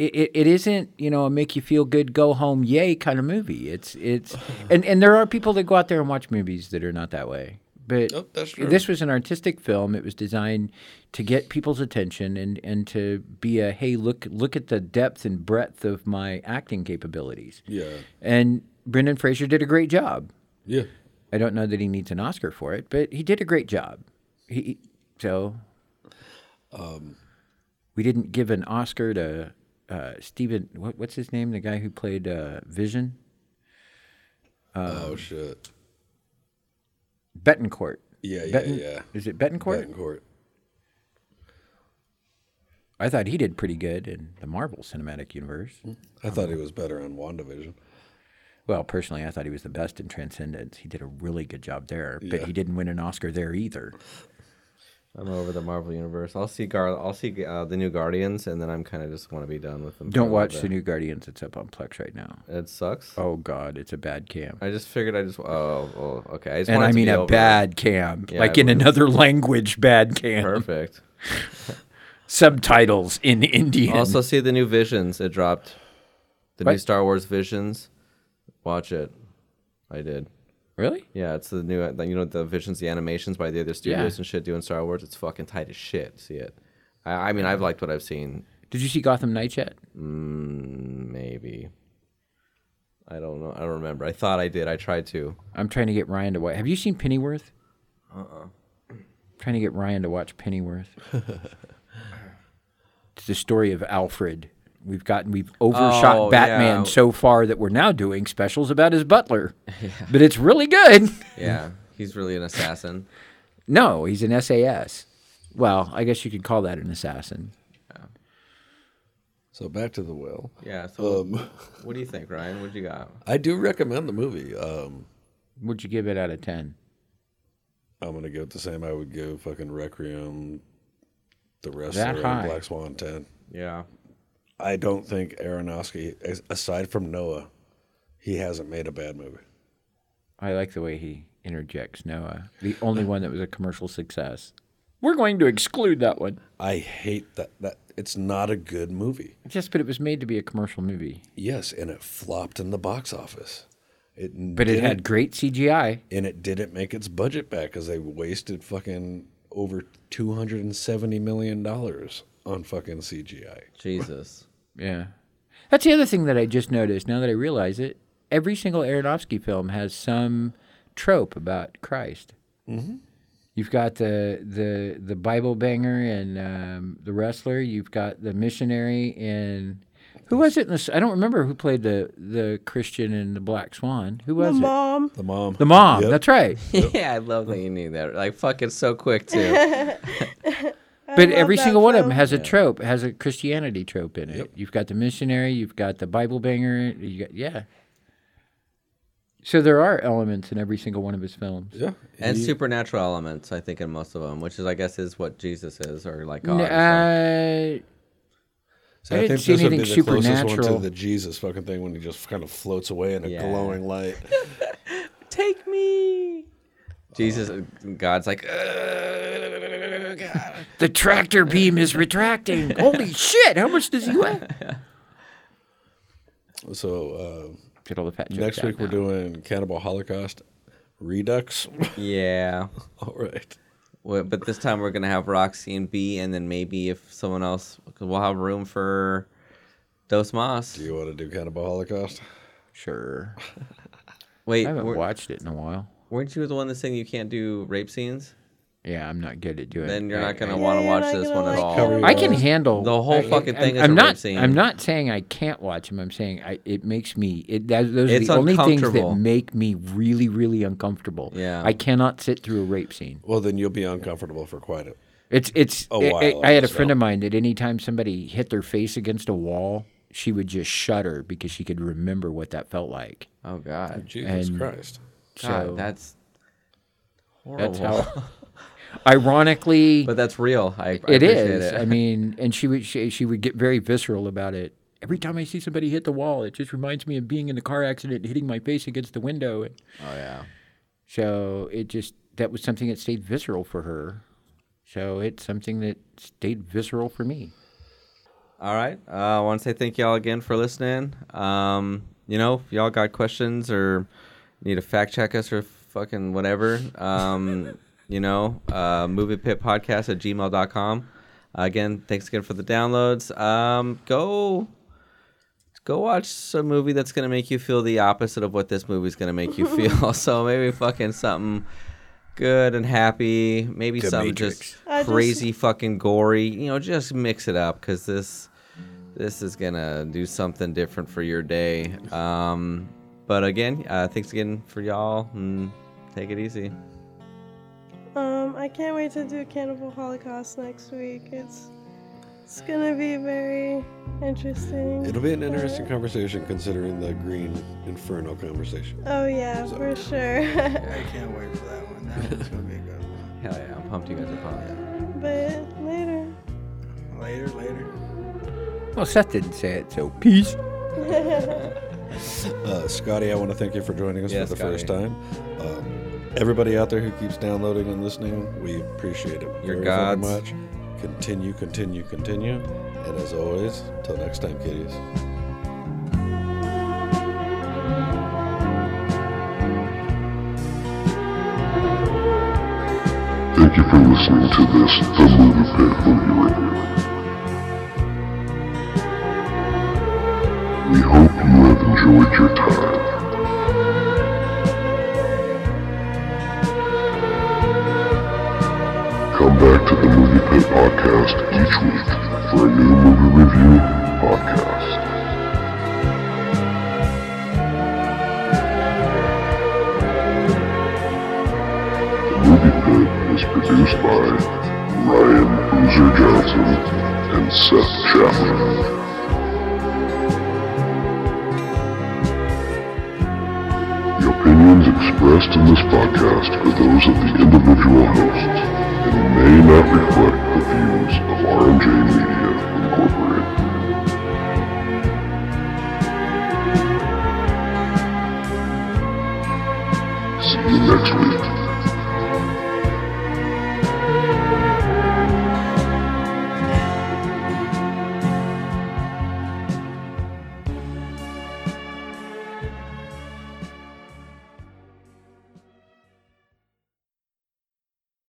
Speaker 6: it, it, it isn't, you know, a make you feel good, go home, yay kind of movie. It's it's and, and there are people that go out there and watch movies that are not that way. But
Speaker 3: Nope, that's true.
Speaker 6: this was an artistic film. It was designed to get people's attention and, and to be a hey, look look at the depth and breadth of my acting capabilities.
Speaker 3: yeah
Speaker 6: And Brendan Fraser did a great job.
Speaker 3: yeah
Speaker 6: I don't know that he needs an Oscar for
Speaker 3: Um,
Speaker 6: it, but he did a great job. He so We didn't give an Oscar to uh, Stephen. What, what's his name? The guy who played uh, Vision.
Speaker 3: oh shit.
Speaker 6: Betancourt.
Speaker 3: Yeah, yeah,
Speaker 6: Betan-
Speaker 3: yeah.
Speaker 6: Is it Betancourt?
Speaker 3: Betancourt.
Speaker 6: I thought he did pretty good in the Marvel Cinematic Universe.
Speaker 3: I thought he was better on WandaVision.
Speaker 6: Well, personally, I thought he was the best in Transcendence. He did a really good job there, but he didn't win an Oscar there either.
Speaker 4: I'm over the Marvel universe. I'll see Gar. I'll see uh, the new Guardians, and then I'm kind of just want to be done with them. for a
Speaker 6: Don't
Speaker 4: little
Speaker 6: watch
Speaker 4: bit.
Speaker 6: the new Guardians. It's up on Plex right now.
Speaker 4: It sucks.
Speaker 6: Oh God, it's a bad cam.
Speaker 4: I just figured I just. Oh, oh okay. I just
Speaker 6: And
Speaker 4: want it
Speaker 6: I
Speaker 4: to
Speaker 6: mean
Speaker 4: be
Speaker 6: a
Speaker 4: over.
Speaker 6: bad cam,
Speaker 4: Yeah,
Speaker 6: like
Speaker 4: I
Speaker 6: in
Speaker 4: would-
Speaker 6: another <laughs> language, bad cam.
Speaker 4: <laughs>
Speaker 6: <laughs>
Speaker 4: Perfect.
Speaker 6: Subtitles in Indian.
Speaker 4: also, see the new Visions. It dropped. The new
Speaker 6: What?
Speaker 4: Star Wars Visions. Watch it. I did.
Speaker 6: <laughs> really?
Speaker 4: Yeah, it's the new. You know the Visions, the animations by the other studios and shit doing Star Wars. It's fucking tight as shit. See it. I, I mean, I've liked what I've seen.
Speaker 6: Did you see Gotham Knights yet?
Speaker 4: Maybe. I don't know. I don't remember. I thought I did. I tried to.
Speaker 6: I'm trying to get Ryan to watch. Have you seen Pennyworth? Uh-uh. Trying to get Ryan to
Speaker 4: <laughs>
Speaker 6: watch Pennyworth. it's the story of Alfred. We've gotten we've overshot
Speaker 4: Oh,
Speaker 6: Batman
Speaker 4: yeah.
Speaker 6: so far that we're now doing specials about
Speaker 4: <laughs>
Speaker 6: his butler. But it's really good. <laughs>
Speaker 4: Yeah, he's really an assassin.
Speaker 6: No, he's an SAS. Well, I guess you could call that an assassin.
Speaker 3: So back to the will.
Speaker 4: Yeah. So,
Speaker 3: Um,
Speaker 4: what do you think, Ryan? What do you got?
Speaker 3: <laughs> I do recommend the movie. Um,
Speaker 6: Would you give it out of ten?
Speaker 3: I'm gonna give it the same I would give fucking Requiem, The Wrestler,
Speaker 6: That high.
Speaker 3: and Black Swan ten.
Speaker 4: Yeah.
Speaker 3: I don't think Aronofsky, as- aside from Noah, he hasn't made a bad movie.
Speaker 6: I like the way he interjects Noah, the only one that was a commercial success. We're going to exclude that one.
Speaker 3: I hate that. That it's not a good movie.
Speaker 6: Yes, but it was made to be a commercial movie.
Speaker 3: Yes, and it flopped in the box office. It
Speaker 6: But it
Speaker 3: didn't-
Speaker 6: had great CGI.
Speaker 3: and it didn't make its budget back because they wasted fucking over two hundred and seventy million dollars on fucking CGI.
Speaker 4: Jesus.
Speaker 6: Yeah. That's the other thing that I just noticed now that I realize it. Every single Aronofsky film has some trope about Christ. Mm-hmm. You've got the the the Bible banger and um, the wrestler. You've got the missionary in who was it? In this, I don't remember who played the the Christian in the Black Swan. Who was
Speaker 5: The
Speaker 6: it?
Speaker 5: mom.
Speaker 3: The mom.
Speaker 6: The mom.
Speaker 3: Yep.
Speaker 6: That's right.
Speaker 4: <laughs>
Speaker 5: <laughs>
Speaker 4: yeah, I love that you knew that. Like, fuck, it's so quick <laughs> too.
Speaker 5: love
Speaker 6: But every
Speaker 5: that
Speaker 6: single one of them
Speaker 5: film.
Speaker 6: has a trope, has a Christianity trope in it. You've got the missionary, you've got the Bible banger, you got, yeah. So there are elements in every single one of his films.
Speaker 3: yeah,
Speaker 4: and supernatural elements, I think, in most of them, which is, I guess, is what Jesus is, or like
Speaker 6: N-
Speaker 4: God. or something.
Speaker 6: uh,
Speaker 3: So
Speaker 6: I didn't see
Speaker 3: this would be
Speaker 6: anything
Speaker 3: the closest
Speaker 6: supernatural.
Speaker 3: one to the Jesus fucking thing when he just kind of floats away in a
Speaker 4: Yeah.
Speaker 3: glowing light.
Speaker 4: Take me. Jesus, uh, God's like, "Ugh, God."
Speaker 6: the tractor beam is retracting. <laughs> Holy shit, how much does he weigh?
Speaker 3: <laughs> So uh,
Speaker 6: Get all the fat jokes
Speaker 3: next
Speaker 6: out
Speaker 3: week we're
Speaker 6: now.
Speaker 3: doing Cannibal Holocaust Redux. <laughs>
Speaker 4: yeah.
Speaker 3: All right.
Speaker 4: Well, But this time we're gonna have Roxy and B, and then maybe if someone else, we'll have room for Dos Mas.
Speaker 3: Do you want to do Cannibal Holocaust?
Speaker 6: Sure.
Speaker 4: Wait,
Speaker 6: I haven't
Speaker 4: weren't-
Speaker 6: watched it in a while.
Speaker 4: weren't you the one that saying you can't do rape scenes?
Speaker 6: Yeah, I'm not good at doing
Speaker 4: Then you're
Speaker 6: I-
Speaker 4: not gonna
Speaker 6: I-
Speaker 4: want to
Speaker 5: Yeah,
Speaker 4: watch
Speaker 5: you're not
Speaker 4: this
Speaker 5: gonna
Speaker 4: one at
Speaker 5: like
Speaker 4: all.
Speaker 5: it.
Speaker 3: Carry
Speaker 6: I
Speaker 3: on.
Speaker 6: can handle
Speaker 4: The whole
Speaker 6: I-
Speaker 4: fucking
Speaker 6: I-
Speaker 4: thing is
Speaker 6: I'm
Speaker 4: a rape
Speaker 6: not.
Speaker 4: scene.
Speaker 6: I'm not saying I can't watch them. I'm saying I, it makes me. It that, those are
Speaker 4: It's
Speaker 6: the only things that
Speaker 4: uncomfortable.
Speaker 6: make me really, really uncomfortable.
Speaker 4: Yeah.
Speaker 6: I cannot sit through a rape scene.
Speaker 3: Well, then you'll be uncomfortable for quite a.
Speaker 6: It's it's.
Speaker 3: A
Speaker 6: I- I-
Speaker 3: while,
Speaker 6: I had a
Speaker 3: so.
Speaker 6: friend of mine that anytime somebody hit their face against a wall, she would just shudder because she could remember what that felt like.
Speaker 4: Oh God,
Speaker 3: Jesus
Speaker 6: And-
Speaker 3: Christ.
Speaker 4: God,
Speaker 6: So
Speaker 4: that's horrible.
Speaker 6: that's how.
Speaker 4: <laughs>
Speaker 6: ironically,
Speaker 4: but that's real. I, I
Speaker 6: it
Speaker 4: appreciate
Speaker 6: is.
Speaker 4: It.
Speaker 6: I mean, and she would she, she would get very visceral about it. Every time I see somebody hit the wall, it just reminds me of being in a car accident, and hitting my face against the window. And
Speaker 4: oh yeah.
Speaker 6: so it just that was something that stayed visceral for her. So it's something that stayed visceral for me.
Speaker 4: All right. Uh, I want to say thank y'all again for listening. Um, you know, if y'all got questions or need to fact check us or fucking whatever,
Speaker 9: <laughs>
Speaker 4: um, you know, uh, moviepitpodcast at gmail.com. Again, thanks again for the downloads. Um, go go watch a movie
Speaker 9: <laughs>
Speaker 4: that's <laughs> going to make you feel the opposite of what this movie's going to make you feel. so maybe fucking something good and happy, maybe
Speaker 9: The
Speaker 4: some
Speaker 9: Matrix.
Speaker 5: I
Speaker 4: just
Speaker 5: just-
Speaker 4: crazy fucking gory. You know, just mix it up because this this is gonna do something different for your day. Um, but again, uh, thanks again for y'all. And take it easy.
Speaker 5: Um, I can't wait to do Cannibal Holocaust next week. It's it's gonna be very interesting.
Speaker 3: It'll be an interesting conversation considering the green inferno conversation.
Speaker 5: Oh yeah, for sure. <laughs>
Speaker 7: I can't wait for that one. That one's gonna be a good one.
Speaker 4: Hell yeah, I'm pumped. You guys are pumped.
Speaker 5: but later.
Speaker 7: Later, later.
Speaker 6: Well, Seth didn't say it, so peace.
Speaker 3: Uh, Scotty, I want to thank you for joining us
Speaker 4: Yeah,
Speaker 3: for the
Speaker 4: Scotty.
Speaker 3: first time. Um, everybody out there who keeps downloading and listening, we appreciate it
Speaker 4: You're
Speaker 3: very fucking much.
Speaker 4: gods.
Speaker 3: Continue, continue, continue. And as always, till next time, kitties.
Speaker 2: Thank you for listening to this The Movie Pit Movie Radio. We hope you have enjoyed your time. Come back to the Movie Pit Podcast each week for a new movie review podcast. The Movie Pit is produced by Ryan Boozer Johnson and Seth Chapman. The opinions expressed in this podcast are those of the individual hosts and may not reflect the views of RMJ Media Incorporated. See you next week.